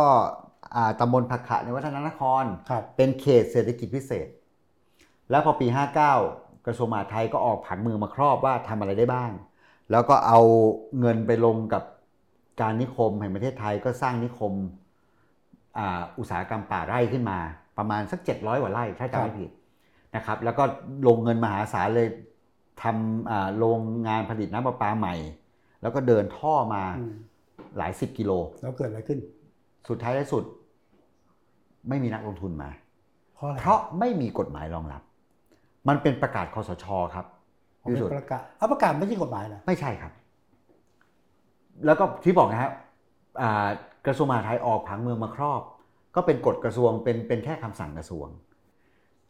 [SPEAKER 2] อ่าตำบลผักขะในวัฒนนคร
[SPEAKER 1] ครับ
[SPEAKER 2] เป็นเขตเศรษฐกิจพิเศษ แล้วพอปี 59 กระทรวงมหาดไทยก็ออกผังเมืองมาครอบว่าทำอะไรได้บ้าง แล้วก็เอาเงินไปลงกับการนิคมแห่งประเทศไทยก็สร้างนิคมอาอุตสาหกรรมป่าไร่ขึ้นมา ประมาณสัก 700 กว่าไร่ถ้าจำไม่ผิดนะครับ แล้วก็ลงเงินมหาศาลเลยทำอ่าโรงงานผลิตน้ำประปาใหม่ แล้วก็เดินท่อมา
[SPEAKER 1] อืม
[SPEAKER 2] หลายสิบกิโล
[SPEAKER 1] แล้วเกิดอะไรขึ้น
[SPEAKER 2] สุดท้ายและสุด ไม่มีนักลงทุนมา
[SPEAKER 1] เพราะอะไร
[SPEAKER 2] เพราะไม่มีกฎหมายรองรับ มันเป็นประกาศคอสชครับ
[SPEAKER 1] ผมเป็น
[SPEAKER 2] สุด
[SPEAKER 1] ประกาศเอาประกาศไม่ใช่กฎหมายเหรอ
[SPEAKER 2] ไม่ใช่ครับ แล้วก็ที่บอกนะครับอ่ากระทรวงมหาดไทยออกผังเมืองมาครอบ ก็เป็นกฎกระทรวงเป็นเป็นแค่คำสั่งกระทรวง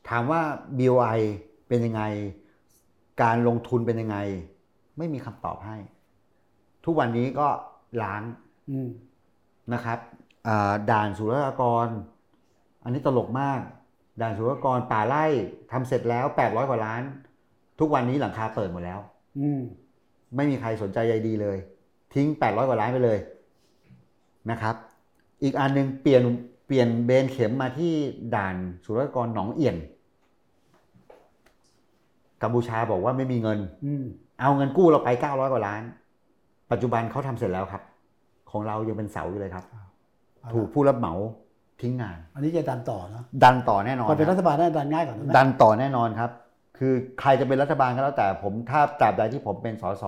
[SPEAKER 2] ถามว่า BOI เป็นยังไง การลงทุนเป็นยังไง ไม่มีคำตอบให้ ทุกวันนี้ก็ล้าง
[SPEAKER 1] อืม
[SPEAKER 2] นะครับอ่าด่านศุลกากร อันนี้ตลกมาก ด่านศุลกากรป่าไร่ทำเสร็จแล้ว 800 กว่าล้าน ทุกวันนี้หลังคาเปิดหมดแล้ว
[SPEAKER 1] อืม
[SPEAKER 2] ไม่มีใครสนใจใยดีเลย ทิ้ง 800 กว่าล้านไปเลยนะครับ อีกอันหนึงเปลี่ยนเปลี่ยนเบนเข็มมาที่ด่านศุลกากรหนองเอี่ยนกัมพูชาบอกว่าไม่มีเงิน
[SPEAKER 1] อืม
[SPEAKER 2] เอาเงินกู้เราไป 900 กว่าล้าน ปัจจุบันเขาทำเสร็จแล้วครับ ของเรายังเป็นเสาอยู่เลยครับ
[SPEAKER 1] เอา
[SPEAKER 2] ถูก
[SPEAKER 1] ละ
[SPEAKER 2] ผู้รับเหมาทิ้งงาน
[SPEAKER 1] อันนี้จะดันต่อเนาะ
[SPEAKER 2] ดันต่อแน่นอน
[SPEAKER 1] ก่อนเป็น
[SPEAKER 2] ค
[SPEAKER 1] รั
[SPEAKER 2] รับ
[SPEAKER 1] ฐบาลน่าจะดันง่ายกว่านั้นไหม
[SPEAKER 2] ดันต่อแน่นอนครับ คือใครจะเป็นรัฐบาลก็แล้วแต่ผมถ้าตราบใดที่ผมเป็นสส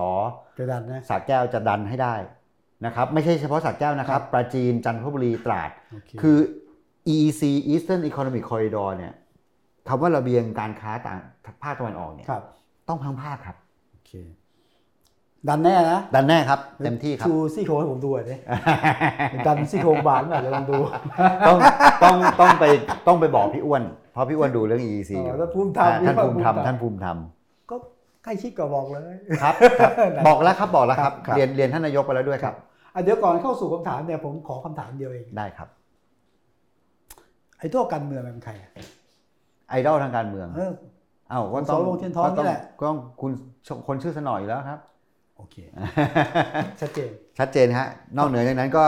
[SPEAKER 1] จะดันนะ
[SPEAKER 2] สระแก้วจะดันให้ได้นะครับ ไม่ใช่เฉพาะสระแก้วนะครับ ปราจีนจันทบุรีตราด
[SPEAKER 1] โอเค
[SPEAKER 2] คือ EEC Eastern Economic Corridor เนี่ยคำว่าระเบียงการค้าต่างภาคตะวันออกเนี่ย
[SPEAKER 1] ครับ
[SPEAKER 2] ต้องพังภาคครับ
[SPEAKER 1] โอเค ดันแน่นะ
[SPEAKER 2] ดันแน่ครับ เต็มที่ครับ
[SPEAKER 1] ชูซี่โครงให้ผมดูหน่อยดิ ดันซี่โครงบานหน่อยเดี๋ยวลองดู
[SPEAKER 2] ต้องต้องต้องไปต้องไปบอกพี่อ้วน เพราะพี่อ้วนดูเรื่อง EEC อยู่
[SPEAKER 1] แล้วภูมิธรรม
[SPEAKER 2] อ่าท่านภูมิธรรมท่านภูมิธรรม
[SPEAKER 1] ก็ใกล้ชิดกับบอกเลย
[SPEAKER 2] ครับครับ บอกแล้วครับบอกแล้วครับ
[SPEAKER 1] ครับ
[SPEAKER 2] เรียนเรียนท่านนายกไปแล้วด้วยครับ
[SPEAKER 1] อ่ะเดี๋ยวก่อนเข้าสู่คำถามเนี่ยผมขอคำถามเดียวเอง
[SPEAKER 2] ได้ครับ
[SPEAKER 1] ไอ้ตัวการเมืองมันเป็นใครอะ
[SPEAKER 2] ไอดอลทางการเมือง
[SPEAKER 1] เออ
[SPEAKER 2] เอ้าก็ต้
[SPEAKER 1] ส
[SPEAKER 2] อง
[SPEAKER 1] รวงเทียนทอง
[SPEAKER 2] ก็ต้
[SPEAKER 1] นี่แหละ
[SPEAKER 2] ก็ต้องคุณคนชื่อสนออยู่แล้วครับ
[SPEAKER 1] โอ เค ชัดเจน
[SPEAKER 2] ชัดเจนฮะ นอกเหนือจากนั้นก็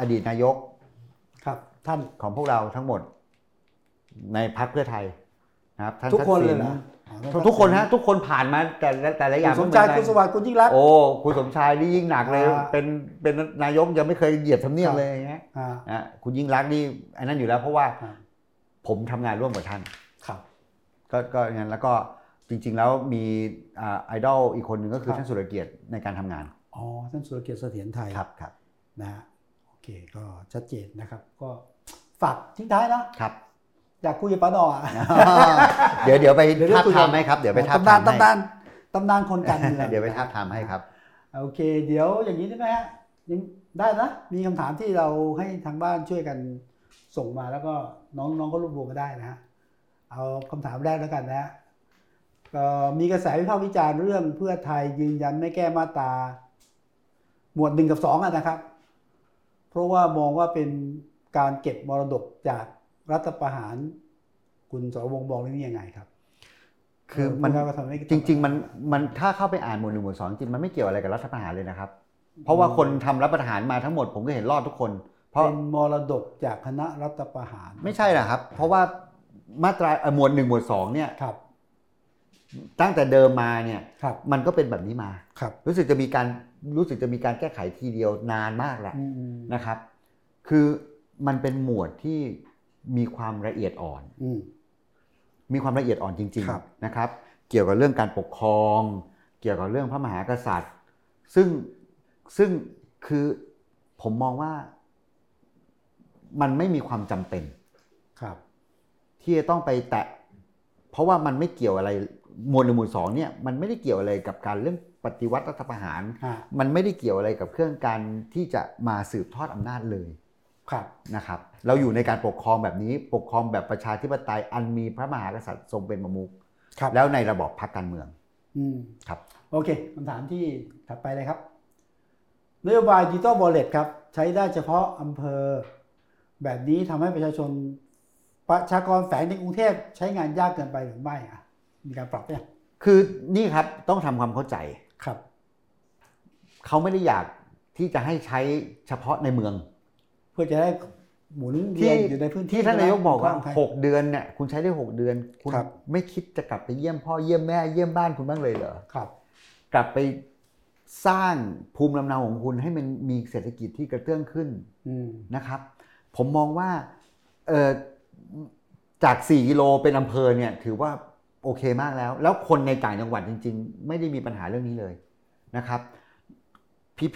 [SPEAKER 2] อดีตนายก
[SPEAKER 1] ครับ ท่าน
[SPEAKER 2] ของพวกเราทั้งหมด ในพักเพื่อไทยนะครับท่าน
[SPEAKER 1] ทุกคนเลย
[SPEAKER 2] ทั
[SPEAKER 1] เหร
[SPEAKER 2] ก
[SPEAKER 1] อ
[SPEAKER 2] ษิณ
[SPEAKER 1] อ๋อ
[SPEAKER 2] ทุกคนฮะ ทุกคนผ่านมาแต่ละแต่ละอ
[SPEAKER 1] คุ
[SPEAKER 2] ย่าง
[SPEAKER 1] ณสมชาย
[SPEAKER 2] ไเห
[SPEAKER 1] คุ
[SPEAKER 2] อ
[SPEAKER 1] ณ
[SPEAKER 2] น
[SPEAKER 1] ส
[SPEAKER 2] กัน
[SPEAKER 1] วัสดิ์คุณยิ่งรักษณ์
[SPEAKER 2] โอ้คุณสมชายนี่ยิ่งหนักเลย
[SPEAKER 1] อ่า
[SPEAKER 2] เป็นเป็นนายกยังไม่เคยเหยียบทำเนียบเลยนะฮะ
[SPEAKER 1] อ่า
[SPEAKER 2] อ่ะคุณยิ่งรักษณ์นี่อันนั้นอยู่แล้วเพราะว่า
[SPEAKER 1] อ่า
[SPEAKER 2] ผมทำงานร่วมกับท่าน
[SPEAKER 1] ครับ
[SPEAKER 2] ก็ก็งั้นแล้วก็จริง ๆ แล้วมีไอดอลอีกคนหนึ่งก็คื
[SPEAKER 1] ค
[SPEAKER 2] อ
[SPEAKER 1] รับ
[SPEAKER 2] ท่านสุรเกียรติในการทำงาน
[SPEAKER 1] อ๋อ ท่านสุรเกียรติเสถียรไทย
[SPEAKER 2] ครับครับ
[SPEAKER 1] นะฮะโอเคก็ชัดเจนนะครับ ก็ฝากทิ้งท้ายนะ
[SPEAKER 2] ครับ
[SPEAKER 1] อยากคุยกับป้าดออ่ะ
[SPEAKER 2] เดี๋ยวเดี๋ยวไป
[SPEAKER 1] เดี๋ยวเรีย
[SPEAKER 2] ท้าก
[SPEAKER 1] คุยกัน
[SPEAKER 2] ทามให้ครับเดี๋ยวไปท้า
[SPEAKER 1] ตำนาน
[SPEAKER 2] ทาม
[SPEAKER 1] ตำนานตำนานคนการเมือ
[SPEAKER 2] ให้
[SPEAKER 1] ง
[SPEAKER 2] เดี๋ยวไปท้าทามให้ครับ
[SPEAKER 1] โอเค เดี๋ยวอย่างนี้ได้ไหมฮะยังได้นะ มีคำถามที่เราให้ทางบ้านช่วยกันส่งมาแล้วก็น้องน้องก็รวบรวมมาได้นะฮะเอาคำถามแรกแล้วกันนะฮะเอ่อมีกระแสวิพากษ์วิจารณ์เรื่องเพื่อไทยยืนยันไม่แก้มาตราหมวดหนึ่งกับสองอะนะครับ เพราะว่ามองว่าเป็นการเก็บมรดกจากรัฐประหาร คุณสรวงศ์มองเรื่องนี้ยังไงครับ
[SPEAKER 2] คือมัน
[SPEAKER 1] เพูดง่ายๆว่าทำให้
[SPEAKER 2] จริง ๆ มันมันถ้าเข้าไปอ่านหมวดหนึ่งหมวดสองจริงมันไม่เกี่ยวอะไรกับรัฐประหารเลยนะครับ เพราะว่าคนทำรัฐประหารมาทั้งหมดผมก็เห็นรอดทุกคน เพราะ
[SPEAKER 1] เป็นมรดกจากคณะรัฐประหาร
[SPEAKER 2] ไม่ใช่นะครับ เพราะว่ามาตราเอ่อหมวดหนึ่งหมวดสองเนี่ย
[SPEAKER 1] ครับ
[SPEAKER 2] ตั้งแต่เดิมมาเนี่ย
[SPEAKER 1] ครับ
[SPEAKER 2] มันก็เป็นแบบนี้มา
[SPEAKER 1] ครับ
[SPEAKER 2] รู้สึกจะมีการรู้สึกจะมีการแก้ไขทีเดียวนานมากแหละ
[SPEAKER 1] อืม
[SPEAKER 2] นะครับ คือมันเป็นหมวดที่มีความละเอียดอ่อน
[SPEAKER 1] อืม
[SPEAKER 2] มีความละเอียดอ่อนจริง
[SPEAKER 1] ครับ
[SPEAKER 2] ๆนะครับ เกี่ยวกับเรื่องการปกครอง เกี่ยวกับเรื่องพระมหากษัตริย์ ซึ่งซึ่งคือผมมองว่ามันไม่มีความจำเป็น
[SPEAKER 1] ครับ
[SPEAKER 2] ที่จะต้องไปแตะ เพราะว่ามันไม่เกี่ยวอะไรหมวลหนึ่งหมวลสองเนี่ยมันไม่ได้เกี่ยวอะไรกับการเรื่องปฏิวัติรัฐประหาร
[SPEAKER 1] ฮะ
[SPEAKER 2] มันไม่ได้เกี่ยวอะไรกับเครื่องการที่จะมาสืบทอดอำนาจเลย
[SPEAKER 1] ครับ
[SPEAKER 2] นะครับ เราอยู่ในการปกครองแบบนี้ ปกครองแบบประชาธิปไตยอันมีพระมหากษัตริย์ทรงเป็นประมุข
[SPEAKER 1] ครับ
[SPEAKER 2] แล้วในระบอบพรรคการเมือง
[SPEAKER 1] อืม
[SPEAKER 2] ครับ
[SPEAKER 1] โอเคคำถามที่ถัดไปเลยครับนโยบายดิจิตอลวอลเล็ตครับ ใช้ได้เฉพาะอำเภอ แบบนี้ทำให้ประชาชน ประชากรแฝงในกรุงเทพใช้งานยากเกินไปหรือไม่อ่ะ มีการปรับไหมอ่ะ
[SPEAKER 2] คือนี่ครับต้องทำความเข้าใจ
[SPEAKER 1] ครับ
[SPEAKER 2] เขาไม่ได้อยากที่จะให้ใช้เฉพาะในเมือง
[SPEAKER 1] เพื่อจะได้หมุนเวียนอยู่ในพื้นที่
[SPEAKER 2] ที่ท่านนายกบอกว่า
[SPEAKER 1] ขงไทย
[SPEAKER 2] 6 เดือนเนี่ยคุณใช้ได้ 6 เดือน คุณ
[SPEAKER 1] ครับ
[SPEAKER 2] ไม่คิดจะกลับไปเยี่ยมพ่อเยี่ยมแม่เยี่ยมบ้านคุณบ้างเลยเหรอ
[SPEAKER 1] ครับ
[SPEAKER 2] กลับไปสร้างภูมิลำเนาของคุณให้มันมีเศรษฐกิจที่กระเตื้องขึ้น
[SPEAKER 1] อืม
[SPEAKER 2] นะครับ ผมมองว่าเอ่อจาก 4 กิโลเป็นอำเภอเนี่ยถือว่าโอเคมากแล้ว แล้วคนในต่างจังหวัดจริง ๆ ไม่ได้มีปัญหาเรื่องนี้เลยนะครับ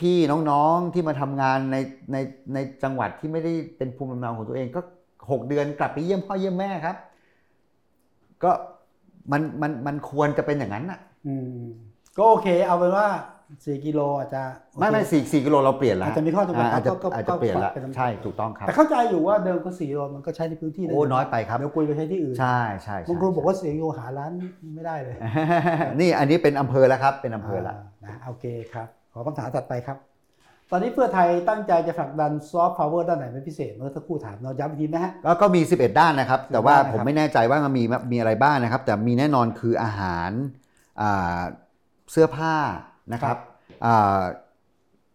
[SPEAKER 2] พี่ๆน้องๆที่มาทำงานในในในจังหวัดที่ไม่ได้เป็นภูมิลำเนาของตัวเองก็ 6 เดือนกลับไปเยี่ยมพ่อเยี่ยมแม่ครับ ก็มันมันมันควรจะเป็นอย่างนั้นน่ะ
[SPEAKER 1] อืมก็โอเค เอาเป็นว่าสี่กิโลอาจจะโอเค
[SPEAKER 2] ไม่ไม่สี่สี่กิโลเราเปลี่ยนแล้ว
[SPEAKER 1] อาจจะมีข้อจำกัด
[SPEAKER 2] าอาจจะ
[SPEAKER 1] ก็ก็
[SPEAKER 2] อาจจะเปลี่ยนแล้ว
[SPEAKER 1] ก็เป็น
[SPEAKER 2] ใช่ถูกต้องครับ
[SPEAKER 1] แต่เข้าใจอยู่ว่าเดิมก็สี่กิโลมันก็ใช้ในพื้นที่ได้
[SPEAKER 2] โอ้น้อยไปครับ
[SPEAKER 1] เดี๋ยวคุยไปใช้ที่อื่น
[SPEAKER 2] ใช่ใช่ใช่
[SPEAKER 1] บางคนบอกว่าสี่กิโลหาร้านไม่ได้เลย
[SPEAKER 2] นี่อันนี้เป็นอำเภอแล้วครับเป็นอำเภอแล้ว
[SPEAKER 1] านะโอเคครับ ขอคำถามถัดไปครับ ตอนนี้เพื่อไทยตั้งใจจะผลักดันซอฟต์พาวเวอร์ด้านไหนเป็นพิเศษ เมื่อสักครู่ถามเราย้ำอีกทีนะฮะ
[SPEAKER 2] แล้วก็มี 11 ด้านนะครับ แต่ว่า
[SPEAKER 1] ด้านนะครับ
[SPEAKER 2] ผมไม่แน่ใจว่ามันมีมีอะไรบ้างนะครับ แต่มีแน่นอนคืออาหารอ่าเสื้อผ้านะครับอ่า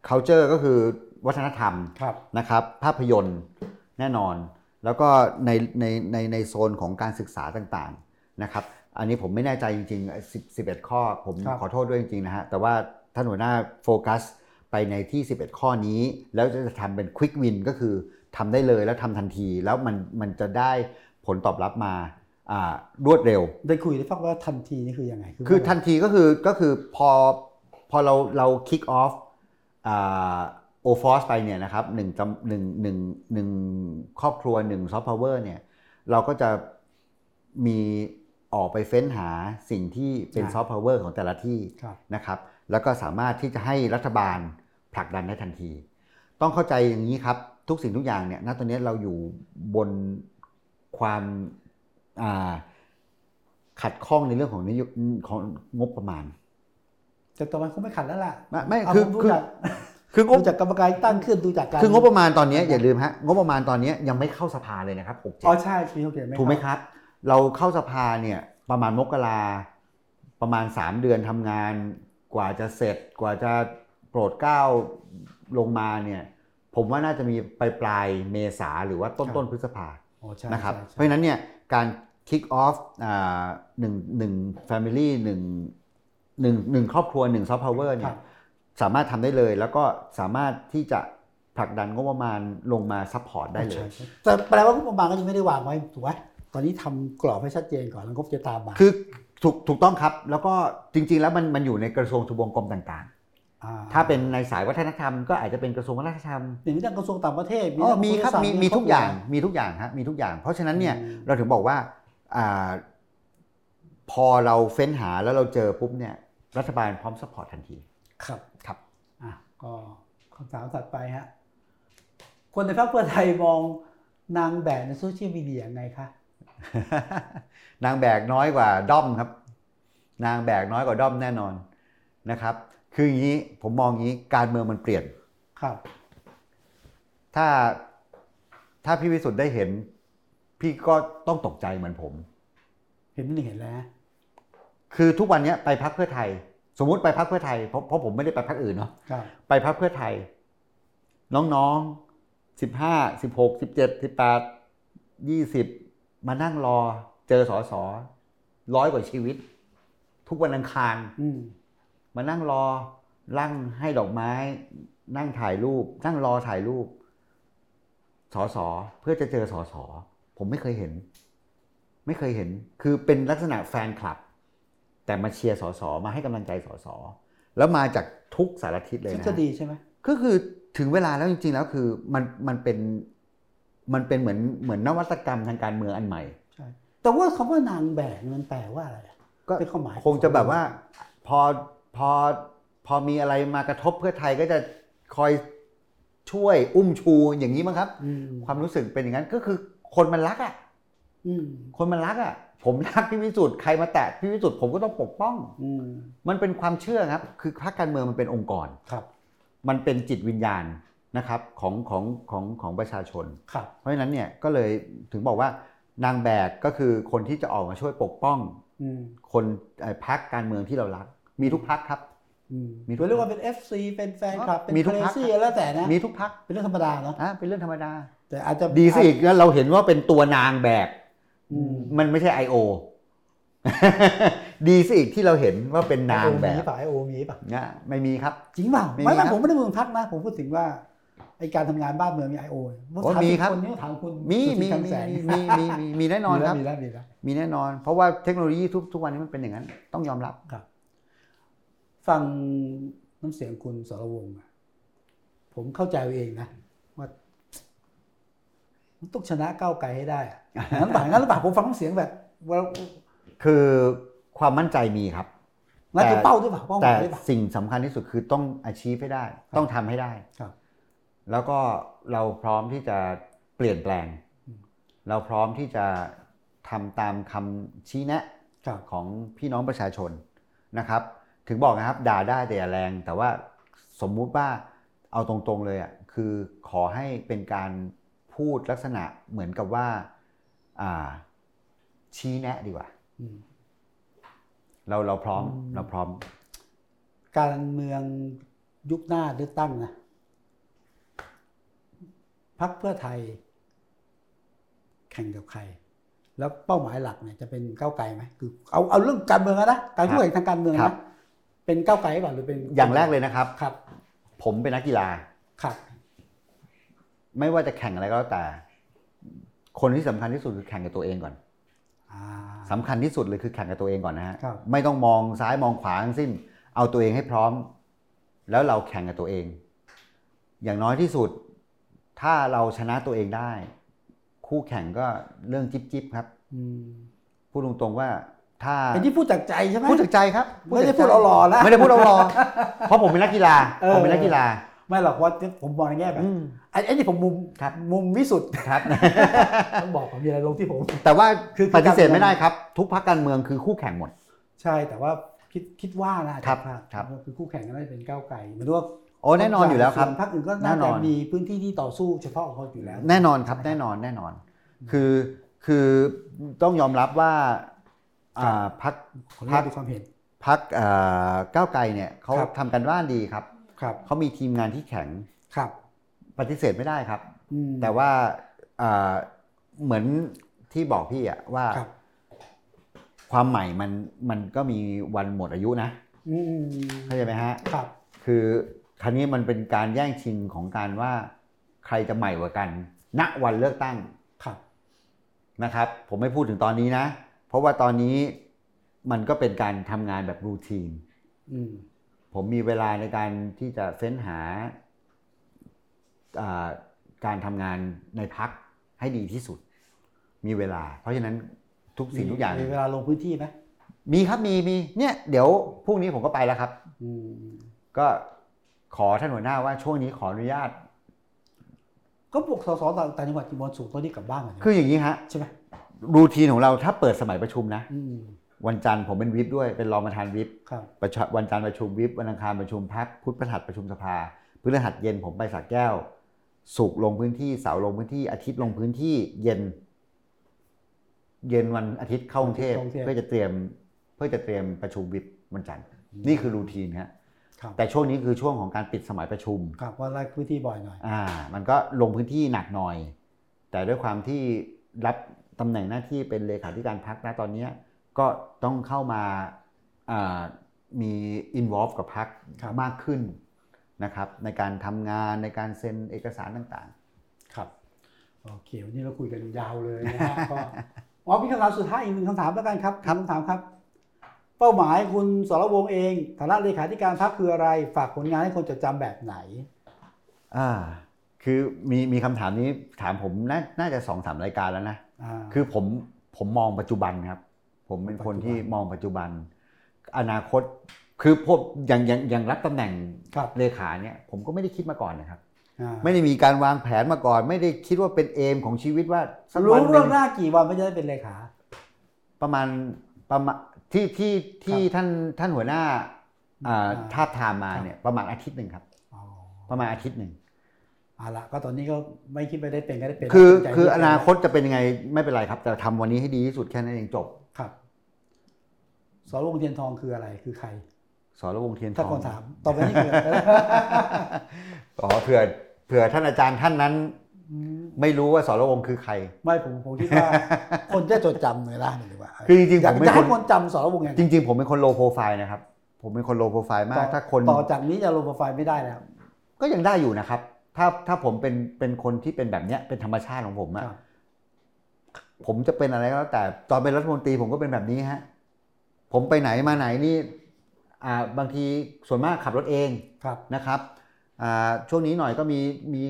[SPEAKER 2] culture ก็คือวัฒนธรรม
[SPEAKER 1] ครับ
[SPEAKER 2] นะครับภาพยนตร์แน่นอน แล้วก็ในในในในโซนของการศึกษาต่างๆนะครับ อันนี้ผมไม่แน่ใจจริงๆ10 11 ข้อผม
[SPEAKER 1] ครับ
[SPEAKER 2] ขอโทษด้วยจริงๆนะฮะ แต่ว่าท่านหัวหน้าโฟกัสไปในที่ 11 ข้อนี้ แล้วจะทำเป็นควิกวินก็คือทำได้เลยแล้วทำทันที แล้วมันมันจะได้ผลตอบรับมาอ่ารวดเร็ว
[SPEAKER 1] ได้คุยได้ฟังว่าทันทีนี่คือยังไง
[SPEAKER 2] คือทันทีก็คือก็คือพอพอเราเราคิกออฟโอฟอสไปเนี่ยนะครับหนึ่งจำหนึ่งหนึ่งหนึ่งครอบครัวหนึ่งซอฟต์พาวเวอร์เนี่ยเราก็จะมีออกไปเฟ้นหาสิ่งที่เป็นซอฟต์พาวเวอร์ของแต่ละที่
[SPEAKER 1] ครับ
[SPEAKER 2] นะครับแล้วก็สามารถที่จะให้รัฐบาลผลักดันได้ทันที ต้องเข้าใจอย่างนี้ครับ ทุกสิ่งทุกอย่างเนี่ยณตอนนี้เราอยู่บนความอ่าขัดข้องในเรื่องของนโยของงบประมาณ
[SPEAKER 1] แต่ต่อมาคงไม่ขัดแล้วล่ะ
[SPEAKER 2] ไม่ไม่
[SPEAKER 1] เา
[SPEAKER 2] คือ
[SPEAKER 1] ผมดู
[SPEAKER 2] คือ
[SPEAKER 1] จาก
[SPEAKER 2] คืองบ
[SPEAKER 1] ดูจากกรรมการตั้งขึ้นดูจากการ
[SPEAKER 2] คืองบประมาณตอนเนี้ยอย่าลืมฮะงบประมาณตอนเนี้ยยังไม่เข้าสภาเลยนะครับหกเจ็
[SPEAKER 1] อ๋อ
[SPEAKER 2] ด
[SPEAKER 1] ใช่ปีหกเจ็ด
[SPEAKER 2] ถูกไหมครับ เราเข้าสภาเนี่ยประมาณมกราประมาณ 3 เดือนทำงาน กว่าจะเสร็จ กว่าจะโปรดเกล้าลงมาเนี่ย ผมว่าน่าจะมีปลายปลายๆเมษาหรือว่าต้นต้นพฤษภา
[SPEAKER 1] อ๋อใช่
[SPEAKER 2] นะครับ เพ
[SPEAKER 1] ใช่
[SPEAKER 2] ราะ
[SPEAKER 1] ใช่
[SPEAKER 2] ฉะนั้นเนี่ยการ kick off อ่าหนึ่งหนึ่ง family หนึ่งหนึ่งหนึ่งครอบครัวหนึ่ง soft power
[SPEAKER 1] ค
[SPEAKER 2] เนี่
[SPEAKER 1] รั
[SPEAKER 2] ย
[SPEAKER 1] บ
[SPEAKER 2] สามารถทำได้เลยแล้วก็สามารถที่จะผลักดันงบประมาณลงมา support ได้เล
[SPEAKER 1] ใช่
[SPEAKER 2] ย
[SPEAKER 1] ใช่แต่แปลว่างบประมาณก็ยังไม่ได้วางไว้ถูกไหมตอนนี้ทำกรอบให้ชัดเจนก่อนแล้วงบจะตามมา
[SPEAKER 2] คือถูกถูกต้องครับ แล้วก็จริง ๆ แล้วมันมันอยู่ในกระทรวงทบวงกรมต่าง
[SPEAKER 1] อ่
[SPEAKER 2] ๆ ถ้าเป็นในสายวัฒนธรรมก็อาจจะเป็นกระทรวงวัฒนธรรม
[SPEAKER 1] อย่างนี้ทางกระทรวงต่างประเทศ
[SPEAKER 2] อ๋อ
[SPEAKER 1] ทั้ง
[SPEAKER 2] มีครับ
[SPEAKER 1] โทศัพท์
[SPEAKER 2] มีมีทุกอย่า
[SPEAKER 1] ค
[SPEAKER 2] ง
[SPEAKER 1] รบครัว
[SPEAKER 2] มีทุกอย่างฮะมีทุกอย่าง เพราะฉะนั้นเนี่ย
[SPEAKER 1] อืม
[SPEAKER 2] เราถึงบอกว่าอ่าพอเราเฟ้นหาแล้วเราเจอปุ๊บเนี่ยรัฐบาลพร้อม support ทันที
[SPEAKER 1] ครับ
[SPEAKER 2] ครับ
[SPEAKER 1] อ่ะก็คำถามถัดไปฮะ คนในพรรคเพื่อไทยมองนางแบบในโซเชียลมีเดียยังไงคะ
[SPEAKER 2] นางแบกน้อยกว่าด้อมครับ นางแบกน้อยกว่าด้อมแน่นอนนะครับ คืออย่างนี้ผมมองอย่างนี้การเมืองมันเปลี่ยน
[SPEAKER 1] ครับ
[SPEAKER 2] ถ้าถ้าพี่วิสุทธ์ได้เห็น พี่ก็ต้องตกใจเหมือนผม
[SPEAKER 1] เห็นนี่เห็นแล้วฮะ
[SPEAKER 2] คือทุกวันเนี้ยไปพักเพื่อไทย สมมุติไปพักเพื่อไทยเพราะเพราะผมไม่ได้ไปพักอื่นเนาะ
[SPEAKER 1] ครับ
[SPEAKER 2] ไปพักเพื่อไทย น้องๆสิบห้าสิบหกสิบเจ็ดสิบแปดยี่สิบมานั่งรอเจอสอสอร้อยกว่าชีวิต ทุกวันอังคาร
[SPEAKER 1] อืม
[SPEAKER 2] มานั่งรอร่างให้ดอกไม้ นั่งถ่ายรูป นั่งรอถ่ายรูป สอสอเพื่อจะเจอสอสอผมไม่เคยเห็น ไม่เคยเห็น คือเป็นลักษณะแฟนคลับ แต่มาเชียร์สอสอมาให้กำลังใจสอสอแล้วมาจากทุกสารทิศเลย
[SPEAKER 1] ทฤ
[SPEAKER 2] นะ
[SPEAKER 1] ษฎีใช่ไหม
[SPEAKER 2] ก็คือถึงเวลาแล้วจริง ๆ แล้วคือมันมันเป็นมันเป็นเหมือนเหมือนนวัตกรรมทางการเมืองอันใหม่
[SPEAKER 1] ใช่ แต่ว่าคำว่านางแบกมันแปลว่าอะไรอะ
[SPEAKER 2] ก็
[SPEAKER 1] เป็นความหมาย
[SPEAKER 2] คงจะแบบว่าพอพอพอมีอะไรมากระทบเพื่อไทยก็จะคอยช่วยอุ้มชูอย่างนี้มั้งครับ
[SPEAKER 1] อืม
[SPEAKER 2] ความรู้สึกเป็นอย่างนั้นก็คือคนมันรักอ่ะ
[SPEAKER 1] อืม
[SPEAKER 2] คนมันรักอ่ะ ผมรักพี่วิสุทธ์ใครมาแตะพี่วิสุทธ์ผมก็ต้องปกป้อง
[SPEAKER 1] อืม
[SPEAKER 2] มันเป็นความเชื่อครับ คือพรรคการเมืองมันเป็นองค์กร
[SPEAKER 1] ครับ
[SPEAKER 2] มันเป็นจิตวิญญาณนะครับของของของของประชาชน
[SPEAKER 1] ครับ
[SPEAKER 2] เพราะฉะนั้นเนี่ยก็เลยถึงบอกว่านางแบกก็คือคนที่จะออกมาช่วยปกป้อง
[SPEAKER 1] อืม
[SPEAKER 2] คนเอ่อพรรคการเมืองที่เรารัก มีทุกพรรคครับ
[SPEAKER 1] อืม
[SPEAKER 2] มีทุ
[SPEAKER 1] ห
[SPEAKER 2] ก
[SPEAKER 1] รือเรียกว่าเป็น FC เป็นแฟนคลับ เป็น
[SPEAKER 2] มีทุก
[SPEAKER 1] เค
[SPEAKER 2] พรรค
[SPEAKER 1] ซี่แล้วแต่นะ
[SPEAKER 2] มีทุกพัก
[SPEAKER 1] เป็นเรื่องธรรมดาเนาะ
[SPEAKER 2] อ่ะเป็นเรื่องธรรมดา
[SPEAKER 1] แต่อาจจะ
[SPEAKER 2] ดีซะอีกแล้วเราเห็นว่าเป็นตัวนางแบก
[SPEAKER 1] อืม
[SPEAKER 2] มันไม่ใช่ I.O. ดีซะอีกที่เราเห็นว่าเป็นนางแบ
[SPEAKER 1] โอมี
[SPEAKER 2] บ
[SPEAKER 1] ป่ะไอโอมีป่ะ
[SPEAKER 2] นะไม่มีครับ
[SPEAKER 1] จริงเปล่า
[SPEAKER 2] ไม่มี
[SPEAKER 1] ไม่
[SPEAKER 2] ครั
[SPEAKER 1] ไม่
[SPEAKER 2] บ
[SPEAKER 1] ผมไม่ได้พูดถึงพักนะ ผมพูดถึงว่าไอการทำงานบ้านเมืองมีไอโอ
[SPEAKER 2] โอ้มีครับ
[SPEAKER 1] คนนี้ถามคุณ
[SPEAKER 2] มี
[SPEAKER 1] สุทธิ
[SPEAKER 2] มี
[SPEAKER 1] คลัง
[SPEAKER 2] มี
[SPEAKER 1] แสง
[SPEAKER 2] มีมีมีมีแน่นอนครับ
[SPEAKER 1] มีแล้วมีแล้วมีแล้ว
[SPEAKER 2] มีแน่นอน เพราะว่าเทคโนโลยีทุกทุกวันนี้มันเป็นอย่างนั้น ต้องยอมรับ
[SPEAKER 1] ฟังน้ำเสียงคุณสรวงศ์อะผมเข้าใจเอาเองนะว่ามันต้องชนะก้าวไกลให้ได้อะงั้นหรือเปล่างั้นหรือเปล่าผมฟังน้ำเสียงแบบว่า
[SPEAKER 2] คือความมั่นใจมีครับ
[SPEAKER 1] งั้น
[SPEAKER 2] แต่
[SPEAKER 1] เป็นเป้าด้วยเปล่าเป้าห
[SPEAKER 2] แต่
[SPEAKER 1] มายด้วยเปล่า
[SPEAKER 2] สิ่งสำคัญที่สุดคือต้องอาชีพให้ได้ ต้องทำให้ได้
[SPEAKER 1] ครับ
[SPEAKER 2] แล้วก็เราพร้อมที่จะเปลี่ยนแปลง
[SPEAKER 1] อืม
[SPEAKER 2] เราพร้อมที่จะทำตามคำชี้แนะ
[SPEAKER 1] ครับ
[SPEAKER 2] ของพี่น้องประชาชนนะครับ ถึงบอกนะครับด่าได้แต่อย่าแรง แต่ว่าสมมุติว่าเอาตรงๆเลยอ่ะคือขอให้เป็นการพูดลักษณะเหมือนกับว่าอ่าชี้แนะดีกว่า
[SPEAKER 1] อืม
[SPEAKER 2] เราเราพร้อม
[SPEAKER 1] อืม
[SPEAKER 2] เราพร้อม
[SPEAKER 1] การเมืองยุคหน้าเลือกตั้งนะพักเพื่อไทย แข่งกับใคร แล้วเป้าหมายหลักเนี่ยจะเป็นก้าวไกลไหมคือเอาเอาเรื่องการเมืองนะการ
[SPEAKER 2] ครับ
[SPEAKER 1] คู่แข่งทางการเมือง
[SPEAKER 2] ครั
[SPEAKER 1] นะ
[SPEAKER 2] บ
[SPEAKER 1] เป็นก้าวไกลหรือเปล่าหรือเป็น
[SPEAKER 2] อย่างแรกเลยนะครับ
[SPEAKER 1] ครับ
[SPEAKER 2] ผมเป็นนักกีฬา
[SPEAKER 1] ครับ
[SPEAKER 2] ไม่ว่าจะแข่งอะไรก็แล้วแต่ คนที่สำคัญที่สุดคือแข่งกับตัวเองก่อน
[SPEAKER 1] อ่า
[SPEAKER 2] สำคัญที่สุดเลยคือแข่งกับตัวเองก่อนนะฮะ
[SPEAKER 1] ครับ
[SPEAKER 2] ไม่ต้องมองซ้ายมองขวาทั้งสิ้น เอาตัวเองให้พร้อม แล้วเราแข่งกับตัวเอง อย่างน้อยที่สุด ถ้าเราชนะตัวเองได้ คู่แข่งก็เรื่องจิ๊บจิบครับ
[SPEAKER 1] อืม
[SPEAKER 2] พูดตรงๆว่า ถ้า
[SPEAKER 1] เป็นที่พูดจากใจใช่ไหม
[SPEAKER 2] พูดจากใจครับ
[SPEAKER 1] ไม่ได้
[SPEAKER 2] จาก
[SPEAKER 1] พูด
[SPEAKER 2] ใจ
[SPEAKER 1] หล่อๆนะ
[SPEAKER 2] ไม่ได้พูดหล่อๆเพราะผมเป็นนักกีฬา
[SPEAKER 1] เออ
[SPEAKER 2] ผมเป็นนักกีฬา
[SPEAKER 1] ไม่หรอกเพราะผมมองในแง่แบบ
[SPEAKER 2] อืม
[SPEAKER 1] ไอ้ไอ้นี่ผมมุม
[SPEAKER 2] ครับ
[SPEAKER 1] มุมวิสุทธ์
[SPEAKER 2] ครับ
[SPEAKER 1] ต้องบอกผมมีอะไรลงที่ผม
[SPEAKER 2] แต่ว่า
[SPEAKER 1] คือ
[SPEAKER 2] ปฏิเสธไม่ได้ครับ ทุกพรรคการเมืองคือคู่แข่งหมด
[SPEAKER 1] ใช่แต่ว่าคิดคิดว่านะอาจจะ
[SPEAKER 2] ครับ
[SPEAKER 1] พลาด
[SPEAKER 2] ครับ
[SPEAKER 1] คือคู่แข่งก็น่าจะเป็นก้าวไกลหมันว่า
[SPEAKER 2] โอ้แน่นอนอยู่แล้วครับ
[SPEAKER 1] ส่นพรรคอื่นก็
[SPEAKER 2] แน่
[SPEAKER 1] น่านจะ
[SPEAKER 2] อน
[SPEAKER 1] มีพื้นที่ที่ต่อสู้เฉพาะของเขาอยู่แล้ว
[SPEAKER 2] แน่นอนครับแน่นอนแน่นอน คือคือต้องยอมรับว่าอ่าพัก
[SPEAKER 1] ขออนุญาตดูความเห็น
[SPEAKER 2] พักก้าวไกลเนี่ยเขา
[SPEAKER 1] ครับ
[SPEAKER 2] ทำกันบ้านดีครับ
[SPEAKER 1] ครับ
[SPEAKER 2] เขามีทีมงานที่แข็ง
[SPEAKER 1] ครับ
[SPEAKER 2] ปฏิเสธไม่ได้ครับ
[SPEAKER 1] อืม
[SPEAKER 2] แต่ว่าอ่าเหมือนที่บอกพี่อะว่า
[SPEAKER 1] ครับ
[SPEAKER 2] ความใหม่มันมันก็มีวันหมดอายุนะ
[SPEAKER 1] อืม
[SPEAKER 2] เข้าใจไหมฮะ
[SPEAKER 1] ครับ
[SPEAKER 2] คือครั้นี้มันเป็นการแย่งชิงของการว่าใครจะใหม่กว่ากัน ณวันเลือกตั้ง
[SPEAKER 1] ครับ
[SPEAKER 2] นะครับผมไม่พูดถึงตอนนี้นะ เพราะว่าตอนนี้มันก็เป็นการทำงานแบบรูทีน
[SPEAKER 1] อืม
[SPEAKER 2] ผมมีเวลาในการที่จะเฟ้นหาอ่าการทำงานในพักให้ดีที่สุด มีเวลา เพราะฉะนั้นทุกสิ่งทุกอย่าง
[SPEAKER 1] มีเวลาลงพื้นที่ไหม
[SPEAKER 2] มีครับมีมีเนี่ยเดี๋ยวพรุ่งนี้ผมก็ไปแล้วครับ
[SPEAKER 1] อืม
[SPEAKER 2] ก็ขอท่านหัวหน้าว่าช่วงนี้ขออนุญาต
[SPEAKER 1] ก็ปลุกสสต่างจังหวัดจีบอลสูงตัวนี้กลับบ้านเหมือนกัน
[SPEAKER 2] คืออย่างนี้ฮะ
[SPEAKER 1] ใช่ไหม
[SPEAKER 2] รูทีนของเราถ้าเปิดสมัยประชุมนะ
[SPEAKER 1] อืม
[SPEAKER 2] วันจันทร์ผมเป็นวิปด้วยเป็นรองประธานวิป
[SPEAKER 1] ครับ
[SPEAKER 2] ประชาวันจันทร์ประชุมวิปวันอังคารประชุมพักพุธพฤหัสประชุมสภาพฤหัสเย็นผมไปสักแก้ว สุกร์ลงพื้นที่เสาร์ลงพื้นที่อาทิตย์ลงพื้นที่เย็น เย็นวันอาทิตย์เข้ากรุงเทพเพื่อจะเตรียม เพื่อจะเตรียมประชุมวิปวันจันทร์นี่คือรูทีนฮะ
[SPEAKER 1] ครับ
[SPEAKER 2] แต่ช่วงนี้คือช่วงของการปิดสมัยประชุม
[SPEAKER 1] ครับว่าไล่พื้นที่บ่อยหน่อย
[SPEAKER 2] อ่ามันก็ลงพื้นที่หนักหน่อย แต่ด้วยความที่รับตำแหน่งหน้าที่เป็นเลขาธิการพักนะตอนเนี้ยก็ต้องเข้ามาอ่ามีอินวอล์ฟกับพักมากขึ้นนะครับในการทำงานในการเซ็นเอกสารต่าง
[SPEAKER 1] ครับโอเควันนี้เราคุยกันยาวเลยนะฮะ ก็อ๋อพี่คำถามสุดท้ายอีกหนึ่งคำถามแล้วกันครับคำถามครับ เป้าหมายคุณสรวงศ์เองฐานะเลขาธิการพรรคคืออะไร ฝากผลงานให้คนจดจำแบบไหน
[SPEAKER 2] ๆอ่าคือมีมีคำถามนี้ถามผมนาน่าจะสองสามรายการแล้วนะ
[SPEAKER 1] อ่า
[SPEAKER 2] คือผมผมมองปัจจุบันครับ ผมเป็นคนที่มองปัจจุบัน อนาคตคือผมอย่างอย่างอย่างรับตำแหน่ง
[SPEAKER 1] ครับ
[SPEAKER 2] เลขาเนี่ยผมก็ไม่ได้คิดมาก่อนนะครับ
[SPEAKER 1] อ่า
[SPEAKER 2] ไม่ได้มีการวางแผนมาก่อน ไม่ได้คิดว่าเป็นเอมของชีวิตว่าสัก
[SPEAKER 1] รู้
[SPEAKER 2] วันห
[SPEAKER 1] เรื่
[SPEAKER 2] นึ่
[SPEAKER 1] อง
[SPEAKER 2] ง
[SPEAKER 1] หน้ากี่วันไม่จะได้เป็นเลขา
[SPEAKER 2] ประมาณประมาณที่ที่ที่ท่านท่านหัวหน้า
[SPEAKER 1] อ่า
[SPEAKER 2] อ่าทาบทามมาเนี่ยประมาณอาทิตย์หนึ่งครับ
[SPEAKER 1] อ๋อ
[SPEAKER 2] ประมาณอาทิตย์หนึ่ง
[SPEAKER 1] เอาละก็ตอนนี้ก็ไม่คิดไม่ได้เป็นก็ได้เป็น
[SPEAKER 2] คือ
[SPEAKER 1] ใจ
[SPEAKER 2] คืออนาคตจะเป็นยังไงไม่เป็นไรครับ แต่ทำวันนี้ให้ดีที่สุดแค่นั้นเองจบ
[SPEAKER 1] ครับสรวงศ์เทียนทองคืออะไรคือใคร
[SPEAKER 2] สรวงศ์เทียนท
[SPEAKER 1] ถ้า
[SPEAKER 2] อ
[SPEAKER 1] ค
[SPEAKER 2] ง
[SPEAKER 1] นถามตอบไปนี่คือ
[SPEAKER 2] อ๋อเผื่อเผื่อท่านอาจารย์ท่านนั้น
[SPEAKER 1] อืม
[SPEAKER 2] ไม่รู้ว่าสรวงศ์คือใคร
[SPEAKER 1] ไม่ผมผมคิด ว่า คนจะจดจำหน่อยละหนึ่งดีกว่า
[SPEAKER 2] คือจริงๆ
[SPEAKER 1] อยาก
[SPEAKER 2] ผมเป็น
[SPEAKER 1] จะให้
[SPEAKER 2] คน
[SPEAKER 1] คนจำสรวงศ์ไง
[SPEAKER 2] จริง ๆ ผมเป็นคนโลโปรไฟล์นะครับ ผมเป็นคนโลโปรไฟล์มาก ถ้าคน
[SPEAKER 1] ต่อจากนี้จะลงโปรไฟล์ไม่ได้แล้ว
[SPEAKER 2] ก็ยังได้อยู่นะครับ ถ้าถ้าผมเป็นเป็นคนที่เป็นแบบเนี้ยเป็นธรรมชาติของผมอะ
[SPEAKER 1] ครับ
[SPEAKER 2] ผมจะเป็นอะไรก็แล้วแต่ตอนเป็นรัฐมนตรีผมก็เป็นแบบนี้ฮะผมไปไหนมาไหนนี่อ่าบางทีส่วนมากขับรถเอง
[SPEAKER 1] ครับ
[SPEAKER 2] นะครับอ่าช่วงนี้หน่อยก็มีมี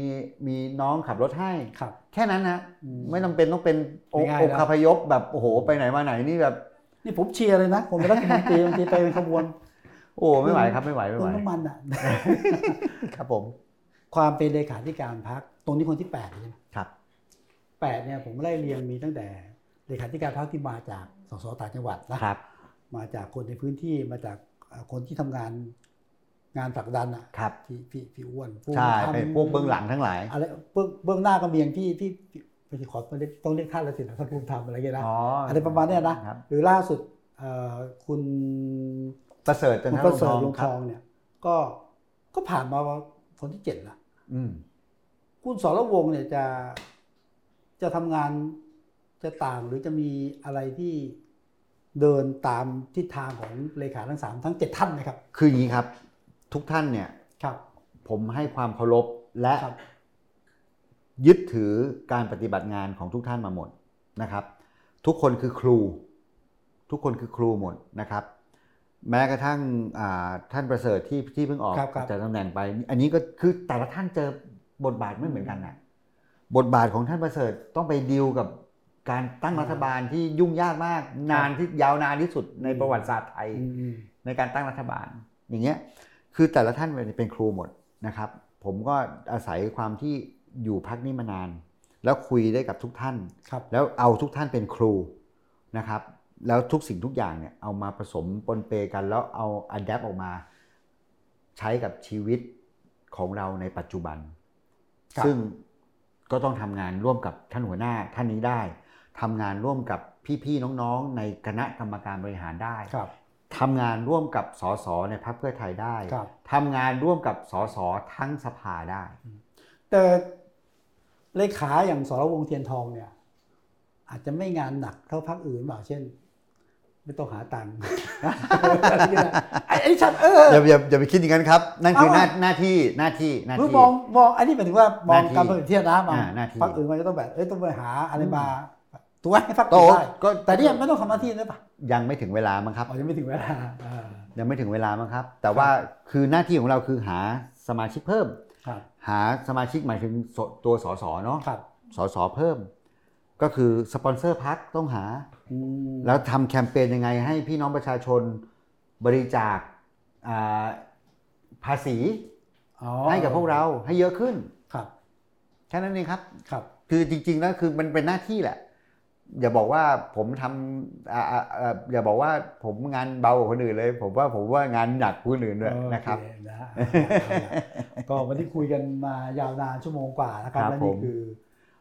[SPEAKER 2] มีน้องขับรถให้
[SPEAKER 1] ครับ
[SPEAKER 2] แค่นั้นนะ
[SPEAKER 1] อืม
[SPEAKER 2] ไม่จำเป็นต้องเป็นโอ
[SPEAKER 1] ง่ายๆ
[SPEAKER 2] อ
[SPEAKER 1] นะ
[SPEAKER 2] คาพยพแบบโอ้โหไปไหนมาไหนนี่แบบ
[SPEAKER 1] นี่ผมเชียร์เลยนะ ผมเป็นรัฐมนตรีบางทีไปเป็นขบวน
[SPEAKER 2] โอ้ไม่ไหวครับไม่ไหวไม่
[SPEAKER 1] เติ
[SPEAKER 2] ไหว
[SPEAKER 1] มน้ำมันอ่ะ
[SPEAKER 2] ครับผม
[SPEAKER 1] ความเป็นเลขาธิการพรรคตรงนี้คนที่แปดใช่ไหม
[SPEAKER 2] ครับ
[SPEAKER 1] แปดเนี่ยผมไล่เรียงมีตั้งแต่เลขาธิการพรรคที่มาจากสสต่างจังหวัดนะ
[SPEAKER 2] ครับ
[SPEAKER 1] มาจากคนในพื้นที่มาจากเอ่อคนที่ทำงานงานผลักดันอ่ะ
[SPEAKER 2] ครับ
[SPEAKER 1] พี่พี่พี่อ้วนผู้
[SPEAKER 2] ใช่
[SPEAKER 1] ทำ
[SPEAKER 2] เป็นพวกเบื้องหลังทั้งหลาย
[SPEAKER 1] อะไรเบื้องเบื้องหน้าก็มีอย่างพี่พี่พี่พี่ขอต้องเรียกต้องเรียกท่านละสินะท่านผู้ทำอะไรเงี้ยนะ
[SPEAKER 2] อ๋อ
[SPEAKER 1] อะ
[SPEAKER 2] อะไร
[SPEAKER 1] ประมาณเนี้ยนะหรือล่าสุดเอ่อคุณ
[SPEAKER 2] ประเสริฐจัน
[SPEAKER 1] คุณ
[SPEAKER 2] ท
[SPEAKER 1] ป
[SPEAKER 2] ร
[SPEAKER 1] ระเสริฐ
[SPEAKER 2] ล
[SPEAKER 1] ลง
[SPEAKER 2] งค
[SPEAKER 1] ท
[SPEAKER 2] รับ
[SPEAKER 1] องเนี่ยก็ก็ผ่านมาคนที่เจ็ดละ
[SPEAKER 2] อืม
[SPEAKER 1] คุณสรวงศ์เนี่ยจะจะทำงานจะต่างหรือจะมีอะไรที่เดินตามทิศทางของเลขาทั้งสามทั้งเจ็ดท่านไหมครับ
[SPEAKER 2] คืออย่างนี้ครับ ทุกท่านเนี่ย
[SPEAKER 1] ครับ
[SPEAKER 2] ผมให้ความเคารพและ
[SPEAKER 1] ครับ
[SPEAKER 2] ยึดถือการปฏิบัติงานของทุกท่านมาหมดนะครับ ทุกคนคือครู ทุกคนคือครูหมดนะครับ แม้กระทั่งอ่าท่านประเสริฐที่ที่เพิ่งออก
[SPEAKER 1] ครับครับ
[SPEAKER 2] จากตำแหน่งไป อันนี้ก็คือแต่ละท่านเจอบทบาทไม่เหมือนกันนะบทบาทของท่านประเสริฐต้องไปดีลกับการตั้งรัฐบาลที่ยุ่งยากมาก นานที่ยาวนานที่สุดในประวัติศาสตร์ไทย ในการตั้งรัฐบาลอย่างเงี้ยคือแต่ละท่านเป็นครูหมดนะครับ ผมก็อาศัยความที่อยู่พักนี้มานาน แล้วคุยได้กับทุกท่าน
[SPEAKER 1] ครับ
[SPEAKER 2] แล้วเอาทุกท่านเป็นครูนะครับ แล้วทุกสิ่งทุกอย่างเนี่ยเอามาผสมปนเปกันแล้วเอาอัดแอปออกมาใช้กับชีวิตของเราในปัจจุบัน
[SPEAKER 1] ครับ
[SPEAKER 2] ซึ่งก็ต้องทำงานร่วมกับท่านหัวหน้าท่านนี้ได้ทำงานร่วมกับพี่ๆน้องๆ ในคณะกรรมการบริหารได้
[SPEAKER 1] ครับ
[SPEAKER 2] ทำงานร่วมกับสสในพรรคเพื่อไทยได้
[SPEAKER 1] ครับ
[SPEAKER 2] ทำงานร่วมกับสสทั้งสภาได้
[SPEAKER 1] แต่เลขาอย่างสรวงศ์เทียนทองเนี่ย อาจจะไม่งานหนักเท่าพรรคอื่นเปล่าเช่น ไม่ต้องหาตังค์ อะไรอย่างเงี้ยนะไอ้ไอ้ฉันเออ
[SPEAKER 2] อย่าอย่าอย่าไปคิดอย่างนั้นครับ นั่นคือหน้า
[SPEAKER 1] เอ้า
[SPEAKER 2] หน้าที่หน้าที่หน้า
[SPEAKER 1] เพื่อ
[SPEAKER 2] ที่
[SPEAKER 1] มองมองอันนี้หมายถึงว่ามอง
[SPEAKER 2] หน้าที่
[SPEAKER 1] การเปรียบเทียบนะมอง
[SPEAKER 2] อ่าหน้าที่
[SPEAKER 1] พรรคอื่นมันจะต้องแบบเอ้ยต้องไปหาอะไรมาตัวให้พรรค
[SPEAKER 2] โต
[SPEAKER 1] อื่นได้
[SPEAKER 2] ก็
[SPEAKER 1] แต่เนี่ยไม่ต้องทำหน้าที่ด้วยป่ะ
[SPEAKER 2] ยังไม่ถึงเวลามั้งครับ
[SPEAKER 1] อ๋อยังไม่ถึงเวลาอ่า
[SPEAKER 2] ยังไม่ถึงเวลามั้งครับ แต่ว่าคือหน้าที่ของเราคือหาสมาชิกเพิ่ม
[SPEAKER 1] ครับ
[SPEAKER 2] หาสมาชิกหมายถึงสตัวสสเนาะ
[SPEAKER 1] ครับ
[SPEAKER 2] สสเพิ่ม ก็คือสปอนเซอร์พักต้องหา
[SPEAKER 1] อืม
[SPEAKER 2] แล้วทำแคมเปญยังไงให้พี่น้องประชาชนบริจาคอ่าภาษี
[SPEAKER 1] อ๋อ
[SPEAKER 2] ให้กับพวกเราให้เยอะขึ้น
[SPEAKER 1] ครับ
[SPEAKER 2] แค่นั้นเองครับ
[SPEAKER 1] ครับ
[SPEAKER 2] คือจริงๆแล้วคือมันเป็นหน้าที่แหละ อย่าบอกว่าผมทำอ่าอ่าอ่าอย่าบอกว่าผมงานเบากว่าคนอื่นเลย ผมว่าผมว่างานหนักกว่าคนอื่นด้วยนะครับ
[SPEAKER 1] โอเนะฮะเอาละ ก็วันที่คุยกันมายาวนานชั่วโมงกว่านะครับ
[SPEAKER 2] ครับ
[SPEAKER 1] และ
[SPEAKER 2] ผ
[SPEAKER 1] นี่
[SPEAKER 2] ม
[SPEAKER 1] คือ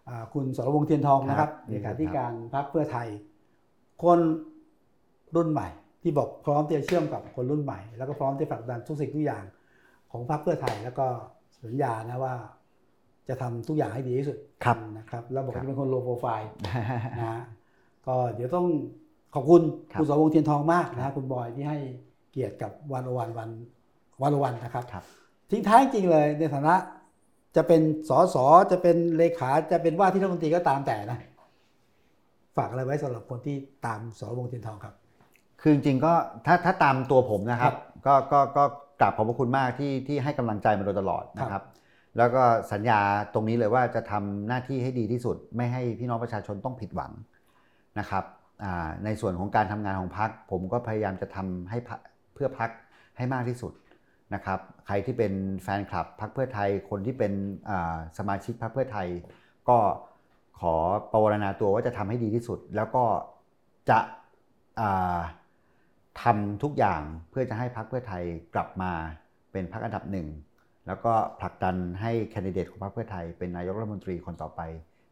[SPEAKER 1] อ่าคุณสรวงศ์เทียนทองนะครับ
[SPEAKER 2] ครับ
[SPEAKER 1] เลขาธิการพรรคเพื่อไทย คนรุ่นใหม่ จ ที่บอกพร้อมที่จะเชื่อมกับคนรุ่นใหม่ แล้วก็พร้อมที่จะผลักดันทุกสิ่งทุกอย่างของพรรคเพื่อไทย แล้วก็สัญญานะว่า จะทำทุกอย่างให้ดีที่สุด
[SPEAKER 2] ครับ
[SPEAKER 1] นะครับ แล้วบอกจะเป็นคนโลโปรไฟล์ นะฮะก็เดี๋ยวต้องขอบคุณ
[SPEAKER 2] ครับ
[SPEAKER 1] คุณสวงเทียนทองมากนะฮะคุณบอยที่ให้เกียรติกับวันโอวันวันวันโอวันนะครับ
[SPEAKER 2] ครับ
[SPEAKER 1] ทิ้งท้ายจริงเลยในฐานะจะเป็นสสจะเป็นเลขาจะเป็นว่าที่รัฐมนตรีก็ตามแต่นะ ฝากอะไรไว้สำหรับคนที่ตามสวงเทียนทองครับ
[SPEAKER 2] คือจริงๆก็ถ้าถ้าตามตัวผมนะค
[SPEAKER 1] ค
[SPEAKER 2] รั
[SPEAKER 1] รับ บ
[SPEAKER 2] ก็ก็ก็กราบขอบพระคุณมากที่ที่ให้กำลังใจมาโดยตลอดนะค
[SPEAKER 1] ครั
[SPEAKER 2] รับ
[SPEAKER 1] บ
[SPEAKER 2] แล้วก็สัญญาตรงนี้เลยว่าจะทำหน้าที่ให้ดีที่สุด ไม่ให้พี่น้องประชาชนต้องผิดหวังนะครับอ่าในส่วนของการทำงานของพักผมก็พยายามจะทำให้พรรคเพื่อพักให้มากที่สุดนะครับใครที่เป็นแฟนคลับพักเพื่อไทยคนที่เป็นอ่าสมาชิกพักเพื่อไทย ก็ขอปรวารณาตัวว่าจะทำให้ดีที่สุด แล้วก็จะอ่าทำาทุกอย่างเพื่อจะให้พักเพื่อไทยกลับมาเป็นพักอันดับหนึ่ง แล้วก็ผลักดันให้แคนดิเดตของพรรคเพื่อไทยเป็นนายกรัฐมนตรีคนต่อไป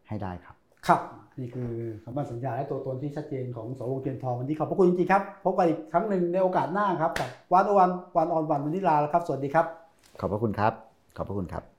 [SPEAKER 2] ให้ได้ครับ
[SPEAKER 1] ครับ นี่คือคำมั่นสัญญาและตัวตนที่ชัดเจนของสวงเทียนทองวันนี้ขอบพระคุณจริงๆครับพบกันอีกครั้งหนึ่งในโอกาสหน้าครับกับวันโอวันวันออนวันวันนี้ลาแล้วครับ สวัสดีครับ
[SPEAKER 2] ขอบพระคุณครับ ขอบพระคุณครับ